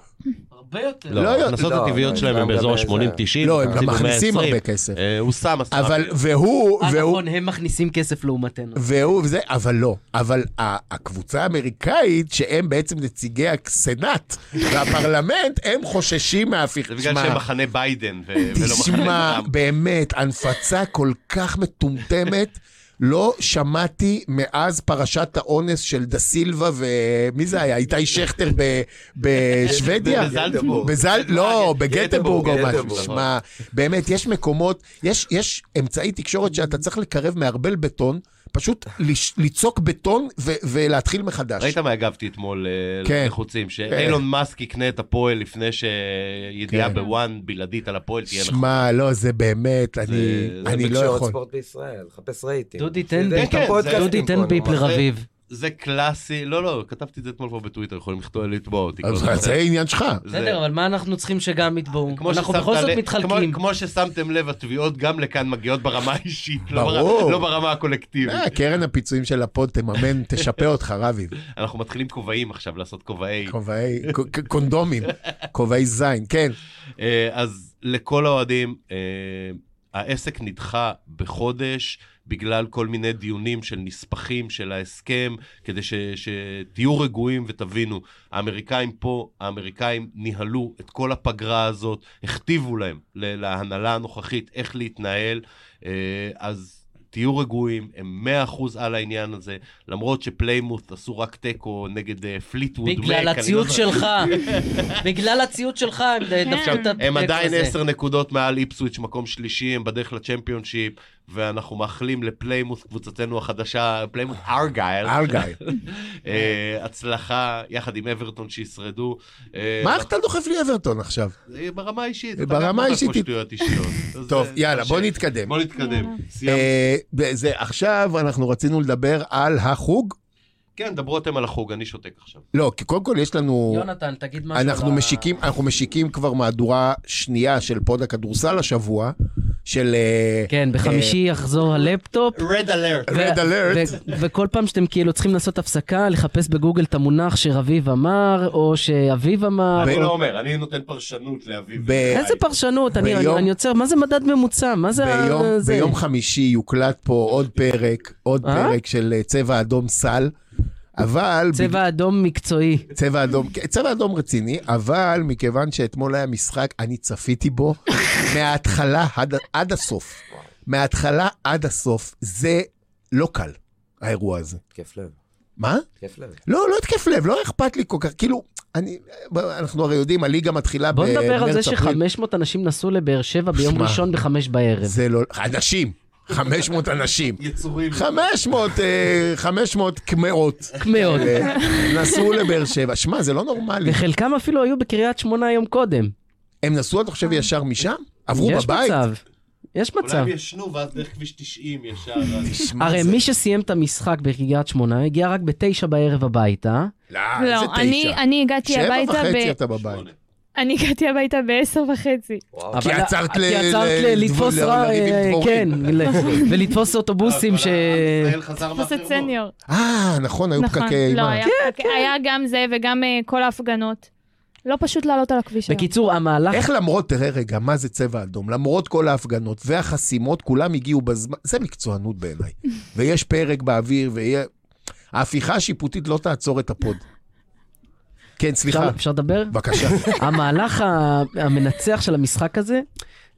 [SPEAKER 5] הרבה יותר.
[SPEAKER 1] לא,
[SPEAKER 2] לא יודע.
[SPEAKER 1] ההכנסות
[SPEAKER 6] לא,
[SPEAKER 1] הטבעיות
[SPEAKER 6] לא,
[SPEAKER 1] שלהם
[SPEAKER 6] גם
[SPEAKER 1] הם באזור
[SPEAKER 6] גם זה-
[SPEAKER 1] ה-80-90.
[SPEAKER 2] לא, הם גם מכניסים הרבה כסף.
[SPEAKER 1] אה, הוא שם עשרה
[SPEAKER 2] אבל,
[SPEAKER 1] מיליון.
[SPEAKER 2] והוא,
[SPEAKER 5] אה,
[SPEAKER 2] והוא, כן.
[SPEAKER 5] נכון, הם מכניסים כסף לעומתנו.
[SPEAKER 2] והוא, וזה, אבל לא. אבל ה- הקבוצה האמריקאית, שהם בעצם נציגי הסנאט והפרלמנט, הם חוששים מההפיכה.
[SPEAKER 1] זה בגלל
[SPEAKER 2] תשמע,
[SPEAKER 1] שהם מחנה ביידן ו- ולא מחנה
[SPEAKER 2] תשמע,
[SPEAKER 1] טראמפ.
[SPEAKER 2] באמת, הנפצה כל כך מטומטמת. לא שמעתי מאז פרשת האונס של דה סילבה ומי זה היה? איתי שכטר ב- בשוודיה?
[SPEAKER 1] בזלצבורג.
[SPEAKER 2] בזל... לא, בגטבורג או
[SPEAKER 1] גטבורג,
[SPEAKER 2] משהו.
[SPEAKER 1] נכון.
[SPEAKER 2] שמע, באמת, יש מקומות, יש, יש אמצעי תקשורת שאתה צריך לקרב מערבל בטון, פשוט לש- לצעוק בטון ו- ולהתחיל מחדש.
[SPEAKER 1] ראית מה הגבתי אתמול אה,
[SPEAKER 2] כן.
[SPEAKER 1] לחוצים? שאילון מאסק יקנה את הפועל לפני שידיעה
[SPEAKER 2] כן.
[SPEAKER 1] בוואן בלעדית על הפועל תהיה נכון.
[SPEAKER 2] שמע, לא, זה באמת, אני,
[SPEAKER 1] זה
[SPEAKER 2] אני לא יכול.
[SPEAKER 6] ספורט בישראל, חפש רייטינג.
[SPEAKER 5] דודי, תן
[SPEAKER 6] זה-
[SPEAKER 5] בי.
[SPEAKER 6] יש את הפודקאסטים
[SPEAKER 1] כן,
[SPEAKER 5] דודי,
[SPEAKER 6] פה,
[SPEAKER 5] תן
[SPEAKER 6] נו,
[SPEAKER 5] ביפ
[SPEAKER 6] מה זה?
[SPEAKER 5] לרביב.
[SPEAKER 1] זה קלאסי, לא, לא, כתבתי את זה אתמול כבר בטוויטר, יכולים לכתוב- לתבוע אותי.
[SPEAKER 2] אז
[SPEAKER 1] כל
[SPEAKER 2] זה
[SPEAKER 1] זה.
[SPEAKER 2] עניין שלך.
[SPEAKER 1] זה-
[SPEAKER 5] בסדר, אבל מה אנחנו צריכים שגם יתבעו?
[SPEAKER 1] כמו
[SPEAKER 5] אנחנו
[SPEAKER 1] ששמת
[SPEAKER 5] בכל זאת
[SPEAKER 1] לב-
[SPEAKER 5] מתחלקים.
[SPEAKER 1] כמו- כמו ששמתם לב, התביעות גם לכאן מגיעות ברמה האישית, לא
[SPEAKER 2] ברור.
[SPEAKER 1] ברמה- לא ברמה הקולקטיבית.
[SPEAKER 2] אה, קרן הפיצויים של הפוד תממן, תשפה אותך, רביב.
[SPEAKER 1] אנחנו מתחילים כובעים עכשיו, לעשות כובעי.
[SPEAKER 2] כובעי, ק- קונדומים, כובעי זין, כן.
[SPEAKER 1] אה, אז לכל האוהדים, אה, העסק נדחה בחודש בגלל כל מיני דיונים של נספחים של ההסכם, כדי ש, שתהיו רגועים ותבינו. האמריקאים פה, האמריקאים ניהלו את כל הפגרה הזאת, הכתיבו להם, ל- להנהלה הנוכחית, איך להתנהל, אה, אז... תהיו רגועים, הם 100% על העניין הזה, למרות שפליימות עשו רק תיקו נגד אה, פליטווד מק.
[SPEAKER 5] בגלל
[SPEAKER 1] אני לא
[SPEAKER 5] הציוד
[SPEAKER 1] זוכר-
[SPEAKER 5] שלך, בגלל הציוד שלך הם דפקו את
[SPEAKER 1] עכשיו,
[SPEAKER 5] הדק
[SPEAKER 1] הם עדיין
[SPEAKER 5] הזה.
[SPEAKER 1] עשר נקודות מעל איפסוויץ', מקום שלישי, הם בדרך לצ'מפיונשיפ, ואנחנו מאחלים לפליימוס, קבוצתנו החדשה, פליימוס ארגייל,
[SPEAKER 2] ארגי.
[SPEAKER 1] אה, הצלחה, יחד עם אברטון שישרדו. אה,
[SPEAKER 2] מה אתה דוחף לי אברטון עכשיו?
[SPEAKER 1] אה, ברמה האישית.
[SPEAKER 2] ברמה
[SPEAKER 1] אתה גם אומר
[SPEAKER 2] האישית-
[SPEAKER 1] פה שטויות אישיות. אז
[SPEAKER 2] טוב,
[SPEAKER 1] זה-
[SPEAKER 2] יאללה, בוא
[SPEAKER 1] תמשיך.
[SPEAKER 2] נתקדם.
[SPEAKER 1] בוא נתקדם. סיימנו.
[SPEAKER 2] אה, זה- עכשיו אנחנו רצינו לדבר על החוג.
[SPEAKER 1] כן, דברו אתם על החוג, אני שותק עכשיו.
[SPEAKER 2] לא, כי קודם כל יש לנו...
[SPEAKER 5] יונתן, תגיד משהו.
[SPEAKER 2] אנחנו
[SPEAKER 5] על ה-
[SPEAKER 2] משיקים, אנחנו משיקים כבר מהדורה שנייה של פוד הכדורסל השבוע, של אה,
[SPEAKER 5] כן, בחמישי יחזור הלפטופ.
[SPEAKER 1] רד אלרט.
[SPEAKER 5] ו-
[SPEAKER 2] Red Alert.
[SPEAKER 5] ו- וכל פעם שאתם כאילו צריכים לעשות הפסקה, לחפש בגוגל את המונח שרביב אמר, או שאביב אמר.
[SPEAKER 1] אני לא אומר, אני נותן פרשנות לאביב.
[SPEAKER 2] ב-
[SPEAKER 5] איזה פרשנות, אני-
[SPEAKER 2] ביום-
[SPEAKER 5] אני אני יוצר, מה זה מדד ממוצע? מה זה ה-
[SPEAKER 2] ביום,
[SPEAKER 5] זה?
[SPEAKER 2] ביום חמישי יוקלט פה עוד פרק, עוד
[SPEAKER 5] אה?
[SPEAKER 2] פרק של אה, צבע אדום סל, אבל...
[SPEAKER 5] צבע אדום מקצועי.
[SPEAKER 2] צבע אדום, כן, צבע אדום רציני, אבל מכיוון שאתמול היה משחק, אני צפיתי בו מההתחלה עד, עד הסוף. מההתחלה עד הסוף. זה לא קל, האירוע הזה.
[SPEAKER 6] כיף לב,
[SPEAKER 2] מה?
[SPEAKER 6] כיף לב.
[SPEAKER 2] לא, לא התקף לב, לא אכפת לי כל כך, כאילו, אני, אנחנו הרי יודעים, הליגה מתחילה
[SPEAKER 5] בוא
[SPEAKER 2] במרץ
[SPEAKER 5] נדבר על זה
[SPEAKER 2] אפריל.
[SPEAKER 5] ש-500 אנשים נסעו לבאר שבע ביום
[SPEAKER 2] שמע.
[SPEAKER 5] ראשון בחמש בערב.
[SPEAKER 2] זה לא, אנשים, 500 אנשים.
[SPEAKER 1] יצורים.
[SPEAKER 2] 500, אה, 500 קמעות.
[SPEAKER 5] מאוד.
[SPEAKER 2] אה, נסעו לבאר שבע. שמע, זה לא נורמלי.
[SPEAKER 5] וחלקם אפילו היו בקריית שמונה יום קודם.
[SPEAKER 2] הם נסעו, אתה חושב, ישר משם? עברו
[SPEAKER 5] יש
[SPEAKER 2] בבית?
[SPEAKER 5] מצב. יש
[SPEAKER 1] אולי
[SPEAKER 5] מצב.
[SPEAKER 1] הם ישנו ואז דרך כביש 90 ישר.
[SPEAKER 2] תשמע,
[SPEAKER 5] הרי
[SPEAKER 2] זה-
[SPEAKER 5] מי שסיים את המשחק בקריית שמונה הגיע רק בתשע בערב הביתה.
[SPEAKER 2] לא,
[SPEAKER 4] לא,
[SPEAKER 2] איזה
[SPEAKER 4] אני-
[SPEAKER 2] תשע.
[SPEAKER 4] אני הגעתי
[SPEAKER 2] שבע
[SPEAKER 4] הביתה
[SPEAKER 2] וחצי
[SPEAKER 4] ב...
[SPEAKER 2] אתה בבית.
[SPEAKER 4] אני הגעתי הביתה בעשר וחצי.
[SPEAKER 6] וואו.
[SPEAKER 5] אבל-
[SPEAKER 2] עצרת ל-
[SPEAKER 5] כי עצרת
[SPEAKER 2] ל-
[SPEAKER 5] לתפוס
[SPEAKER 2] לדבור-
[SPEAKER 5] רע...
[SPEAKER 2] להרים
[SPEAKER 5] אה, כן,
[SPEAKER 2] דבורים.
[SPEAKER 5] ל- ולתפוס אוטובוסים ש...
[SPEAKER 1] ישראל חזר
[SPEAKER 4] פוסט
[SPEAKER 1] מהחרמון.
[SPEAKER 4] סניור.
[SPEAKER 2] אה, נכון, היו
[SPEAKER 4] נכון.
[SPEAKER 2] פקקי
[SPEAKER 4] לא,
[SPEAKER 2] אימה. כן,
[SPEAKER 4] היה פקק- היה גם זה וגם אה, כל ההפגנות. לא פשוט לעלות על הכביש היום.
[SPEAKER 5] בקיצור, המהלך...
[SPEAKER 2] איך למרות, תראה רגע, מה זה צבע אדום? למרות כל ההפגנות והחסימות, כולם הגיעו בזמן, זה מקצוענות בעיניי. ויש פרק באוויר, ויהיה... ההפיכה השיפוטית לא תעצור את הפוד. כן, סליחה.
[SPEAKER 5] אפשר- אפשר לדבר?
[SPEAKER 2] בבקשה.
[SPEAKER 5] המהלך ה- המנצח של המשחק הזה,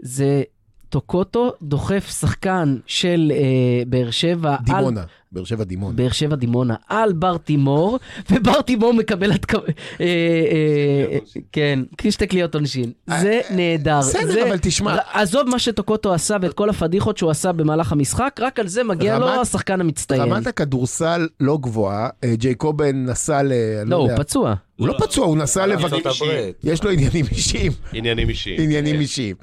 [SPEAKER 5] זה טוקוטו דוחף שחקן של אה, באר שבע. על-
[SPEAKER 2] דימונה, באר שבע דימונה.
[SPEAKER 5] באר שבע דימונה על בר תימור, ובר תימור מקבל התק... אה, אה, כן, שתי קליעות עונשין. זה נהדר.
[SPEAKER 2] אה, בסדר,
[SPEAKER 5] זה-
[SPEAKER 2] אבל תשמע.
[SPEAKER 5] ר- עזוב מה שטוקוטו עשה ואת כל הפדיחות שהוא עשה במהלך המשחק, רק על זה מגיע לו
[SPEAKER 2] רמת-
[SPEAKER 5] השחקן המצטיין.
[SPEAKER 2] רמת הכדורסל לא גבוהה, אה, ג'ייקובן נסע ל... אני
[SPEAKER 5] לא, הוא
[SPEAKER 2] יודע.
[SPEAKER 5] פצוע.
[SPEAKER 2] הוא לא פצוע, הוא נסע
[SPEAKER 1] לא,
[SPEAKER 2] לבקר.
[SPEAKER 1] לא,
[SPEAKER 6] ארצות הברית.
[SPEAKER 2] יש לו עניינים אישיים.
[SPEAKER 1] עניינים אישיים.
[SPEAKER 2] עניינים
[SPEAKER 1] אה,
[SPEAKER 2] אישיים.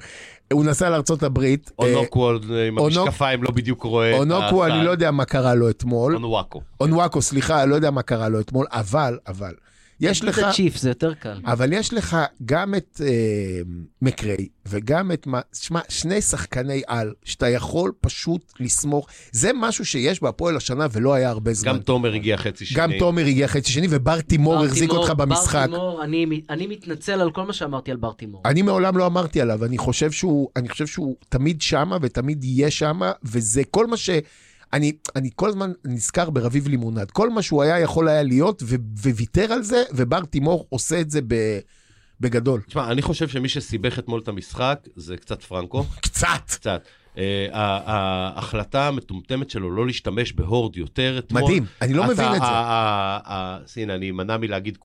[SPEAKER 2] הוא נסע לארצות הברית. אה,
[SPEAKER 1] אונוקו אה, עם
[SPEAKER 2] אונוק-
[SPEAKER 1] המשקפיים לא בדיוק רואה. את
[SPEAKER 2] אונוקו,
[SPEAKER 1] הקהל.
[SPEAKER 2] אני לא יודע מה קרה לו אתמול.
[SPEAKER 1] אונוואקו.
[SPEAKER 2] אונוואקו, סליחה, אני לא יודע מה קרה לו אתמול, אבל, אבל, יש לך,
[SPEAKER 5] זה צ'יף, זה יותר קל.
[SPEAKER 2] אבל יש לך גם את אה, מקריי וגם את, מה- שמע, שני שחקני על שאתה יכול פשוט לסמוך. זה משהו שיש בהפועל השנה ולא היה הרבה זמן.
[SPEAKER 1] גם תומר הגיע חצי שני.
[SPEAKER 2] גם תומר הגיע חצי שני ובר תימור
[SPEAKER 5] בר
[SPEAKER 2] החזיק
[SPEAKER 5] תימור-
[SPEAKER 2] אותך
[SPEAKER 5] בר
[SPEAKER 2] במשחק.
[SPEAKER 5] תימור, אני מ- אני מתנצל על כל מה שאמרתי על בר תימור.
[SPEAKER 2] אני מעולם לא אמרתי עליו, אני חושב שהוא, אני חושב שהוא תמיד שמה ותמיד יהיה שמה, וזה כל מה ש... אני, אני כל הזמן נזכר ברביב לימונד, כל מה שהוא היה יכול היה להיות, ו- וויתר על זה, ובר תימור עושה את זה ב- בגדול.
[SPEAKER 1] תשמע, אני חושב שמי שסיבך אתמול את המשחק זה קצת פרנקו.
[SPEAKER 2] קצת.
[SPEAKER 1] קצת. אה, ה- ההחלטה המטומטמת שלו לא להשתמש בהורד יותר אתמול.
[SPEAKER 2] מדהים, אני לא
[SPEAKER 1] אתה-
[SPEAKER 2] מבין את
[SPEAKER 1] ה-
[SPEAKER 2] זה.
[SPEAKER 1] ה- ה- ה- הנה, אני אמנע מלהגיד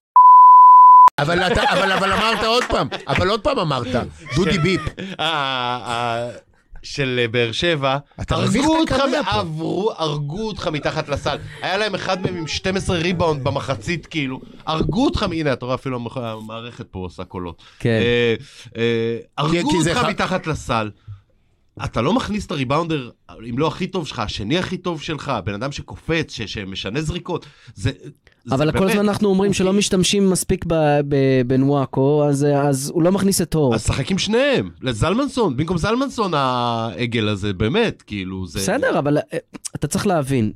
[SPEAKER 2] אבל, אתה, אבל, אבל אמרת עוד פעם, אבל עוד פעם אמרת, דודי ביפ.
[SPEAKER 1] ה- ה- של באר שבע,
[SPEAKER 2] אתה מביך את
[SPEAKER 1] הרגו אותך,
[SPEAKER 2] הקמע פה.
[SPEAKER 1] עברו, הרגו אותך מתחת לסל. היה להם אחד מהם עם 12 ריבאונד במחצית, כאילו. הרגו אותך, הנה, אתה רואה, אפילו המח- המערכת פה עושה קולות.
[SPEAKER 5] כן.
[SPEAKER 1] אה, אה, הרגו
[SPEAKER 2] כי זה
[SPEAKER 1] אותך
[SPEAKER 2] אחד-
[SPEAKER 1] מתחת לסל. אתה לא מכניס את הריבאונדר, אם לא הכי טוב שלך, השני הכי טוב שלך, בן אדם שקופץ, ש- שמשנה זריקות. זה... זה
[SPEAKER 5] אבל כל
[SPEAKER 1] באמת- אוקיי.
[SPEAKER 5] הזמן אנחנו אומרים שלא משתמשים מספיק ב- ב- בנוואקו, אז- אז הוא לא מכניס את הור.
[SPEAKER 1] אז שחק עם שניהם, לזלמנסון, במקום זלמנסון העגל הזה, באמת, כאילו, זה...
[SPEAKER 5] בסדר, אבל אה, אתה צריך להבין,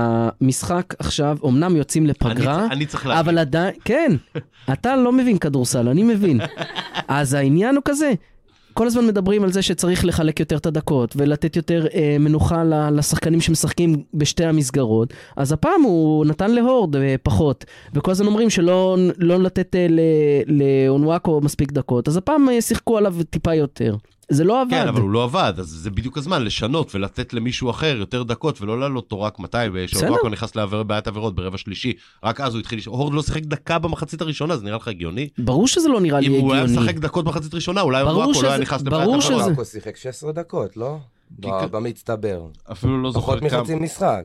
[SPEAKER 5] המשחק עכשיו, אמנם יוצאים לפגרה,
[SPEAKER 1] אני, אני צריך להגיד.
[SPEAKER 5] אבל עדיין, כן, אתה לא מבין כדורסל, אני מבין. אז העניין הוא כזה, כל הזמן מדברים על זה שצריך לחלק יותר את הדקות ולתת יותר אה, מנוחה ל- לשחקנים שמשחקים בשתי המסגרות, אז הפעם הוא נתן להורד אה, פחות, וכל הזמן אומרים שלא לא לתת אה, ל- לאונוואקו מספיק דקות, אז הפעם אה, שיחקו עליו טיפה יותר. זה לא עבד.
[SPEAKER 1] כן, אבל הוא לא עבד, אז זה בדיוק הזמן לשנות ולתת למישהו אחר יותר דקות ולא לעלות אותו רק 200,
[SPEAKER 5] בסדר.
[SPEAKER 1] ושאורבקו נכנס לעבר- בעיית עבירות ברבע שלישי, רק אז הוא התחיל לשאול, הורד לא שיחק דקה במחצית הראשונה, זה נראה לך הגיוני?
[SPEAKER 5] ברור שזה לא נראה לי
[SPEAKER 1] אם
[SPEAKER 5] הגיוני.
[SPEAKER 1] הוא היה משחק דקות במחצית ראשונה, אולי
[SPEAKER 5] ברור
[SPEAKER 1] אורבקו לא היה
[SPEAKER 5] שזה-
[SPEAKER 1] נכנס לבעיית
[SPEAKER 5] ברור שזה-
[SPEAKER 1] עבירות.
[SPEAKER 6] מרקו שיחק 16 דקות, לא? ב-
[SPEAKER 1] כי-
[SPEAKER 6] במצטבר.
[SPEAKER 1] אפילו לא זוכר
[SPEAKER 6] פחות
[SPEAKER 1] כמה.
[SPEAKER 6] מחצי משחק.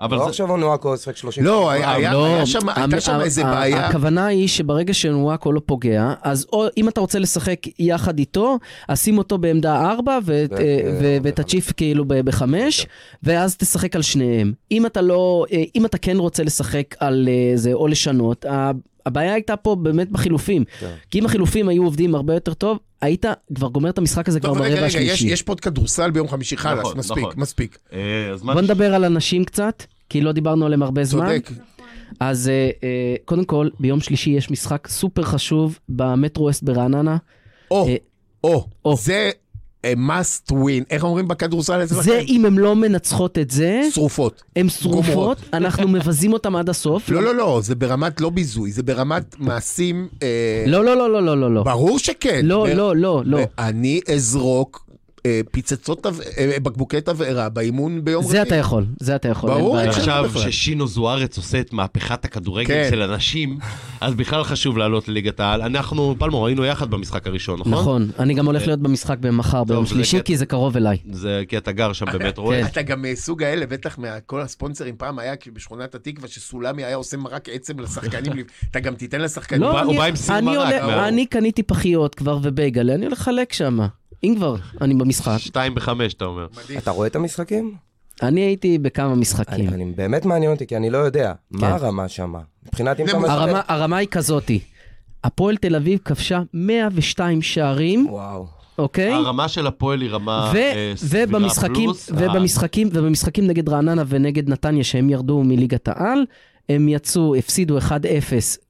[SPEAKER 1] אבל
[SPEAKER 6] לא
[SPEAKER 1] זה-
[SPEAKER 6] עכשיו אונואקו שיחק 30
[SPEAKER 2] לא,
[SPEAKER 6] משחק.
[SPEAKER 1] אמ,
[SPEAKER 2] היה-
[SPEAKER 5] לא,
[SPEAKER 2] היה שם- הייתה
[SPEAKER 5] המ-
[SPEAKER 2] שם
[SPEAKER 5] ה-
[SPEAKER 2] איזה
[SPEAKER 5] ה-
[SPEAKER 2] בעיה.
[SPEAKER 5] הכוונה היא שברגע שנואקו לא פוגע, אז או, אם אתה רוצה לשחק יחד איתו, אז שים אותו בעמדה 4 ואת,
[SPEAKER 6] ו-
[SPEAKER 5] אה, ו-
[SPEAKER 6] אה,
[SPEAKER 5] ואת הצ'יף כאילו ב-5,
[SPEAKER 2] כן.
[SPEAKER 5] ואז תשחק על שניהם. אם אתה לא, אה, אם אתה כן רוצה לשחק על אה, זה או לשנות, ה- הבעיה הייתה פה באמת בחילופים.
[SPEAKER 6] כן.
[SPEAKER 5] כי אם החילופים היו עובדים הרבה יותר טוב, היית כבר גומר את המשחק הזה כבר
[SPEAKER 2] טוב, רגע,
[SPEAKER 5] ברבע
[SPEAKER 2] רגע, יש,
[SPEAKER 5] השלישי.
[SPEAKER 2] יש פה עוד כדורסל ביום חמישי, חלאס,
[SPEAKER 1] נכון,
[SPEAKER 2] מספיק,
[SPEAKER 1] נכון.
[SPEAKER 2] מספיק.
[SPEAKER 1] אה, אז מה-
[SPEAKER 5] בוא נדבר על אנשים קצת, כי לא דיברנו עליהם הרבה זמן.
[SPEAKER 2] צודק.
[SPEAKER 5] אז אה, אה, קודם כל, ביום שלישי יש משחק סופר חשוב במטרו ווסט ברעננה.
[SPEAKER 2] או,
[SPEAKER 5] אה,
[SPEAKER 2] או,
[SPEAKER 5] או.
[SPEAKER 2] זה אה, must win, איך אומרים בכדורסל אצלכם?
[SPEAKER 1] כן.
[SPEAKER 5] זה, אם הן לא מנצחות את זה,
[SPEAKER 2] שרופות.
[SPEAKER 5] הן
[SPEAKER 2] גומרות.
[SPEAKER 5] שרופות, אנחנו מבזים אותן עד הסוף.
[SPEAKER 2] לא, לא, לא, זה ברמת לא ביזוי, זה ברמת מעשים... אה,
[SPEAKER 5] לא, לא, לא, לא, לא, לא, לא.
[SPEAKER 2] ברור שכן.
[SPEAKER 5] לא,
[SPEAKER 2] ו-
[SPEAKER 5] לא, לא, לא.
[SPEAKER 2] ואני אזרוק אה, פצצות, תב- אה, בקבוקי תבערה באימון ביום רביעי.
[SPEAKER 5] זה אתה יכול, זה אתה יכול. אין
[SPEAKER 2] ברור,
[SPEAKER 5] בעיה.
[SPEAKER 2] אין שאלה.
[SPEAKER 1] עכשיו
[SPEAKER 2] בכלל.
[SPEAKER 1] ששינו זוארץ עושה את מהפכת הכדורגל
[SPEAKER 2] כן.
[SPEAKER 1] של הנשים, אז בכלל חשוב לעלות לליגת העל. אנחנו, פלמור, היינו יחד במשחק הראשון, נכון?
[SPEAKER 5] נכון, אני גם הולך להיות במשחק במחר, ביום
[SPEAKER 1] זה כן.
[SPEAKER 5] שלישי,
[SPEAKER 1] קטע.
[SPEAKER 5] כי זה קרוב אליי.
[SPEAKER 1] זה כי אתה גר שם באמת
[SPEAKER 5] כן.
[SPEAKER 1] רואה.
[SPEAKER 2] אתה גם מסוג האלה, בטח מכל הספונסרים, פעם היה בשכונת התקווה שסולמי היה עושה מרק עצם לשחקנים, לפ- אתה גם תיתן לשחקנים.
[SPEAKER 5] לא,
[SPEAKER 1] בא-
[SPEAKER 5] אני-
[SPEAKER 1] כן, הוא בא עם סיר
[SPEAKER 5] אני
[SPEAKER 1] מרק,
[SPEAKER 5] הולך-
[SPEAKER 1] מה?
[SPEAKER 5] אני קניתי פחיות כבר ובייגלה, אני הולך לחלק שם. אם כבר, אני במשחק.
[SPEAKER 1] שתיים בחמש, אתה אומר.
[SPEAKER 6] אתה רואה את המשחקים?
[SPEAKER 2] כן.
[SPEAKER 5] אני הייתי בכמה
[SPEAKER 6] אני
[SPEAKER 5] משחקים.
[SPEAKER 6] אני- באמת מעניין אותי, כי אני לא יודע.
[SPEAKER 2] כן.
[SPEAKER 6] מה הרמה שמה? מבחינת אם אתה
[SPEAKER 5] הרמה,
[SPEAKER 6] משחק...
[SPEAKER 5] הרמה היא כזאתי. הפועל תל אביב כבשה 102 שערים,
[SPEAKER 6] וואו.
[SPEAKER 5] אוקיי?
[SPEAKER 1] הרמה של הפועל היא רמה
[SPEAKER 5] ו-
[SPEAKER 1] אה, סבירה
[SPEAKER 5] ובמשחקים,
[SPEAKER 1] פלוס. אה,
[SPEAKER 5] ובמשחקים, ובמשחקים נגד רעננה ונגד נתניה, שהם ירדו מליגת העל, הם יצאו, הפסידו 1-0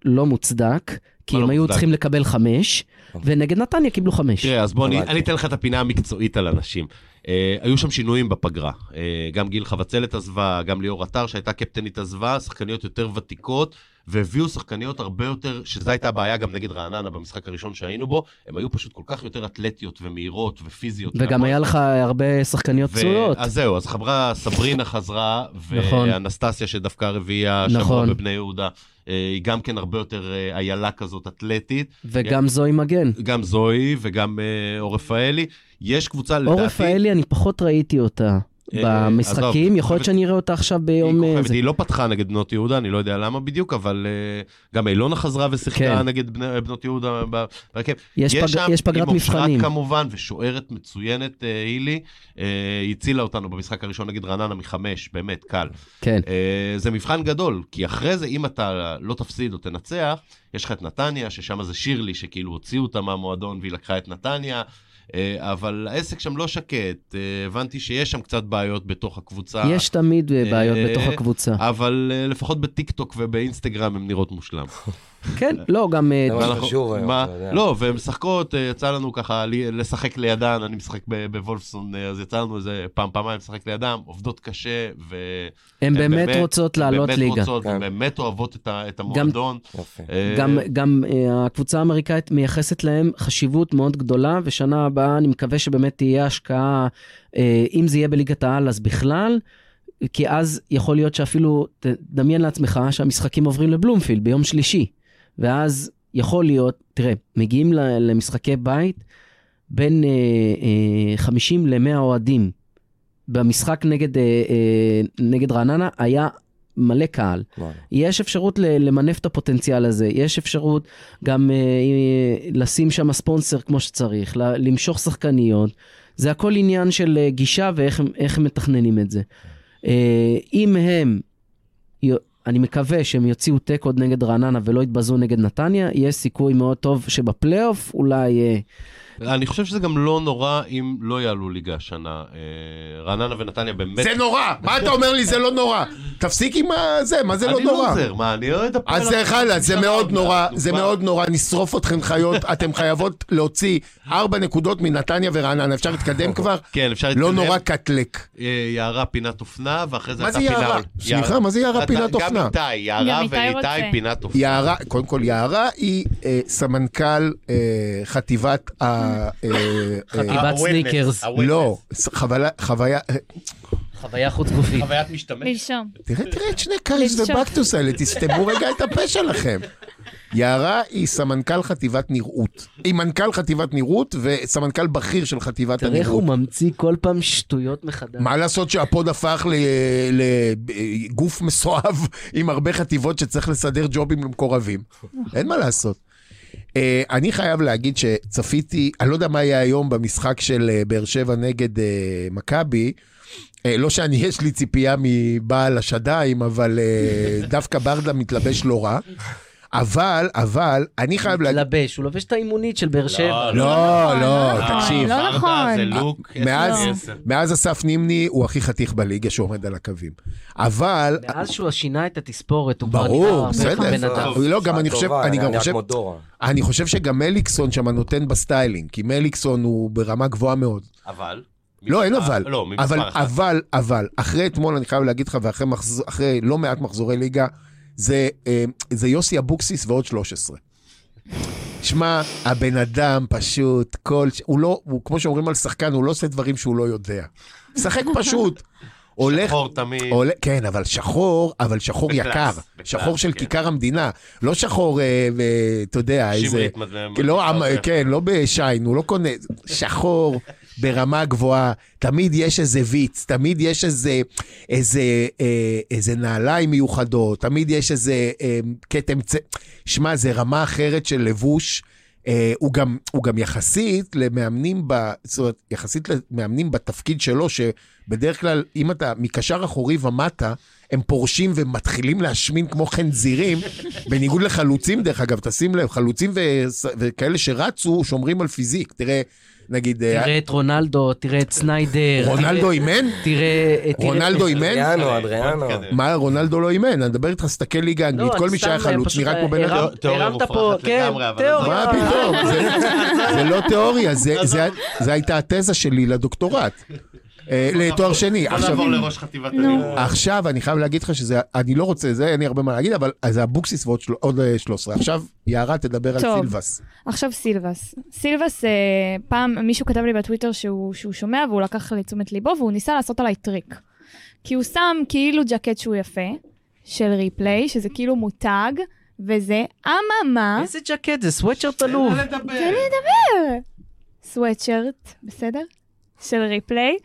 [SPEAKER 5] לא מוצדק, כי
[SPEAKER 1] מה
[SPEAKER 5] הם
[SPEAKER 1] לא
[SPEAKER 5] היו
[SPEAKER 1] מוצדק?
[SPEAKER 5] צריכים לקבל 5, ונגד נתניה קיבלו 5.
[SPEAKER 1] תראה, אז בוא, אני,
[SPEAKER 5] אוקיי.
[SPEAKER 6] הבנתי.
[SPEAKER 1] אני אתן לך את הפינה המקצועית על אנשים. אה, היו שם שינויים בפגרה. אה, גם גיל חבצלת עזבה, גם ליאור עטר שהייתה קפטנית עזבה, שחקניות יותר ותיקות, והביאו שחקניות הרבה יותר, שזו הייתה הבעיה גם נגד רעננה במשחק הראשון שהיינו בו, הן היו פשוט כל כך יותר אתלטיות ומהירות ופיזיות.
[SPEAKER 5] וגם
[SPEAKER 1] והכל.
[SPEAKER 5] היה לך הרבה שחקניות
[SPEAKER 1] נכון. ו-
[SPEAKER 5] פצועות.
[SPEAKER 1] אז זהו, אז חברה, סברינה חזרה,
[SPEAKER 5] נכון.
[SPEAKER 1] ואנסטסיה שדווקא רביעייה, שבוע
[SPEAKER 5] נכון.
[SPEAKER 1] בבני יהודה, אה, היא גם כן הרבה יותר אה, איילה כזאת אתלטית.
[SPEAKER 5] וגם זוהי מגן.
[SPEAKER 1] גם זוהי וגם אה, אור רפאלי. יש קבוצה, לדעתי,
[SPEAKER 5] אור רפאלי, אני פחות ראיתי אותה
[SPEAKER 1] אה, עזוב,
[SPEAKER 5] במשחקים, יכול להיות
[SPEAKER 1] כוכבת-
[SPEAKER 5] שאני אראה אותה עכשיו
[SPEAKER 1] היא
[SPEAKER 5] ביום... אה,
[SPEAKER 1] כוכבת,
[SPEAKER 5] זה.
[SPEAKER 1] היא לא פתחה נגד בנות יהודה, אני לא יודע למה בדיוק, אבל אה, גם אילונה חזרה ושיחקה
[SPEAKER 5] כן.
[SPEAKER 1] נגד בני- אה, בנות יהודה ב- בהרכב.
[SPEAKER 5] יש פג-
[SPEAKER 1] שם,
[SPEAKER 5] יש פגרת
[SPEAKER 1] עם
[SPEAKER 5] מבחנים.
[SPEAKER 1] אושרת כמובן, ושוערת מצוינת, אה, הילי, אה, היא הצילה אותנו במשחק הראשון נגד רעננה מחמש, באמת, קל.
[SPEAKER 5] כן.
[SPEAKER 1] אה, זה מבחן גדול, כי אחרי זה, אם אתה לא תפסיד או תנצח, יש לך את נתניה, ששם זה שירלי, שכאילו הוציאו אותה מהמועדון והיא לקחה את נתניה. אה, אבל העסק שם לא שקט, אה, הבנתי שיש שם קצת בעיות בתוך הקבוצה.
[SPEAKER 5] יש תמיד אה, בעיות
[SPEAKER 1] אה,
[SPEAKER 5] בתוך הקבוצה.
[SPEAKER 1] אבל אה, לפחות בטיקטוק ובאינסטגרם הן נראות מושלם.
[SPEAKER 5] כן, לא, גם... אה,
[SPEAKER 6] זה מה
[SPEAKER 1] ואנחנו-
[SPEAKER 6] שחשוב היום,
[SPEAKER 1] מה-
[SPEAKER 6] אתה יודע.
[SPEAKER 1] לא, והן משחקות, אה, יצא לנו ככה לי- לשחק לידן, אני משחק ב- בוולפסון, אה, אז יצא לנו איזה פעם, פעמיים לשחק לידם, עובדות קשה, והן
[SPEAKER 5] הן באמת רוצות לעלות
[SPEAKER 1] באמת
[SPEAKER 5] ליגה.
[SPEAKER 1] רוצות,
[SPEAKER 6] כן.
[SPEAKER 1] והן באמת אוהבות את ה- את המועדון.
[SPEAKER 6] יפה.
[SPEAKER 1] אה,
[SPEAKER 5] גם, גם אה, הקבוצה האמריקאית מייחסת להם חשיבות מאוד גדולה, ושנה הבאה אני מקווה שבאמת תהיה השקעה, אה, אם זה יהיה בליגת העל אז בכלל, כי אז יכול להיות שאפילו, תדמיין לעצמך שהמשחקים עוברים לבלומפילד ביום שלישי, ואז יכול להיות, תראה, מגיעים ל- למשחקי בית בין אה, אה, 50 ל-100 אוהדים. במשחק נגד, אה, אה, נגד רעננה היה מלא קהל.
[SPEAKER 6] וואלה.
[SPEAKER 5] יש אפשרות ל- למנף את הפוטנציאל הזה, יש אפשרות גם אה, אה, לשים שם ספונסר כמו שצריך, ל- למשוך שחקניות, זה הכל עניין של אה, גישה ואיך הם- איך הם מתכננים את זה. אה, אם הם, יו- אני מקווה שהם יוציאו תיקו נגד רעננה ולא יתבזו נגד נתניה, יש סיכוי מאוד טוב שבפלייאוף אולי... אה,
[SPEAKER 1] אני חושב שזה גם לא נורא אם לא יעלו ליגה השנה. אה, רעננה ונתניה באמת...
[SPEAKER 2] זה נורא! מה אתה אומר לי זה לא נורא? תפסיק עם ה- זה, מה זה לא
[SPEAKER 1] אני לא
[SPEAKER 2] נורא?
[SPEAKER 1] עוזר, מה, אני אוהד הפועל...
[SPEAKER 2] אז זה חלה, זה מאוד נורא,
[SPEAKER 1] אנחנו
[SPEAKER 2] זה
[SPEAKER 1] כבר-
[SPEAKER 2] מאוד נורא, נשרוף אתכם חיות, אתם חייבות להוציא ארבע נקודות מנתניה ורעננה, אפשר להתקדם כבר?
[SPEAKER 1] כן, אפשר
[SPEAKER 2] לא
[SPEAKER 1] להתקדם.
[SPEAKER 2] נורא קטלק.
[SPEAKER 1] אה, יערה פינת אופנה, ואחרי זה
[SPEAKER 2] מה
[SPEAKER 1] הייתה
[SPEAKER 2] זה
[SPEAKER 1] פינה...
[SPEAKER 2] יערה? סליחה, מה זה יערה
[SPEAKER 1] אתה-
[SPEAKER 2] פינת
[SPEAKER 1] גם
[SPEAKER 2] אופנה?
[SPEAKER 1] איתי, יערה
[SPEAKER 4] גם איתי
[SPEAKER 1] ואיתי
[SPEAKER 4] רוצה.
[SPEAKER 1] פינת אופנה.
[SPEAKER 2] יערה, קודם כל יערה היא אה, סמנכ"ל אה, חטיבת ה... אה, אה,
[SPEAKER 5] חטיבת סניקרס,
[SPEAKER 1] ה-wellness.
[SPEAKER 2] לא, ס- חבלה- חוויה, אה,
[SPEAKER 5] חוויה חוץ גופית.
[SPEAKER 1] חוויית משתמש.
[SPEAKER 4] לנשום.
[SPEAKER 2] תראה, תראה את שני קאריס
[SPEAKER 4] לנשום.
[SPEAKER 2] ובקטוס האלה, תסתמו רגע את הפה שלכם. יערה היא סמנכ"ל חטיבת נראות. היא מנכ"ל חטיבת נראות וסמנכ"ל בכיר של חטיבת
[SPEAKER 5] תראה איך הוא
[SPEAKER 2] הנראות.
[SPEAKER 5] ממציא כל פעם שטויות מחדש.
[SPEAKER 2] מה לעשות שהפוד הפך לגוף מסואב עם הרבה חטיבות שצריך לסדר ג'ובים למקורבים? אין מה לעשות. אה, אני חייב להגיד שצפיתי, אני לא יודע מה יהיה היום במשחק של אה, באר שבע נגד אה, מכבי. אה, לא שאני, יש לי ציפייה מבעל השדיים, אבל אה, דווקא ברדה מתלבש לא רע. אבל, אבל, אני חייב להגיד...
[SPEAKER 5] לבש, הוא לובש את האימונית של באר
[SPEAKER 2] לא,
[SPEAKER 5] שבע.
[SPEAKER 2] לא,
[SPEAKER 4] נכון,
[SPEAKER 2] תקשיב.
[SPEAKER 4] לא
[SPEAKER 1] ורדה
[SPEAKER 4] נכון.
[SPEAKER 1] זה לוק. עשר
[SPEAKER 2] מאז-
[SPEAKER 1] מעשר.
[SPEAKER 2] מאז אסף נימני הוא הכי חתיך בליגה שעומד על הקווים. אבל...
[SPEAKER 5] מאז שהוא שינה את התספורת, הוא כבר
[SPEAKER 2] ברור,
[SPEAKER 5] נראה
[SPEAKER 2] בסדר.
[SPEAKER 5] הרבה בן אדם.
[SPEAKER 6] טוב,
[SPEAKER 2] לא, גם אני
[SPEAKER 6] טובה,
[SPEAKER 2] חושב, אני גם
[SPEAKER 6] נראה
[SPEAKER 2] חושב,
[SPEAKER 6] כמו דורה.
[SPEAKER 2] אני חושב שגם מליקסון שם נותן בסטיילינג, כי מליקסון הוא ברמה גבוהה מאוד.
[SPEAKER 1] אבל?
[SPEAKER 2] לא, אין
[SPEAKER 1] מספר-
[SPEAKER 2] אבל.
[SPEAKER 1] לא,
[SPEAKER 2] אבל,
[SPEAKER 1] ממספר אחד.
[SPEAKER 2] אבל, אבל, אחרי אתמול אני חייב להגיד לך, ואחרי מחזור- אחרי לא מעט מחזורי ליגה, זה, אה, זה יוסי אבוקסיס ועוד 13. שמע, הבן אדם פשוט, כל... ש- הוא לא, הוא, כמו שאומרים על שחקן, הוא לא עושה דברים שהוא לא יודע. משחק פשוט. הולך,
[SPEAKER 1] שחור תמיד.
[SPEAKER 2] עולה, כן, אבל שחור, אבל שחור
[SPEAKER 1] בקלאס,
[SPEAKER 2] יקר.
[SPEAKER 1] בקלאס,
[SPEAKER 2] שחור של
[SPEAKER 1] כן.
[SPEAKER 2] כיכר המדינה. לא שחור, אה, אה, אתה יודע, איזה...
[SPEAKER 1] שמרית מדלם.
[SPEAKER 2] לא, עם-
[SPEAKER 1] אוקיי.
[SPEAKER 2] כן, לא בשיין, הוא לא קונה, שחור, ברמה גבוהה, תמיד יש איזה ויץ, תמיד יש איזה, איזה, אה, איזה נעליים מיוחדות, תמיד יש איזה אה, כתם צ... שמע, זה רמה אחרת של לבוש. אה, הוא, גם, הוא גם יחסית למאמנים, ב, זאת אומרת, יחסית למאמנים בתפקיד שלו, שבדרך כלל, אם אתה מקשר אחורי ומטה, הם פורשים ומתחילים להשמין כמו חנזירים, בניגוד לחלוצים, דרך אגב, תשים לב, חלוצים ו, וכאלה שרצו, שומרים על פיזיק. תראה, נגיד... אה,
[SPEAKER 5] תראה את רונלדו, תראה את סניידר.
[SPEAKER 2] רונלדו
[SPEAKER 5] תראה-
[SPEAKER 2] אימן?
[SPEAKER 5] תראה... תראה-
[SPEAKER 2] רונלדו אימן?
[SPEAKER 6] אדריאנו, אדריאנו.
[SPEAKER 1] כן.
[SPEAKER 2] מה, רונלדו לא אימן? אני מדבר איתך, תסתכל ליגה
[SPEAKER 5] לא,
[SPEAKER 2] אנגלית, כל
[SPEAKER 5] אני
[SPEAKER 2] מי שהיה
[SPEAKER 5] סתם, אה,
[SPEAKER 2] חלוץ
[SPEAKER 5] פשוט
[SPEAKER 2] נראה כמו בן אדם.
[SPEAKER 5] הרמת-
[SPEAKER 1] תיאוריה
[SPEAKER 5] הרמת פה,
[SPEAKER 1] מופרכת
[SPEAKER 5] כן,
[SPEAKER 1] לגמרי, אבל
[SPEAKER 5] תיאוריה.
[SPEAKER 2] מה
[SPEAKER 5] אה,
[SPEAKER 2] לא פתאום? זה- זה לא תיאוריה, זה- זה- זה הייתה התזה שלי לדוקטורט. אה, לתואר שני.
[SPEAKER 1] בוא
[SPEAKER 2] עכשיו- אה,
[SPEAKER 1] נעבור לראש חטיבת
[SPEAKER 4] נו.
[SPEAKER 1] הלימוד.
[SPEAKER 2] עכשיו אני חייב להגיד לך שזה, אני לא רוצה זה, אין לי הרבה מה להגיד, אבל זה אבוקסיס ועוד של- עוד, אה, 13. עכשיו, יערה תדבר על
[SPEAKER 4] טוב.
[SPEAKER 2] סילבס.
[SPEAKER 4] עכשיו סילבס. סילבס, אה, פעם מישהו כתב לי בטוויטר שהוא, שהוא שומע והוא לקח לתשומת ליבו והוא ניסה לעשות עליי טריק. כי הוא שם כאילו ג'קט שהוא יפה, של ריפליי, שזה כאילו מותג, וזה אממה,
[SPEAKER 5] איזה ג'קט, זה
[SPEAKER 1] אה?
[SPEAKER 5] סוואטשרט עלוב.
[SPEAKER 4] כן, סוואטשרט, בסדר? של ריפליי.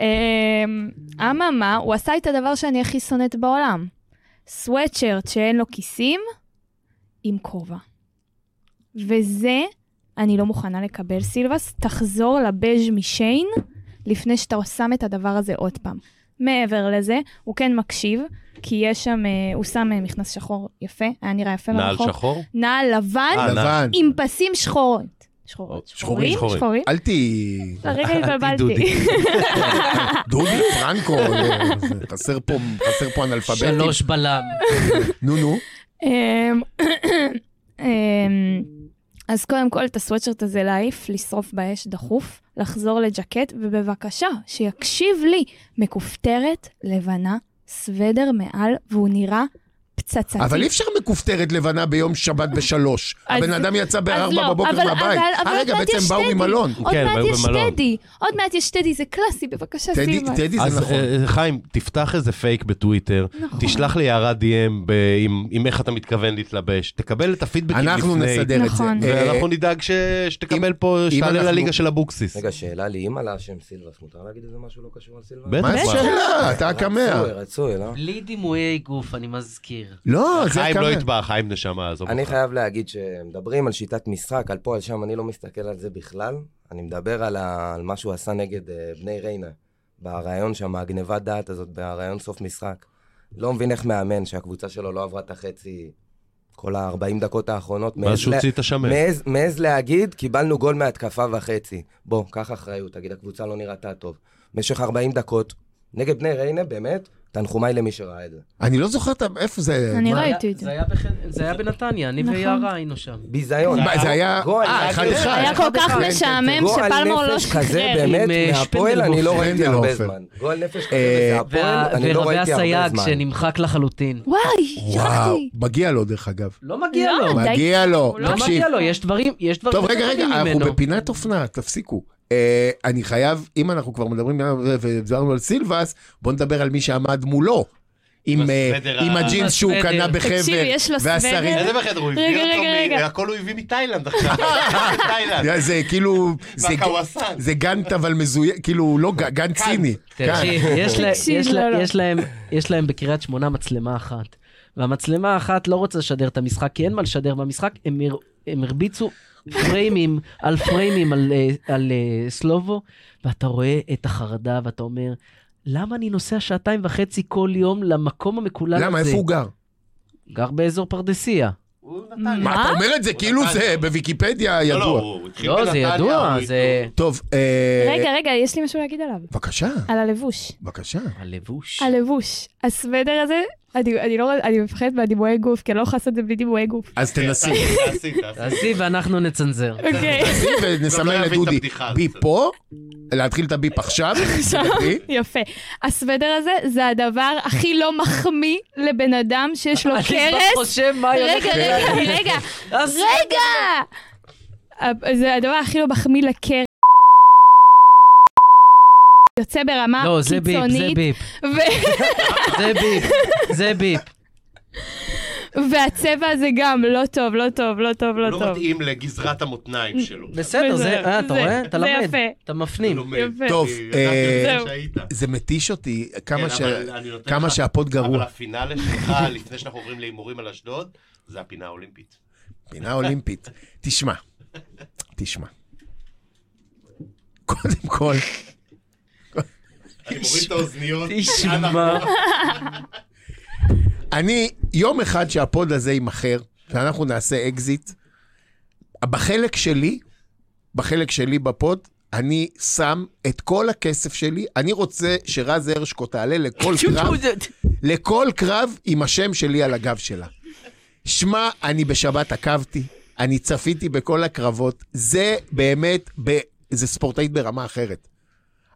[SPEAKER 4] אמ, אממה, הוא עשה את הדבר שאני הכי שונאת בעולם. סוואטשרט שאין לו כיסים, עם כובע. וזה, אני לא מוכנה לקבל, סילבס. תחזור לבז' משיין לפני שאתה שם את הדבר הזה עוד פעם. מעבר לזה, הוא כן מקשיב, כי יש שם, אה, הוא שם אה, מכנס שחור יפה, היה נראה יפה
[SPEAKER 1] נעל
[SPEAKER 5] נכון.
[SPEAKER 4] מרחוק.
[SPEAKER 1] שחור?
[SPEAKER 4] נעל לבן.
[SPEAKER 1] אה,
[SPEAKER 2] לבן,
[SPEAKER 4] עם פסים שחורות. שחורות.
[SPEAKER 1] שחורים, שחורים.
[SPEAKER 4] שחורים?
[SPEAKER 2] אל תהיי...
[SPEAKER 4] לרגע
[SPEAKER 1] דודי.
[SPEAKER 4] התבלבלתי.
[SPEAKER 2] דודי פרנקו, אה, זה- חסר פה- חסר פה אנאלפביטים.
[SPEAKER 5] שלוש בלם.
[SPEAKER 2] נו, נו.
[SPEAKER 4] אמ, אמ, אז קודם כל, את הסוואטשרט הזה להעיף, לשרוף באש דחוף, לחזור לג'קט, ובבקשה, שיקשיב לי. מכופתרת, לבנה, סוודר מעל, והוא נראה פצצתי.
[SPEAKER 2] אבל אי אפשר מכופתרת לבנה ביום שבת בשלוש.
[SPEAKER 4] אז-
[SPEAKER 2] הבן אדם יצא
[SPEAKER 4] אז לא,
[SPEAKER 2] בארבע בבוקר
[SPEAKER 4] אבל-
[SPEAKER 2] מהבית.
[SPEAKER 4] אבל- אבל
[SPEAKER 2] אה, רגע,
[SPEAKER 4] עוד מעט
[SPEAKER 2] בעצם
[SPEAKER 4] יש
[SPEAKER 2] באו
[SPEAKER 4] טדי.
[SPEAKER 2] ממלון.
[SPEAKER 4] עוד
[SPEAKER 1] כן,
[SPEAKER 4] מעט
[SPEAKER 1] באו
[SPEAKER 4] יש
[SPEAKER 1] במלון.
[SPEAKER 4] טדי, עוד מעט יש טדי, זה קלאסי, בבקשה,
[SPEAKER 2] טדי,
[SPEAKER 4] סילבן.
[SPEAKER 2] טדי זה
[SPEAKER 1] אז
[SPEAKER 2] נכון.
[SPEAKER 1] אה, חיים, תפתח איזה פייק בטוויטר,
[SPEAKER 4] נכון.
[SPEAKER 1] תשלח ליערה DM ב- עם- עם איך אתה מתכוון להתלבש, תקבל את הפידבקים לפני.
[SPEAKER 2] אנחנו נסדר את זה.
[SPEAKER 4] נכון.
[SPEAKER 2] אה,
[SPEAKER 1] ואנחנו נדאג ש- שתקבל
[SPEAKER 2] אם-
[SPEAKER 1] פה,
[SPEAKER 2] אם
[SPEAKER 1] שתעלה
[SPEAKER 2] אנחנו-
[SPEAKER 1] לליגה של אבוקסיס.
[SPEAKER 6] רגע, שאלה לי, אם עלה השם סילבס, מותר להגיד איזה משהו לא קשור על סילבס?
[SPEAKER 1] בטח.
[SPEAKER 2] מה השאלה? אתה הקמע.
[SPEAKER 6] רצוי, רצוי, לא?
[SPEAKER 5] בלי דימויי גוף, אני מזכיר.
[SPEAKER 2] לא, זה
[SPEAKER 1] חיים לא
[SPEAKER 2] הקמע.
[SPEAKER 1] יתבע, חיים נשמה, עזוב
[SPEAKER 6] אני
[SPEAKER 1] אותך.
[SPEAKER 6] חייב להגיד שמדברים על שיטת משחק, על פה, על שם, אני לא מסתכל על זה בכלל. אני מדבר על, ה... על מה שהוא עשה נגד אה, בני ריינה, ברעיון שם, הגנבת דעת הזאת, ברעיון סוף משחק. לא מבין איך מאמן שהקבוצה שלו לא עברה את החצי, כל ה-40 דקות האחרונות.
[SPEAKER 1] ואז
[SPEAKER 6] מעז לה-
[SPEAKER 1] שהוציא את השמן.
[SPEAKER 6] מעז- מעז להגיד, קיבלנו גול מהתקפה וחצי. בוא, קח אחריות, תגיד, הקבוצה לא נראתה טוב. במשך 40 דקות, נגד בני ריינה, באמת, תנחומיי למי שראה את זה.
[SPEAKER 2] אני לא זוכר את ה- איפה זה.
[SPEAKER 4] אני
[SPEAKER 2] מה-
[SPEAKER 4] ראיתי את זה.
[SPEAKER 5] זה היה בחן- זה היה בנתניה, אני
[SPEAKER 4] נכון.
[SPEAKER 5] ויערה היינו שם.
[SPEAKER 6] ביזיון.
[SPEAKER 2] מה, זה היה...
[SPEAKER 6] גועל
[SPEAKER 2] אה,
[SPEAKER 6] נפש.
[SPEAKER 2] אחד אחד.
[SPEAKER 4] היה כל כך
[SPEAKER 1] כן,
[SPEAKER 4] משעמם שפלמור לא
[SPEAKER 6] גועל נפש כזה,
[SPEAKER 4] שחרר.
[SPEAKER 6] באמת,
[SPEAKER 5] עם, אה,
[SPEAKER 6] מהפועל
[SPEAKER 5] שפנדלבופר.
[SPEAKER 6] אני לא ראיתי הרבה
[SPEAKER 2] שפנדלבופר.
[SPEAKER 6] זמן. גועל נפש
[SPEAKER 2] אה,
[SPEAKER 6] כזה, מהפועל אני לא
[SPEAKER 5] ורבי
[SPEAKER 6] ראיתי הרבה
[SPEAKER 5] הסייג
[SPEAKER 6] זמן.
[SPEAKER 5] שנמחק לחלוטין.
[SPEAKER 4] וואי,
[SPEAKER 2] וואו,
[SPEAKER 4] שכחתי.
[SPEAKER 2] מגיע לו דרך אגב.
[SPEAKER 5] לא מגיע
[SPEAKER 4] לא,
[SPEAKER 5] לו.
[SPEAKER 4] די.
[SPEAKER 2] מגיע לו,
[SPEAKER 4] הוא לא
[SPEAKER 5] לא
[SPEAKER 2] תקשיב.
[SPEAKER 5] מגיע לו, יש דברים, יש דברים
[SPEAKER 2] טוב, רגע, רגע,
[SPEAKER 5] טובים
[SPEAKER 2] אנחנו
[SPEAKER 5] ממנו.
[SPEAKER 2] בפינת אופנה, תפסיקו. אה, אני חייב, אם אנחנו כבר מדברים אה, ו- ודיברנו על סילבס, בוא נדבר על מי שעמד מולו. עם אה,
[SPEAKER 1] בסוודר
[SPEAKER 2] עם
[SPEAKER 1] ה-
[SPEAKER 2] הג'ינס שהוא
[SPEAKER 5] בסוודר.
[SPEAKER 2] קנה
[SPEAKER 4] תקשיב,
[SPEAKER 2] בחבר,
[SPEAKER 4] יש לו
[SPEAKER 2] והשרים.
[SPEAKER 4] סוודר?
[SPEAKER 1] איזה בחדר הוא הביא
[SPEAKER 4] רגע,
[SPEAKER 1] אותו,
[SPEAKER 4] רגע,
[SPEAKER 1] מ-
[SPEAKER 4] רגע.
[SPEAKER 1] הכל הוא הביא מתאילנד עכשיו, מתאילנד,
[SPEAKER 2] זה- זה כאילו, זה-
[SPEAKER 1] והקוואסן.
[SPEAKER 2] זה גאנט אבל מזויין, כאילו לא גאנט, כן. גאנט ציני.
[SPEAKER 5] כן. תקשיב, יש לה-
[SPEAKER 4] תקשיב,
[SPEAKER 5] יש לה-
[SPEAKER 4] לא, לא.
[SPEAKER 5] יש להם- יש להם בקריית שמונה מצלמה אחת. והמצלמה האחת לא רוצה לשדר את המשחק, כי אין מה לשדר במשחק, הם הר- הם הרביצו פריימים על פריימים על, אה, על אה, סלובו, ואתה רואה את החרדה ואתה אומר, למה אני נוסע שעתיים וחצי כל יום למקום המקולל הזה?
[SPEAKER 2] למה, איפה הוא גר?
[SPEAKER 5] גר באזור פרדסיה.
[SPEAKER 1] הוא נתן.
[SPEAKER 2] מה, אתה אומר את זה כאילו זה בוויקיפדיה
[SPEAKER 1] לא, לא,
[SPEAKER 2] ידוע.
[SPEAKER 1] הוא התחיל
[SPEAKER 5] לא, זה
[SPEAKER 1] בנתניה,
[SPEAKER 5] ידוע,
[SPEAKER 1] הוא-
[SPEAKER 5] זה
[SPEAKER 2] טוב, אה,
[SPEAKER 4] רגע, רגע, יש לי משהו להגיד עליו.
[SPEAKER 2] בבקה,
[SPEAKER 4] על הלבוש.
[SPEAKER 2] בבקה.
[SPEAKER 5] הלבוש.
[SPEAKER 4] הלבוש. הסוודר הזה, אני, אני, לא, אני מפחדת מהדימויי גוף, כי אני לא יכולה לעשות את זה בלי דימויי גוף.
[SPEAKER 2] אז תנסי.
[SPEAKER 1] תעשי, תעשי.
[SPEAKER 5] תעשי ואנחנו נצנזר.
[SPEAKER 4] אוקיי.
[SPEAKER 2] תנסי
[SPEAKER 1] לא
[SPEAKER 2] ונסמן
[SPEAKER 1] להבין את
[SPEAKER 2] לדודי.
[SPEAKER 1] הבדיחה,
[SPEAKER 2] ביפ
[SPEAKER 1] בסדר.
[SPEAKER 2] פה, להתחיל את הביפ עכשיו.
[SPEAKER 5] אוקיי.
[SPEAKER 2] לדעתי.
[SPEAKER 4] יפה. הסוודר הזה זה הדבר הכי לא מחמיא לבן אדם שיש לו
[SPEAKER 5] אני כבר
[SPEAKER 4] לא, קרס.
[SPEAKER 5] חושב מה היא
[SPEAKER 4] רגע,
[SPEAKER 5] הולכת...
[SPEAKER 4] רגע, רגע,
[SPEAKER 5] אז-
[SPEAKER 4] רגע! זה הדבר הכי לא מחמיא לקרס. יוצא ברמה
[SPEAKER 5] לא, זה ביפ, זה
[SPEAKER 4] קיצונית,
[SPEAKER 5] ביפ,
[SPEAKER 4] ו-
[SPEAKER 5] זה ביפ, זה ביפ.
[SPEAKER 4] והצבע הזה גם לא טוב, לא טוב, לא טוב, לא
[SPEAKER 1] לא
[SPEAKER 4] טוב.
[SPEAKER 1] מתאים לגזרת המותניים שלו.
[SPEAKER 5] בסדר,
[SPEAKER 4] וזה-
[SPEAKER 5] זה, אה, אתה
[SPEAKER 4] זה-
[SPEAKER 5] רואה? אתה
[SPEAKER 4] זה
[SPEAKER 5] לומד,
[SPEAKER 4] יפה.
[SPEAKER 5] אתה מפנים.
[SPEAKER 1] לומד.
[SPEAKER 4] יפה.
[SPEAKER 2] טוב,
[SPEAKER 1] אני ידעתי
[SPEAKER 2] אה,
[SPEAKER 1] את זה
[SPEAKER 4] זהו.
[SPEAKER 1] שהיית.
[SPEAKER 2] זה מתיש אותי
[SPEAKER 1] כן,
[SPEAKER 2] כמה ש-
[SPEAKER 1] אבל אני נותן
[SPEAKER 2] כמה
[SPEAKER 1] לך- אבל
[SPEAKER 2] שהפוד גרוע.
[SPEAKER 1] הפינאלה שלך, לפני שאנחנו עוברים להימורים על אשדוד, זה הפינה האולימפית.
[SPEAKER 2] פינה אולימפית. תשמע, תשמע. קודם כל,
[SPEAKER 1] אני מוריד את האוזניות.
[SPEAKER 5] תשמע,
[SPEAKER 2] אני, יום אחד שהפוד הזה יימכר, ואנחנו נעשה אקזיט, בחלק שלי, בחלק שלי בפוד, אני שם את כל הכסף שלי, אני רוצה שרז הרשקו תעלה לכל קרב, לכל קרב עם השם שלי על הגב שלה. שמע, אני בשבת עקבתי, אני צפיתי בכל הקרבות, זה באמת, ב... זה ספורטאית ברמה אחרת.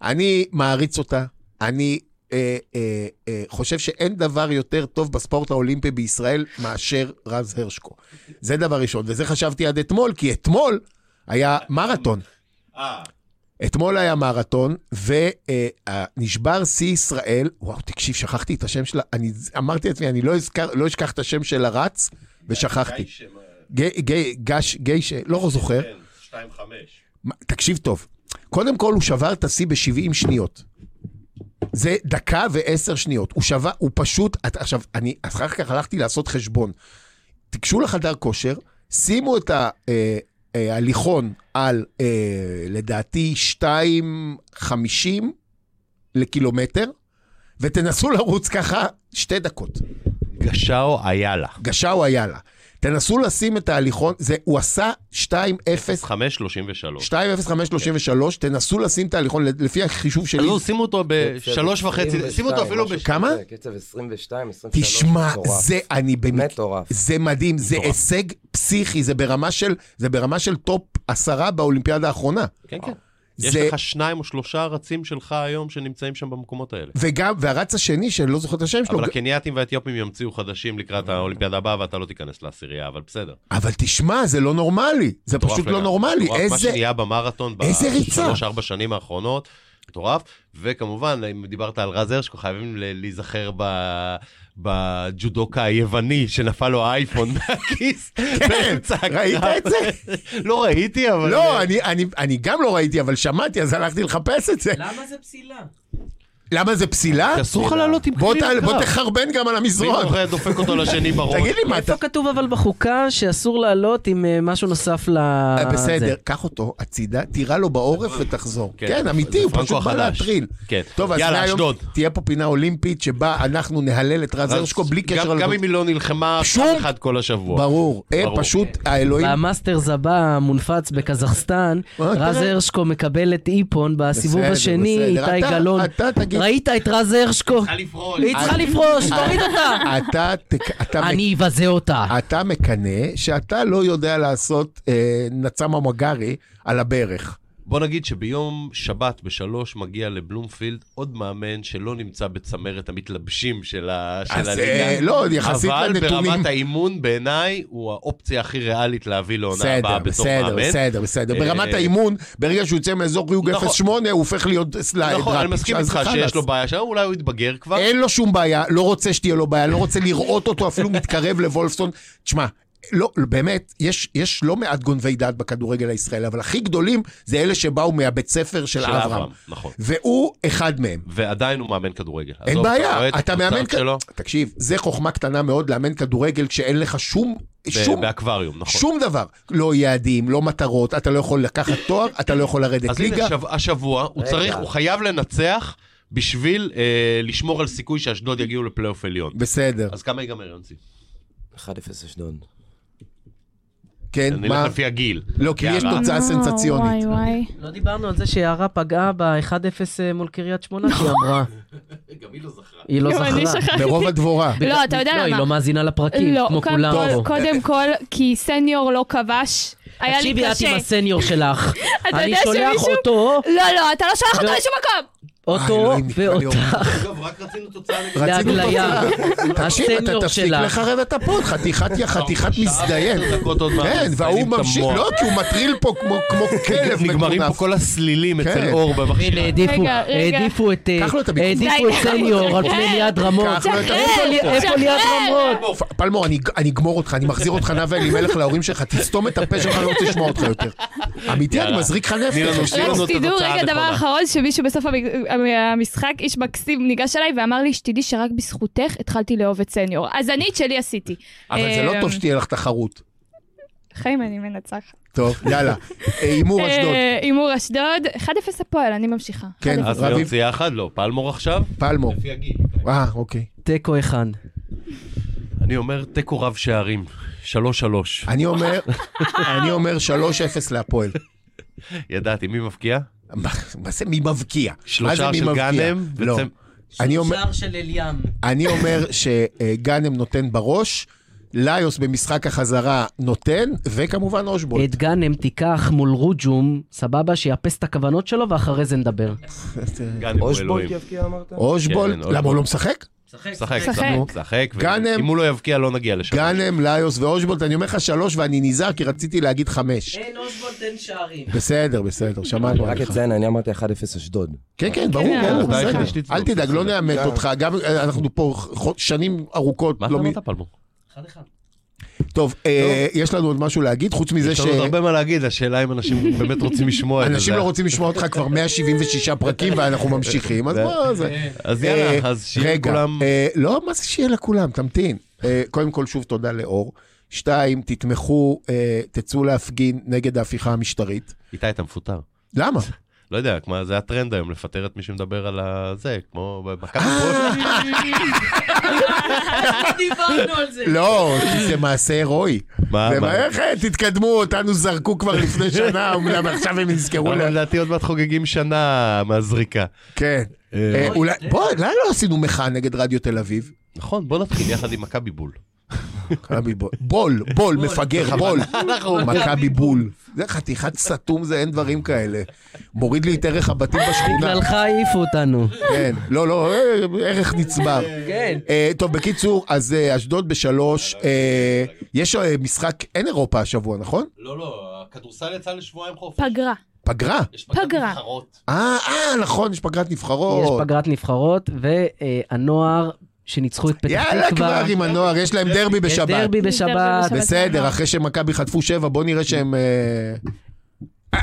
[SPEAKER 2] אני מעריץ אותה, אני אה, אה, אה, חושב שאין דבר יותר טוב בספורט האולימפי בישראל מאשר רז הרשקו. זה דבר ראשון, וזה חשבתי עד אתמול, כי אתמול היה מרתון. אתמול היה מרתון, ונשבר שיא ישראל, וואו, תקשיב, שכחתי את השם שלה, אני אמרתי לעצמי, אני לא, אזכר, לא אשכח את השם של הרץ, ושכחתי. גי- גי- גש, גיישה, לא זוכר.
[SPEAKER 1] כן, 2.5.
[SPEAKER 2] מה- תקשיב טוב, קודם כל הוא שבר את השיא ב-70 שניות. זה דקה ועשר שניות. הוא שווה, הוא פשוט... את, עכשיו, אני אחר כך הלכתי לעשות חשבון. תיגשו לחדר כושר, שימו את ה... אה, אה, הליכון על, אה, לדעתי, 2.50 לקילומטר, ותנסו לרוץ ככה שתי דקות.
[SPEAKER 1] גשאו איילה.
[SPEAKER 2] גשאו איילה. תנסו לשים את ההליכון, זה, הוא עשה 2.0
[SPEAKER 1] 5.33.
[SPEAKER 2] 2.0533, תנסו לשים את ההליכון, לפי החישוב שלי,
[SPEAKER 1] לא, שימו אותו בשלוש
[SPEAKER 6] קצב
[SPEAKER 1] וחצי,
[SPEAKER 6] 22,
[SPEAKER 1] שימו אותו אפילו
[SPEAKER 6] משהו
[SPEAKER 1] בש...
[SPEAKER 2] כמה?
[SPEAKER 6] כזה, לא קצב 22,
[SPEAKER 1] לא
[SPEAKER 6] 23.
[SPEAKER 2] תשמע,
[SPEAKER 6] מטורף.
[SPEAKER 2] זה אני באמת,
[SPEAKER 6] באמת מטורף.
[SPEAKER 2] זה מדהים, זה
[SPEAKER 1] מטורף.
[SPEAKER 2] הישג פסיכי, זה ברמה של, זה ברמה של טופ עשרה באולימפיאדה האחרונה.
[SPEAKER 1] כן, כן. יש
[SPEAKER 2] אה. זה,
[SPEAKER 1] לך שניים או שלושה רצים שלך היום שנמצאים שם במקומות האלה.
[SPEAKER 2] וגם, והרץ השני, שאני לא זוכר את השם שלו,
[SPEAKER 1] אבל הקנייתים והאתיופים ימציאו חדשים לקראת האולימפיאדה הבאה, ואתה לא תיכנס לעשירייה, אבל בסדר.
[SPEAKER 2] אבל תשמע, זה לא נורמלי, זה
[SPEAKER 1] מטורף
[SPEAKER 2] פשוט לא
[SPEAKER 1] לגמרי.
[SPEAKER 2] נורמלי,
[SPEAKER 1] מטורף מה
[SPEAKER 2] איזה...
[SPEAKER 1] שנהיה במרתון
[SPEAKER 2] איזה ריצה.
[SPEAKER 1] בשלוש-ארבע שנים האחרונות, מטורף. וכמובן, אם דיברת על רז הרשקו, חייבים ל- להיזכר ב- בג'ודוקה היווני שנפל לו האייפון מהכיס.
[SPEAKER 2] כן,
[SPEAKER 1] באמצע הקרב.
[SPEAKER 2] ראית את זה?
[SPEAKER 1] לא ראיתי, אבל...
[SPEAKER 2] לא, אני- אני- אני גם לא ראיתי, אבל שמעתי, אז הלכתי לחפש את זה.
[SPEAKER 5] למה זה פסילה?
[SPEAKER 2] למה זה פסילה?
[SPEAKER 1] אסור לך לעלות עם
[SPEAKER 2] בוא
[SPEAKER 1] כלי
[SPEAKER 2] ת- בוא
[SPEAKER 1] לקרב.
[SPEAKER 2] תחרבן גם על
[SPEAKER 1] מי
[SPEAKER 2] המזרון.
[SPEAKER 1] זוכר דופק אותו לשני בראש.
[SPEAKER 2] תגיד לי, מה אתה...
[SPEAKER 5] איפה כתוב אבל בחוקה שאסור לעלות עם אה, משהו נוסף ל...
[SPEAKER 2] אה,
[SPEAKER 5] זה?
[SPEAKER 2] בסדר, קח אותו הצידה, תירה לו בעורף ותחזור.
[SPEAKER 1] כן,
[SPEAKER 2] כן, אמיתי,
[SPEAKER 1] זה
[SPEAKER 2] הוא
[SPEAKER 1] פרנקו
[SPEAKER 2] פשוט בא
[SPEAKER 1] החדש.
[SPEAKER 2] להטריל.
[SPEAKER 1] כן.
[SPEAKER 2] טוב, אז
[SPEAKER 1] יאללה,
[SPEAKER 2] מהיום
[SPEAKER 1] אשדוד.
[SPEAKER 2] תהיה פה פינה אולימפית שבה אנחנו נהלל את רז הרשקו בלי
[SPEAKER 1] גם-
[SPEAKER 2] קשר
[SPEAKER 1] גם אם היא לא נלחמה
[SPEAKER 2] שום-
[SPEAKER 1] אף אחד כל השבוע.
[SPEAKER 2] ברור, אה,
[SPEAKER 1] ברור.
[SPEAKER 2] פשוט האלוהים...
[SPEAKER 5] במאסטרס הבא, מונפץ בקזחסטן,
[SPEAKER 2] אה,
[SPEAKER 5] רז
[SPEAKER 2] תראה.
[SPEAKER 5] הרשקו מקבל את איפון בסיבוב
[SPEAKER 2] בסדר,
[SPEAKER 5] השני,
[SPEAKER 2] בסדר.
[SPEAKER 5] איתי
[SPEAKER 2] אתה-
[SPEAKER 5] גלאון.
[SPEAKER 2] אתה תגיד- אה.
[SPEAKER 5] ראית את רז הרשקו? היא צריכה
[SPEAKER 1] לא
[SPEAKER 5] לפרוש, תוריד אותה.
[SPEAKER 2] אתה תק- אתה מק-
[SPEAKER 5] אני אבזה אותה.
[SPEAKER 2] אתה מקנא שאתה לא יודע לעשות אה, נצם המגרי על הברך.
[SPEAKER 1] בוא נגיד שביום שבת בשלוש מגיע לבלומפילד עוד מאמן שלא נמצא בצמרת המתלבשים של ה- של
[SPEAKER 2] אז,
[SPEAKER 1] הליגה.
[SPEAKER 2] אה, לא, יחסית
[SPEAKER 1] אבל
[SPEAKER 2] לנתונים.
[SPEAKER 1] ברמת האימון בעיניי הוא האופציה הכי ריאלית להביא לעונה
[SPEAKER 2] בסדר,
[SPEAKER 1] הבאה בתור
[SPEAKER 2] בסדר,
[SPEAKER 1] מאמן.
[SPEAKER 2] בסדר, בסדר.
[SPEAKER 1] אה,
[SPEAKER 2] ברמת האימון, ברגע שהוא יוצא מאזור חיוג
[SPEAKER 1] נכון.
[SPEAKER 2] 08, הוא הופך להיות סלייד.
[SPEAKER 1] נכון, אני
[SPEAKER 2] דראפיץ',
[SPEAKER 1] מסכים
[SPEAKER 2] אז
[SPEAKER 1] איתך
[SPEAKER 2] חלאס. אה,
[SPEAKER 1] שיש לו בעיה שם, אולי הוא יתבגר כבר.
[SPEAKER 2] אין לו שום בעיה, לא רוצה שתהיה לו בעיה, לא רוצה לראות אותו אפילו מתקרב לוולפסון. תשמע, לא, באמת, יש, יש לא מעט גונבי דעת בכדורגל הישראלי, אבל הכי גדולים זה אלה שבאו מהבית ספר של,
[SPEAKER 1] של
[SPEAKER 2] אברהם.
[SPEAKER 1] אברהם, נכון.
[SPEAKER 2] והוא אחד מהם.
[SPEAKER 1] ועדיין הוא מאמן כדורגל.
[SPEAKER 2] אין
[SPEAKER 1] עזוב, אתה רואה
[SPEAKER 2] בעיה,
[SPEAKER 1] את
[SPEAKER 2] אתה מאמן...
[SPEAKER 1] התוצאות שלו
[SPEAKER 2] כ- תקשיב, זה חוכמה קטנה מאוד לאמן כדורגל כשאין לך שום...
[SPEAKER 1] ב-
[SPEAKER 2] שום...
[SPEAKER 1] באקווריום, נכון.
[SPEAKER 2] שום דבר, לא יעדים, לא מטרות, אתה לא יכול לקחת תואר, אתה לא יכול לרדת
[SPEAKER 1] אז הנה,
[SPEAKER 2] ליגה.
[SPEAKER 1] השב- השבוע הוא
[SPEAKER 6] רגע.
[SPEAKER 1] צריך, הוא חייב לנצח בשביל אה, לשמור על סיכוי שאשדוד יגיעו לפלייאוף עליון.
[SPEAKER 2] בסדר,
[SPEAKER 1] אז כמה ייגמר יונסי?
[SPEAKER 6] 1-0 אשדוד.
[SPEAKER 2] כן,
[SPEAKER 1] אני
[SPEAKER 2] מה?
[SPEAKER 1] אלך לפי הגיל.
[SPEAKER 2] לא, כי יש
[SPEAKER 1] יאללה.
[SPEAKER 2] תוצאה
[SPEAKER 4] וואו,
[SPEAKER 2] סנסציונית.
[SPEAKER 4] וואי אה, וואי.
[SPEAKER 5] לא דיברנו על זה שיערה פגעה ב-1-0 אה, מול קריית שמונה,
[SPEAKER 2] נכון.
[SPEAKER 5] שהיא אמרה. היא לא
[SPEAKER 4] גם אני
[SPEAKER 5] זכרה.
[SPEAKER 4] שכחתי.
[SPEAKER 2] ברוב הדבורה.
[SPEAKER 4] לא, אתה יודע
[SPEAKER 5] לא, היא
[SPEAKER 4] למה.
[SPEAKER 5] לא מאזינה לפרקים,
[SPEAKER 4] לא,
[SPEAKER 5] כמו
[SPEAKER 4] קודם
[SPEAKER 5] כולם
[SPEAKER 4] כל-
[SPEAKER 5] פה.
[SPEAKER 4] קודם כל, כי סניור לא כבש. היה לי
[SPEAKER 5] תקשיבי את עם
[SPEAKER 4] קשה.
[SPEAKER 5] הסניור שלך.
[SPEAKER 4] אתה
[SPEAKER 5] אני
[SPEAKER 4] יודע
[SPEAKER 5] שולח
[SPEAKER 4] שמישהו-
[SPEAKER 5] אותו,
[SPEAKER 4] לא, לא, אתה לא שולח אותו
[SPEAKER 5] לא.
[SPEAKER 4] לשום מקום!
[SPEAKER 5] אותו
[SPEAKER 2] אלוהים, נפלא לי,
[SPEAKER 5] ואותך
[SPEAKER 1] אגב, רק רצינו תוצאה נגד...
[SPEAKER 2] רצינו
[SPEAKER 5] להגליה.
[SPEAKER 2] תקשיב, אתה
[SPEAKER 5] הסניור
[SPEAKER 2] תפסיק
[SPEAKER 5] שלך.
[SPEAKER 2] לחרב את הפוד, חתיכת
[SPEAKER 1] לא,
[SPEAKER 2] יא חתיכת מזדיין. כן, וההוא ממשיך, לא, כי הוא מטריל פה כמו כמו כלב
[SPEAKER 1] כן, נגמרים פה
[SPEAKER 2] מטונף.
[SPEAKER 1] כל הסלילים אצל
[SPEAKER 2] כן.
[SPEAKER 1] אור במכשיר.
[SPEAKER 5] הנה, העדיפו-
[SPEAKER 4] רגע, רגע.
[SPEAKER 5] העדיפו את אה,
[SPEAKER 2] קח לו את המיקרופון.
[SPEAKER 5] העדיפו את
[SPEAKER 4] די,
[SPEAKER 5] סניור על
[SPEAKER 4] שחרר.
[SPEAKER 5] פני ליעד רמות.
[SPEAKER 2] קח לו את
[SPEAKER 4] שחרר.
[SPEAKER 5] איפה לי- איפה
[SPEAKER 4] שחרר.
[SPEAKER 5] ליעד רמות?
[SPEAKER 2] פ- פלמור, אני- אני אגמור אותך, אני מחזיר אותך נאוה אלימלך להורים שלך, תסתום את הפה שלך, אני לא רוצה לשמוע אותך יותר. אמיתי, אני
[SPEAKER 1] יאללה.
[SPEAKER 2] מזריק לך
[SPEAKER 1] תני לנו
[SPEAKER 2] נפש.
[SPEAKER 1] שיר.
[SPEAKER 4] רק
[SPEAKER 1] לנו את
[SPEAKER 4] שתדעו,
[SPEAKER 1] התוצאה
[SPEAKER 4] רגע, דבר
[SPEAKER 1] הנכונה.
[SPEAKER 4] אחרון, שמישהו בסוף המג- המשחק, איש מקסים, ניגש אליי ואמר לי, שתדעי שרק בזכותך התחלתי לאהוב את סניור. אז אני את שלי עשיתי.
[SPEAKER 2] אבל זה לא
[SPEAKER 4] אה,
[SPEAKER 2] טוב שתהיה לך תחרות.
[SPEAKER 4] חיים, אני מנצחת.
[SPEAKER 2] טוב, יאללה. אה, הימור אשדוד.
[SPEAKER 4] אה, הימור אשדוד, 1-0 הפועל, אני ממשיכה.
[SPEAKER 2] כן,
[SPEAKER 4] 1-0.
[SPEAKER 1] אז
[SPEAKER 2] רביב.
[SPEAKER 1] יונסי יחד? לא, פלמור עכשיו?
[SPEAKER 2] פלמור.
[SPEAKER 1] לפי הגיל.
[SPEAKER 2] אה, אוקיי.
[SPEAKER 5] תיקו אחד.
[SPEAKER 1] אני אומר תיקו רב שערים, 3-3.
[SPEAKER 2] אני אומר, אני אומר 3-0 להפועל.
[SPEAKER 1] ידעתי, מי מבקיע?
[SPEAKER 2] מה מה זה מי מבקיע? מה זה
[SPEAKER 1] שלושה
[SPEAKER 2] מי
[SPEAKER 1] של
[SPEAKER 2] מבקיע?
[SPEAKER 1] גאנם?
[SPEAKER 2] לא.
[SPEAKER 1] וצמ-
[SPEAKER 2] אני אומר-
[SPEAKER 5] שער של אליאם.
[SPEAKER 2] אני אומר שגאנם נותן בראש, ליוס במשחק החזרה נותן, וכמובן אושבולט.
[SPEAKER 5] את גאנם תיקח מול רוג'ום, סבבה, שיאפס את הכוונות שלו ואחרי זה נדבר.
[SPEAKER 1] גאנם הוא
[SPEAKER 6] אושבולט
[SPEAKER 1] אלוהים.
[SPEAKER 6] יבקיע אמרת?
[SPEAKER 2] אושבולט,
[SPEAKER 1] כן,
[SPEAKER 2] למה הוא
[SPEAKER 1] אושבולט.
[SPEAKER 2] לא משחק?
[SPEAKER 1] שחק,
[SPEAKER 4] שחק.
[SPEAKER 1] שחק, שחק.
[SPEAKER 2] גאנם-
[SPEAKER 1] אם הוא לא יבקיע, לא נגיע לשם.
[SPEAKER 2] גאנם, ליוס ואושבולט, אני אומר לך שלוש ואני נזהר כי רציתי להגיד חמש.
[SPEAKER 5] אין אוסבולד, אין שערים.
[SPEAKER 2] בסדר, בסדר, שמענו
[SPEAKER 6] רק
[SPEAKER 2] עליך.
[SPEAKER 6] אציין, אני אמרתי 1-0 אשדוד.
[SPEAKER 2] כן, כן, ברור,
[SPEAKER 4] כן,
[SPEAKER 2] ברור,
[SPEAKER 4] עדיין
[SPEAKER 2] בסדר.
[SPEAKER 1] יש לי צדוק,
[SPEAKER 2] אל תדאג, לא
[SPEAKER 1] בסדר.
[SPEAKER 2] נאמת אותך. גם אה, אנחנו פה ח- שנים ארוכות.
[SPEAKER 1] מה אתה
[SPEAKER 2] לא מ-
[SPEAKER 1] אמרת לא. פלמור?
[SPEAKER 2] טוב, אה, יש לנו עוד משהו להגיד, חוץ מזה
[SPEAKER 1] יש לנו עוד הרבה
[SPEAKER 2] שאנשים
[SPEAKER 1] מה להגיד, השאלה אם אנשים באמת רוצים לשמוע את זה.
[SPEAKER 2] לא רוצים לשמוע אותך כבר 176 פרקים ואנחנו ממשיכים, אז
[SPEAKER 1] זה-
[SPEAKER 2] מה זה?
[SPEAKER 1] אז
[SPEAKER 2] אה,
[SPEAKER 1] יאללה, אז שיהיה
[SPEAKER 2] רגע,
[SPEAKER 1] לכולם...
[SPEAKER 2] אה, לא, מה זה שיהיה לכולם? תמתין. אה, קודם כל, שוב תודה לאור. שתיים, תתמכו, אה, תצאו להפגין נגד ההפיכה המשטרית.
[SPEAKER 1] איתי, אתה מפוטר.
[SPEAKER 2] למה?
[SPEAKER 1] לא יודע, כמו, זה הטרנד היום, לפטר את מי שמדבר על ה- זה, כמו
[SPEAKER 2] אה!
[SPEAKER 1] במכבי פועל.
[SPEAKER 5] דיברנו על זה.
[SPEAKER 2] לא, כי זה מעשה הירואי.
[SPEAKER 1] מה,
[SPEAKER 2] זה
[SPEAKER 1] מה?
[SPEAKER 2] מה, איך אה, תתקדמו, אותנו זרקו כבר לפני שנה, אמנם עכשיו הם נזכרו.
[SPEAKER 1] אבל
[SPEAKER 2] לה-
[SPEAKER 1] לדעתי עוד מעט חוגגים שנה מהזריקה.
[SPEAKER 2] כן. אה, אולי, בוא, למה לא עשינו מחאה נגד רדיו תל אביב?
[SPEAKER 1] נכון, בוא נתחיל יחד עם מכבי בול.
[SPEAKER 2] מכבי בול. בול, בול, מפגר, בול. מכבי בול. זה חתיכת סתום, זה אין דברים כאלה. מוריד לי את ערך הבתים בשכונה.
[SPEAKER 5] בגללך העיפו אותנו.
[SPEAKER 2] כן, לא, לא, אה, ערך נצבר.
[SPEAKER 5] כן.
[SPEAKER 2] אה, טוב, בקיצור, אז אה, אשדוד בשלוש. אה, יש אה, משחק, אין אירופה השבוע, נכון?
[SPEAKER 1] לא, לא, הכדורסל יצא לשבועיים חופש.
[SPEAKER 4] פגרה.
[SPEAKER 2] פגרה.
[SPEAKER 1] יש
[SPEAKER 4] פגרת פגרה.
[SPEAKER 2] אה, אה, נכון, יש פגרת
[SPEAKER 5] יש
[SPEAKER 2] נבחרות.
[SPEAKER 5] פגרת נבחרות, והנוער שניצחו את פתח
[SPEAKER 2] יאללה כבר
[SPEAKER 5] תקווה,
[SPEAKER 2] עם הנוער, יש להם דרבי
[SPEAKER 5] יש
[SPEAKER 2] בשבת.
[SPEAKER 5] דרבי
[SPEAKER 4] יש דרבי
[SPEAKER 5] בשבת, אה.
[SPEAKER 4] בשבת.
[SPEAKER 2] בסדר, אחרי שמכבי חטפו שבע, בוא נראה שהם... אה,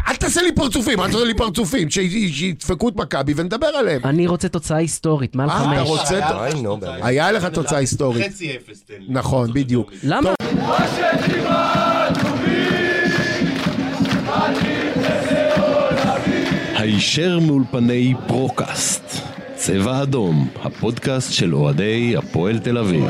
[SPEAKER 2] אל תעשה לי פרצופים, אל תעשה לי פרצופים, ש- שידפקו את מכבי ונדבר עליהם.
[SPEAKER 5] אני רוצה תוצאה היסטורית, מעל
[SPEAKER 2] אה, אתה
[SPEAKER 5] חמש.
[SPEAKER 2] רוצה-
[SPEAKER 6] אוי, נו, באמת.
[SPEAKER 2] היה לך תוצאה היסטורית.
[SPEAKER 1] חצי אפס, תן לי.
[SPEAKER 2] נכון, בדיוק.
[SPEAKER 5] למה?
[SPEAKER 7] הישר מאולפני פרוקאסט, צבע אדום, הפודקאסט של אוהדי הפועל תל אביב.